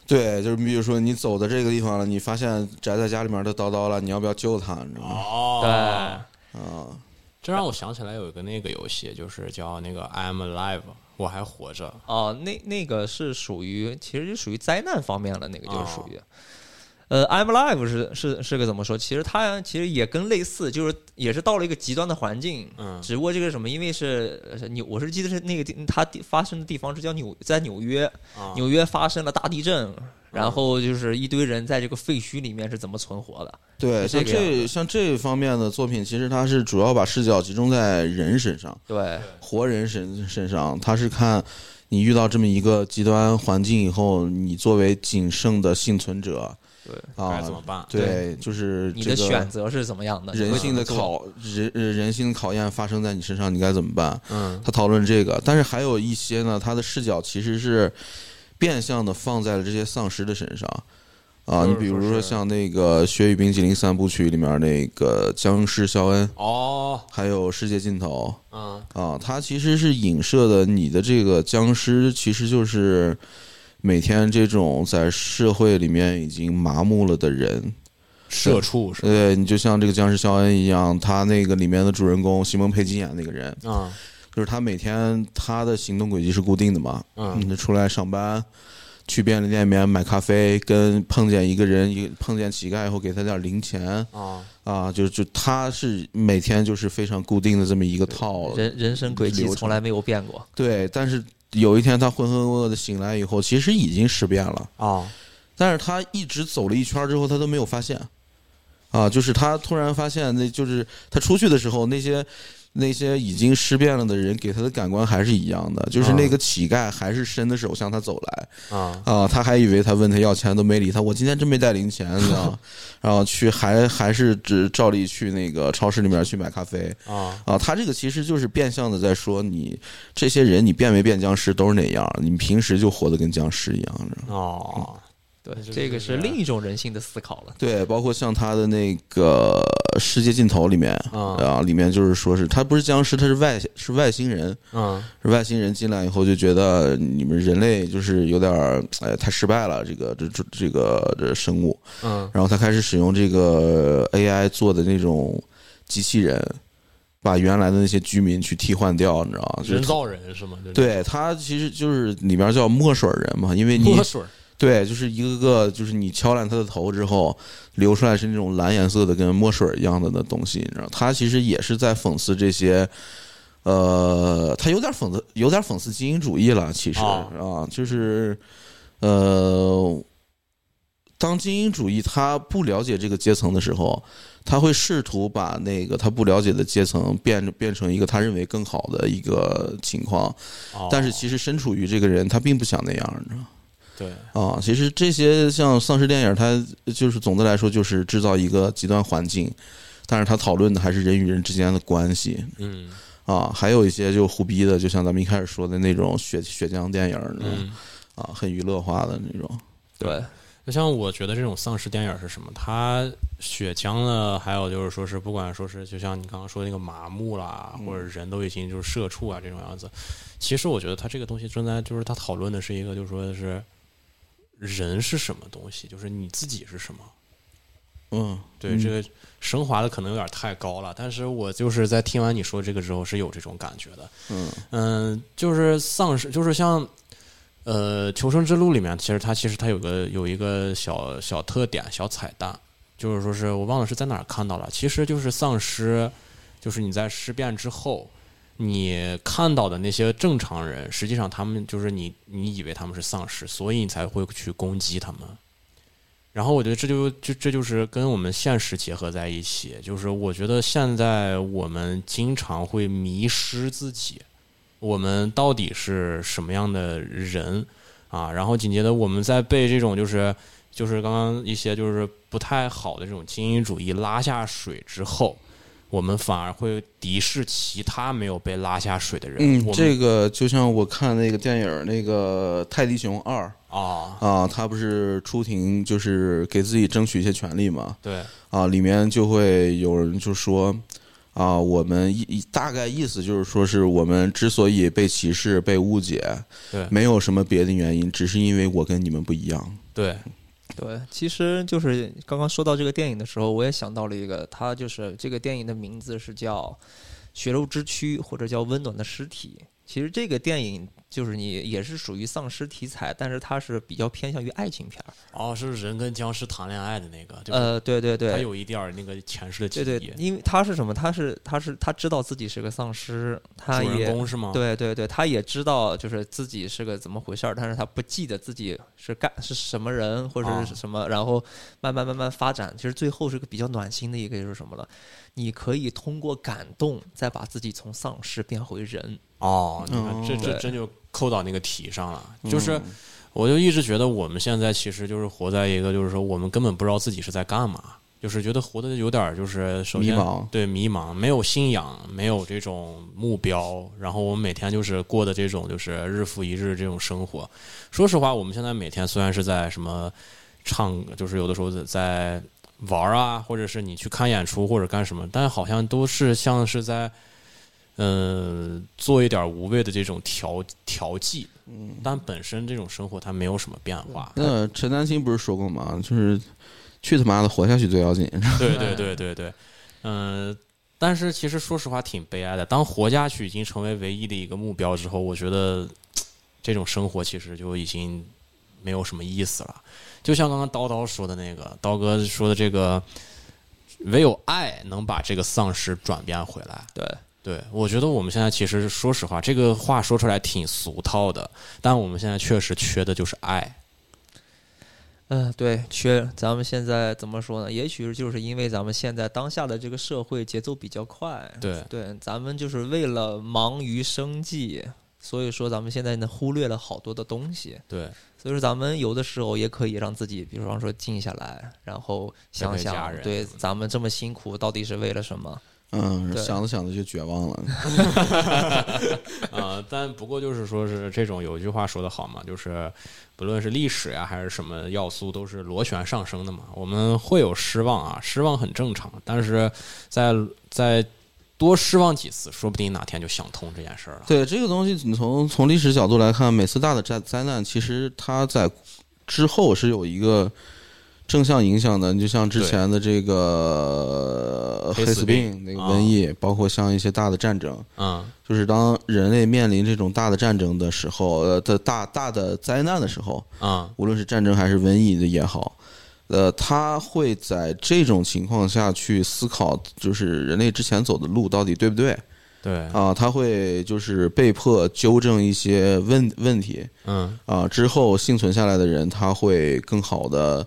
[SPEAKER 2] 对，就是比如说你走到这个地方了，你发现宅在家里面的叨叨了，你要不要救他？你知道吗？
[SPEAKER 3] 哦，
[SPEAKER 4] 对。
[SPEAKER 2] 啊，
[SPEAKER 3] 这让我想起来有一个那个游戏，就是叫那个 I'm Alive，我还活着。
[SPEAKER 4] 哦，那那个是属于，其实就属于灾难方面了，那个就
[SPEAKER 3] 哦
[SPEAKER 4] 是属于。呃，I'm Alive 是是是个怎么说？其实它其实也跟类似，就是也是到了一个极端的环境，
[SPEAKER 3] 嗯
[SPEAKER 4] 只不过这个什么，因为是呃是纽，我是记得是那个地，它地发生的地方是叫纽，在纽约，
[SPEAKER 3] 啊，
[SPEAKER 4] 纽约发生了大地震，
[SPEAKER 3] 嗯
[SPEAKER 4] 然后就是一堆人在这个废墟里面是怎么存活的？
[SPEAKER 2] 对，
[SPEAKER 4] 是这
[SPEAKER 2] 像
[SPEAKER 4] 个样子
[SPEAKER 2] 这像这方面的作品，其实它是主要把视角集中在人身上，
[SPEAKER 4] 对
[SPEAKER 2] 活人身身上，它是看你遇到这么一个极端环境以后，你作为仅剩的幸存者
[SPEAKER 4] 对，
[SPEAKER 2] 啊
[SPEAKER 3] 该怎么，办？
[SPEAKER 2] 对，就是
[SPEAKER 4] 你
[SPEAKER 2] 这
[SPEAKER 4] 的选
[SPEAKER 2] 个
[SPEAKER 4] 择是怎么样的？你
[SPEAKER 2] 人
[SPEAKER 4] 会
[SPEAKER 2] 性
[SPEAKER 4] 怎
[SPEAKER 2] 的
[SPEAKER 4] 么做
[SPEAKER 2] 考人呃人性的考验发生在你身上，你该怎么办？
[SPEAKER 3] 嗯
[SPEAKER 2] 他讨论这个，但是还有一些呢，他的视角其实是变相的放在了这些丧尸的身上啊。你
[SPEAKER 3] 就是
[SPEAKER 2] 比
[SPEAKER 3] 说
[SPEAKER 2] 如
[SPEAKER 3] 是
[SPEAKER 2] 说像那个《雪与冰激凌》三部曲里面那个僵尸肖恩，
[SPEAKER 3] 哦，
[SPEAKER 2] 还有《世界尽头
[SPEAKER 3] 嗯》
[SPEAKER 2] 啊，它其实是影射的你的这个僵尸，其实就是每天这种在社会里面已经麻木了的人。
[SPEAKER 3] 社畜是
[SPEAKER 2] 呃，你就像这个僵尸肖恩一样，他那个里面的主人公西蒙佩吉演那个人，
[SPEAKER 3] 啊，
[SPEAKER 2] 就是他每天他的行动轨迹是固定的嘛，
[SPEAKER 3] 嗯，
[SPEAKER 2] 就出来上班，去便利店里面买咖啡，跟碰见一个人，一个碰见乞丐以后给他点零钱
[SPEAKER 3] 啊，
[SPEAKER 2] 啊，就就他是每天就是非常固定的这么一个套，
[SPEAKER 4] 人人生轨迹
[SPEAKER 2] 流
[SPEAKER 4] 从
[SPEAKER 2] 程
[SPEAKER 4] 来没有变过。
[SPEAKER 2] 对，但是有一天他浑浑噩噩的醒来以后，其实已经尸变了，
[SPEAKER 3] 哦，
[SPEAKER 2] 但是他一直走了一圈之后，他都没有发现，啊，就是他突然发现，那就是他出去的时候，那些那些已经尸变了的人给他的感官还是一样的，就是那个乞丐还是伸着手向他走来，
[SPEAKER 3] 啊，
[SPEAKER 2] 啊，他还以为他问他要钱都没理他，我今天真没带零钱，你知 道吗，然后去还还是只照例去那个超市里面去买咖啡。
[SPEAKER 3] 啊，
[SPEAKER 2] 啊，他这个其实就是变相的在说你这些人，你变没变僵尸都是那样，你平时就活得跟僵尸一样，你知道吗
[SPEAKER 3] 哦，
[SPEAKER 4] 对
[SPEAKER 3] 那，就
[SPEAKER 4] 这个
[SPEAKER 3] 是
[SPEAKER 4] 是另一种人性的思考了。
[SPEAKER 2] 对，包括像他的那个《世界尽头》里面
[SPEAKER 3] 啊
[SPEAKER 2] 啊，里面就是说是他不是僵尸，他是外是外星人，
[SPEAKER 3] 嗯，
[SPEAKER 2] 是外星人进来以后就觉得你们人类就是有点儿哎太失败了，这个这这这个这生物，
[SPEAKER 3] 嗯，
[SPEAKER 2] 然后他开始使用这个 AI 做的那种机器人，把原来的那些居民去替换掉，你知道
[SPEAKER 3] 哦
[SPEAKER 2] 吗？就是
[SPEAKER 3] 人造人是吗？这是，
[SPEAKER 2] 对他其实就是里边叫墨水人嘛，因为你
[SPEAKER 3] 墨水儿
[SPEAKER 2] 对，就是一个个，就是你敲烂它的头之后，流出来是那种蓝颜色的，跟墨水一样的的东西，你知道，它其实也是在讽刺这些，呃，它有点讽刺，有点讽刺精英主义了，其实
[SPEAKER 3] 啊
[SPEAKER 2] 啊，就是，呃，当精英主义他不了解这个阶层的时候，他会试图把那个他不了解的阶层变变成一个他认为更好的一个情况，
[SPEAKER 3] 哦
[SPEAKER 2] 但是其实身处于这个人，他并不想那样，你知道。
[SPEAKER 3] 对
[SPEAKER 2] 啊，其实这些像丧尸电影，它就是总的来说就是制造一个极端环境，但是它讨论的还是人与人之间的关系
[SPEAKER 3] 嗯
[SPEAKER 2] 啊，还有一些就胡逼的，就像咱们一开始说的那种血血浆电影那种、
[SPEAKER 3] 嗯。
[SPEAKER 2] 啊，很娱乐化的那种。
[SPEAKER 4] 对，
[SPEAKER 3] 就像我觉得这种丧尸电影是什么？它血浆呢，还有就是说是不管说是就像你刚刚说的那个麻木啦，或者人都已经就是社畜啊这种样子，其实我觉得它这个东西正在就是它讨论的是一个就是说是人是什么东西，就是你自己是什么。
[SPEAKER 2] 嗯，
[SPEAKER 3] 对，这个升华的可能有点太高了，但是我就是在听完你说这个之后是有这种感觉的。
[SPEAKER 2] 嗯
[SPEAKER 3] 就是丧尸，就是像呃《求生之路》里面，其实它其实它有个有一个小小特点、小彩蛋，就是说是我忘了是在哪儿看到了，其实就是丧尸，就是你在尸变之后。你看到的那些正常人，实际上他们就是你，你以为他们是丧尸，所以你才会去攻击他们。然后我觉得这就就这就是跟我们现实结合在一起，就是我觉得现在我们经常会迷失自己，我们到底是什么样的人啊？然后紧接着我们在被这种就是就是刚刚一些就是不太好的这种精英主义拉下水之后，我们反而会敌视其他没有被拉下水的人。嗯我
[SPEAKER 2] 嗯
[SPEAKER 3] 们
[SPEAKER 2] 这个就像我看那个电影那个《泰迪熊二
[SPEAKER 3] 啊》，
[SPEAKER 2] 啊，他不是出庭就是给自己争取一些权利嘛，
[SPEAKER 3] 对，
[SPEAKER 2] 啊，里面就会有人就说啊，我们一一大概意思就是说，是我们之所以被歧视、被误解，
[SPEAKER 3] 对
[SPEAKER 2] 没有什么别的原因，只是因为我跟你们不一样。
[SPEAKER 3] 对，
[SPEAKER 4] 对，其实就是刚刚说到这个电影的时候，我也想到了一个，它就是这个电影的名字是叫《血肉之躯》或者叫《温暖的尸体》。其实这个电影就是你也是属于丧尸题材，但是它是比较偏向于爱情片儿。
[SPEAKER 3] 哦，是人跟僵尸谈恋爱的那个，就是
[SPEAKER 4] 呃，对对对，
[SPEAKER 3] 他有一点儿那个前世的记忆。
[SPEAKER 4] 对对，因为他是什么？他是他是他知道自己是个丧尸，他
[SPEAKER 3] 主人
[SPEAKER 4] 也
[SPEAKER 3] 公是吗？，
[SPEAKER 4] 对对对，他也知道就是自己是个怎么回事儿，但是他不记得自己是干是什么人或者
[SPEAKER 3] 啊
[SPEAKER 4] 是什么，然后慢慢慢慢发展，其实最后是个比较暖心的一个就是什么了？你可以通过感动再把自己从丧尸变回人。
[SPEAKER 3] 哦，你
[SPEAKER 2] 嗯
[SPEAKER 3] 看这这
[SPEAKER 4] 对
[SPEAKER 3] 真就扣到那个题上了。就是，我就一直觉得我们现在其实就是活在一个，就是说我们根本不知道自己是在干嘛，就是觉得活的有点儿就是首先
[SPEAKER 2] 迷茫
[SPEAKER 3] 对迷茫，没有信仰，没有这种目标，然后我们每天就是过的这种就是日复一日这种生活。说实话，我们现在每天虽然是在什么唱，就是有的时候在在玩儿啊，或者是你去看演出或者干什么，但好像都是像是在，嗯，做一点无谓的这种调调剂。嗯，但本身这种生活它没有什么变化。
[SPEAKER 2] 那陈丹青不是说过吗？就是去他妈的活下去最要紧。
[SPEAKER 3] 对对对对对，嗯、但是其实说实话挺悲哀的。当活下去已经成为唯一的一个目标之后，我觉得嘖这种生活其实就已经没有什么意思了。就像刚刚叨叨说的那个，刀哥说的这个，唯有爱能把这个丧尸转变回来。
[SPEAKER 4] 对，
[SPEAKER 3] 对，我觉得我们现在其实说实话，这个话说出来挺俗套的，但我们现在确实缺的就是爱。
[SPEAKER 4] 嗯、对，缺咱们现在怎么说呢？也许就是因为咱们现在当下的这个社会节奏比较快，
[SPEAKER 3] 对
[SPEAKER 4] 对，咱们就是为了忙于生计，所以说咱们现在呢忽略了好多的东西。
[SPEAKER 3] 对，
[SPEAKER 4] 所以说，咱们有的时候也可以让自己，比方说静下来，然后想
[SPEAKER 3] 陪陪家
[SPEAKER 4] 想，
[SPEAKER 3] 人哦
[SPEAKER 4] 对咱们这么辛苦到底是为了什么？
[SPEAKER 2] 嗯，
[SPEAKER 4] 对
[SPEAKER 2] 想着想着就绝望了。
[SPEAKER 3] 呃，但不过就是说是这种有一句话说的好嘛，就是不论是历史呀、还是什么要素，都是螺旋上升的嘛。我们会有失望啊，失望很正常，但是在在多失望几次，说不定哪天就想通这件事儿了。
[SPEAKER 2] 对这个东西，你从从历史角度来看，每次大的灾灾难，其实它在之后是有一个正向影响的，你就像之
[SPEAKER 3] 对
[SPEAKER 2] 前的这个
[SPEAKER 3] 黑
[SPEAKER 2] 黑
[SPEAKER 3] 死
[SPEAKER 2] 死
[SPEAKER 3] 病
[SPEAKER 2] 病那个
[SPEAKER 3] 啊
[SPEAKER 2] 瘟疫，包括像一些大的战争，
[SPEAKER 3] 嗯
[SPEAKER 2] 就是当人类面临这种大的战争的时候，呃的大大的灾难的时候，
[SPEAKER 3] 嗯
[SPEAKER 2] 无论是战争还是瘟疫的也好，呃，他会在这种情况下去思考，就是人类之前走的路到底对不对
[SPEAKER 3] 对，
[SPEAKER 2] 啊？他会就是被迫纠正一些问问题
[SPEAKER 3] 嗯
[SPEAKER 2] 啊，之后幸存下来的人他会更好的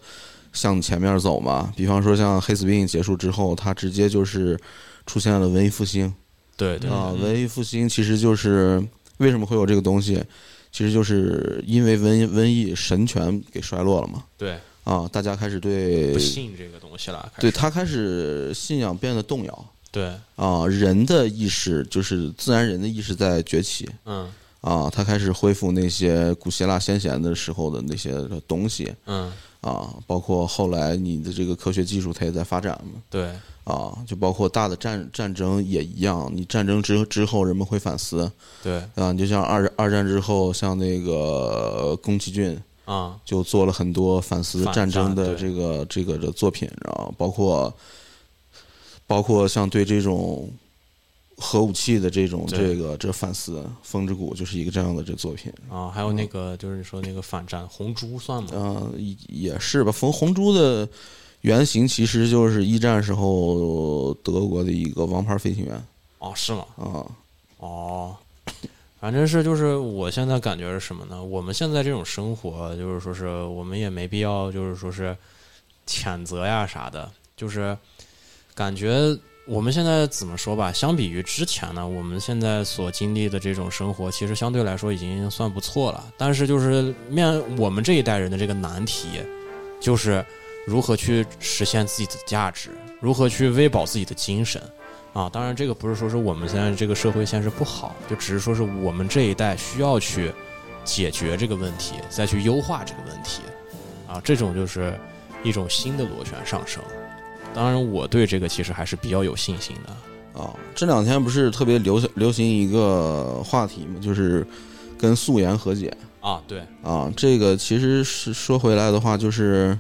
[SPEAKER 2] 向前面走嘛。比方说像黑死病结束之后，他直接就是出现了文艺复兴。
[SPEAKER 3] 对对
[SPEAKER 2] 啊，文艺复兴其实就是为什么会有这个东西，其实就是因为瘟瘟疫神权给衰落了嘛。
[SPEAKER 3] 对，
[SPEAKER 2] 啊，大家开始对
[SPEAKER 3] 不信这个东西了，开
[SPEAKER 2] 对
[SPEAKER 3] 始
[SPEAKER 2] 他开始信仰变得动摇
[SPEAKER 3] 对，
[SPEAKER 2] 啊，人的意识就是自然人的意识在崛起
[SPEAKER 3] 嗯
[SPEAKER 2] 啊，他开始恢复那些古希腊先贤的时候的那些东西
[SPEAKER 3] 嗯
[SPEAKER 2] 啊，包括后来你的这个科学技术它也在发展嘛。
[SPEAKER 3] 对
[SPEAKER 2] 啊，就包括大的战战争也一样，你战争之之后，人们会反思，
[SPEAKER 3] 对
[SPEAKER 2] 啊，你就像二二战之后，像那个宫崎骏
[SPEAKER 3] 啊
[SPEAKER 2] 就做了很多反思
[SPEAKER 3] 反
[SPEAKER 2] 战争
[SPEAKER 3] 战
[SPEAKER 2] 的
[SPEAKER 3] 对
[SPEAKER 2] 这个这个的作品，然后包括包括像对这种核武器的这种这
[SPEAKER 3] 对
[SPEAKER 2] 个这反思，《风之谷》就是一个这样的这作品。
[SPEAKER 3] 啊，还有那个就是你说那个反战红猪算吗？
[SPEAKER 2] 嗯、也也是吧。冯红猪的原型其实就是一战时候德国的一个王牌飞行员
[SPEAKER 3] 哦，是吗？
[SPEAKER 2] 啊，
[SPEAKER 3] 哦，反正是就是我现在感觉是什么呢？我们现在这种生活，就是说是我们也没必要，就是说是谴责呀啥的，就是感觉我们现在怎么说吧？相比于之前呢，我们现在所经历的这种生活，其实相对来说已经算不错了。但是就是面我们这一代人的这个难题，就是如何去实现自己的价值，如何去喂饱自己的精神。啊，当然，这个不是说是我们现在这个社会现实不好，就只是说是我们这一代需要去解决这个问题，再去优化这个问题，啊，这种就是一种新的螺旋上升。当然，我对这个其实还是比较有信心的。
[SPEAKER 2] 啊，这两天不是特别流行流行一个话题嘛，就是跟素颜和解
[SPEAKER 3] 啊，对，
[SPEAKER 2] 啊。这个其实是说回来的话，就是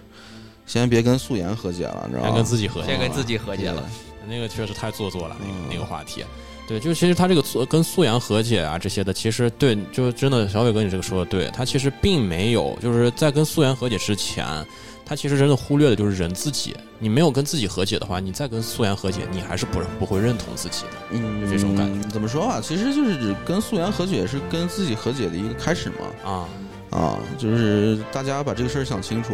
[SPEAKER 2] 先别跟素颜和解了，你知道
[SPEAKER 3] 先
[SPEAKER 2] 吗？
[SPEAKER 3] 跟自己和解
[SPEAKER 4] 先
[SPEAKER 3] 吧，
[SPEAKER 4] 跟自己和解了。
[SPEAKER 3] 那个确实太做作了，那个、
[SPEAKER 2] 嗯
[SPEAKER 3] 那个话题。对，就其实他这个素跟素颜和解啊这些的，其实对，就真的小伟哥你这个说的对，他其实并没有就是在跟素颜和解之前，他其实真的忽略的就是人自己。你没有跟自己和解的话，你再跟素颜和解，你还是不不会认同自己的。
[SPEAKER 2] 嗯，
[SPEAKER 3] 这种感觉
[SPEAKER 2] 怎么说吧，其实就是跟素颜和解是跟自己和解的一个开始嘛。
[SPEAKER 3] 啊，
[SPEAKER 2] 啊，就是大家把这个事儿想清楚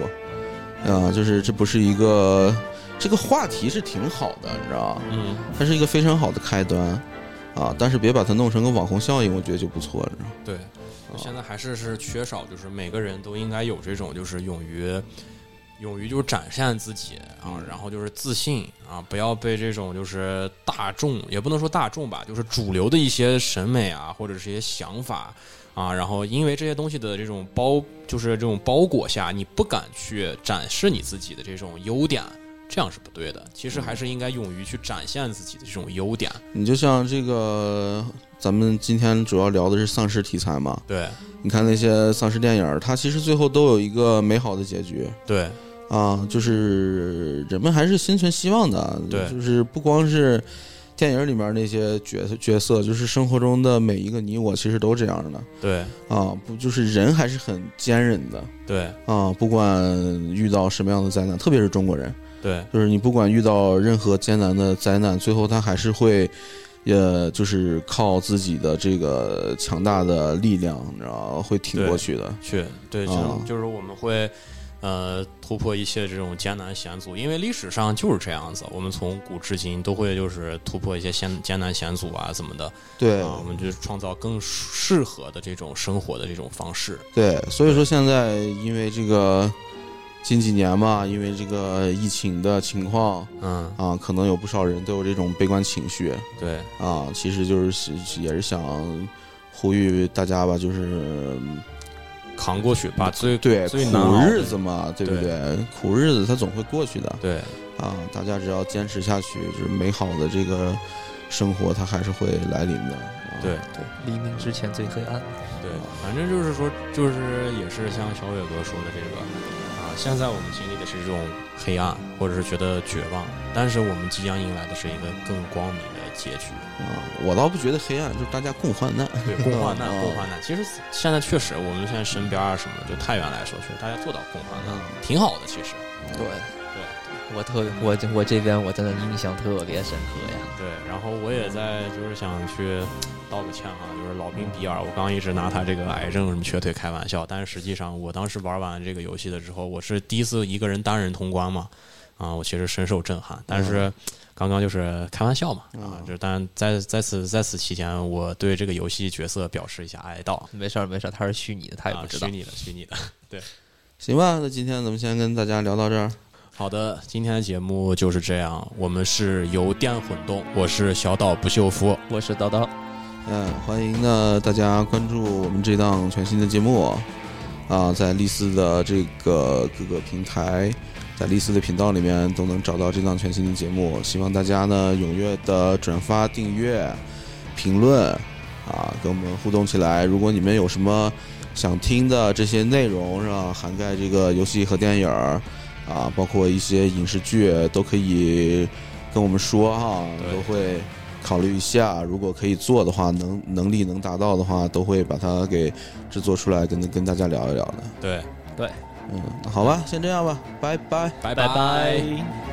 [SPEAKER 2] 啊，就是这不是一个这个话题是挺好的，你知道吗？
[SPEAKER 3] 嗯，
[SPEAKER 2] 它是一个非常好的开端啊，但是别把它弄成个网红效应，我觉得就不错了，你知道吗
[SPEAKER 3] 对，就现在还是是缺少，就是每个人都应该有这种，就是勇于勇于就是展现自己啊，然后就是自信啊，不要被这种就是大众，也不能说大众吧，就是主流的一些审美啊，或者是一些想法啊，然后因为这些东西的这种包，就是这种包裹下，你不敢去展示你自己的这种优点。这样是不对的，其实还是应该勇于去展现自己的这种优点。
[SPEAKER 2] 你就像这个，咱们今天主要聊的是丧尸题材嘛。
[SPEAKER 3] 对
[SPEAKER 2] 你看那些丧尸电影儿，它其实最后都有一个美好的结局
[SPEAKER 3] 对
[SPEAKER 2] 啊，就是人们还是心存希望的。啊
[SPEAKER 3] 对
[SPEAKER 2] 就是不光是电影里面那些角色角色，就是生活中的每一个你我，其实都这样的
[SPEAKER 3] 对
[SPEAKER 2] 啊。不，就是人还是很坚韧的
[SPEAKER 3] 对
[SPEAKER 2] 啊，不管遇到什么样的灾难，特别是中国人，
[SPEAKER 3] 对
[SPEAKER 2] 就是你不管遇到任何艰难的灾难，最后他还是会，呃，就是靠自己的这个强大的力量，你知道吗会挺过去的。
[SPEAKER 3] 去，对，就
[SPEAKER 2] 啊
[SPEAKER 3] 是就是我们会呃突破一些这种艰难险阻，因为历史上就是这样子，我们从古至今都会就是突破一些艰艰难险阻啊怎么的
[SPEAKER 2] 对
[SPEAKER 3] 啊，我们就创造更适合的这种生活的这种方式。
[SPEAKER 2] 对，所以说现在因为这个近几年嘛，因为这个疫情的情况
[SPEAKER 3] 嗯，
[SPEAKER 2] 啊，可能有不少人都有这种悲观情绪
[SPEAKER 3] 对
[SPEAKER 2] 啊，其实就是也是想呼吁大家吧，就是
[SPEAKER 3] 扛过去，把最
[SPEAKER 2] 对
[SPEAKER 3] 最难熬
[SPEAKER 2] 苦
[SPEAKER 3] 的
[SPEAKER 2] 日子嘛，对不
[SPEAKER 3] 对
[SPEAKER 2] 对苦日子它总会过去的。
[SPEAKER 3] 对
[SPEAKER 2] 啊，大家只要坚持下去，就是美好的这个生活，它还是会来临的。啊、
[SPEAKER 3] 对
[SPEAKER 2] 对，
[SPEAKER 4] 黎明之前最黑暗。
[SPEAKER 2] 嗯
[SPEAKER 3] 对，反正就是说，就是也是像小伟哥说的这个啊，现在我们经历的是这种黑暗，或者是觉得绝望，但是我们即将迎来的是一个更光明的结局。
[SPEAKER 2] 啊，我倒不觉得黑暗，就是大家共患难。
[SPEAKER 3] 对，共患难，
[SPEAKER 2] 嗯
[SPEAKER 3] 共患难。其实现在确实，我们现在身边啊什么的，就太原来说，确实大家做到共患
[SPEAKER 4] 嗯
[SPEAKER 3] 难，挺好的。其实，
[SPEAKER 4] 对，我特我我这边我真的印象特别深刻呀。
[SPEAKER 3] 对。然后我也
[SPEAKER 4] 嗯
[SPEAKER 3] 在就是想去道个歉哈，就是老兵比尔，我刚刚一直拿他这个癌症什么瘸腿开玩笑，但是实际上我当时玩完这个游戏的时候，我是第一次一个人单人通关嘛，啊，我其实深受震撼，但
[SPEAKER 4] 嗯
[SPEAKER 3] 是。刚刚就是开玩笑嘛，啊，就但在在此在此期间，我对这个游戏角色表示一下哀悼，
[SPEAKER 4] 没事儿没事儿，他是虚拟的，他也
[SPEAKER 3] 啊
[SPEAKER 4] 不知道
[SPEAKER 3] 虚。拟的，虚拟的。
[SPEAKER 2] 行吧，那今天咱们先跟大家聊到这儿。
[SPEAKER 3] 好的，今天的节目就是这样。我们是油电混动，我是小岛不锈夫，
[SPEAKER 4] 我是叨叨，
[SPEAKER 2] 嗯，欢迎呢大家关注我们这档全新的节目啊，在丽思的这个各个平台，在丽思的频道里面都能找到这档全新的节目。希望大家呢踊跃的转发、订阅、评论啊，跟我们互动起来。如果你们有什么想听的这些内容是吧，涵盖这个游戏和电影儿啊，包括一些影视剧，都可以跟我们说哈，
[SPEAKER 3] 对
[SPEAKER 2] 都会。考虑一下，如果可以做的话，能能力能达到的话，都会把它给制作出来，跟跟大家聊一聊的。
[SPEAKER 3] 对，
[SPEAKER 2] 嗯，那好吧，先这样吧，拜拜。
[SPEAKER 3] 拜
[SPEAKER 4] 拜拜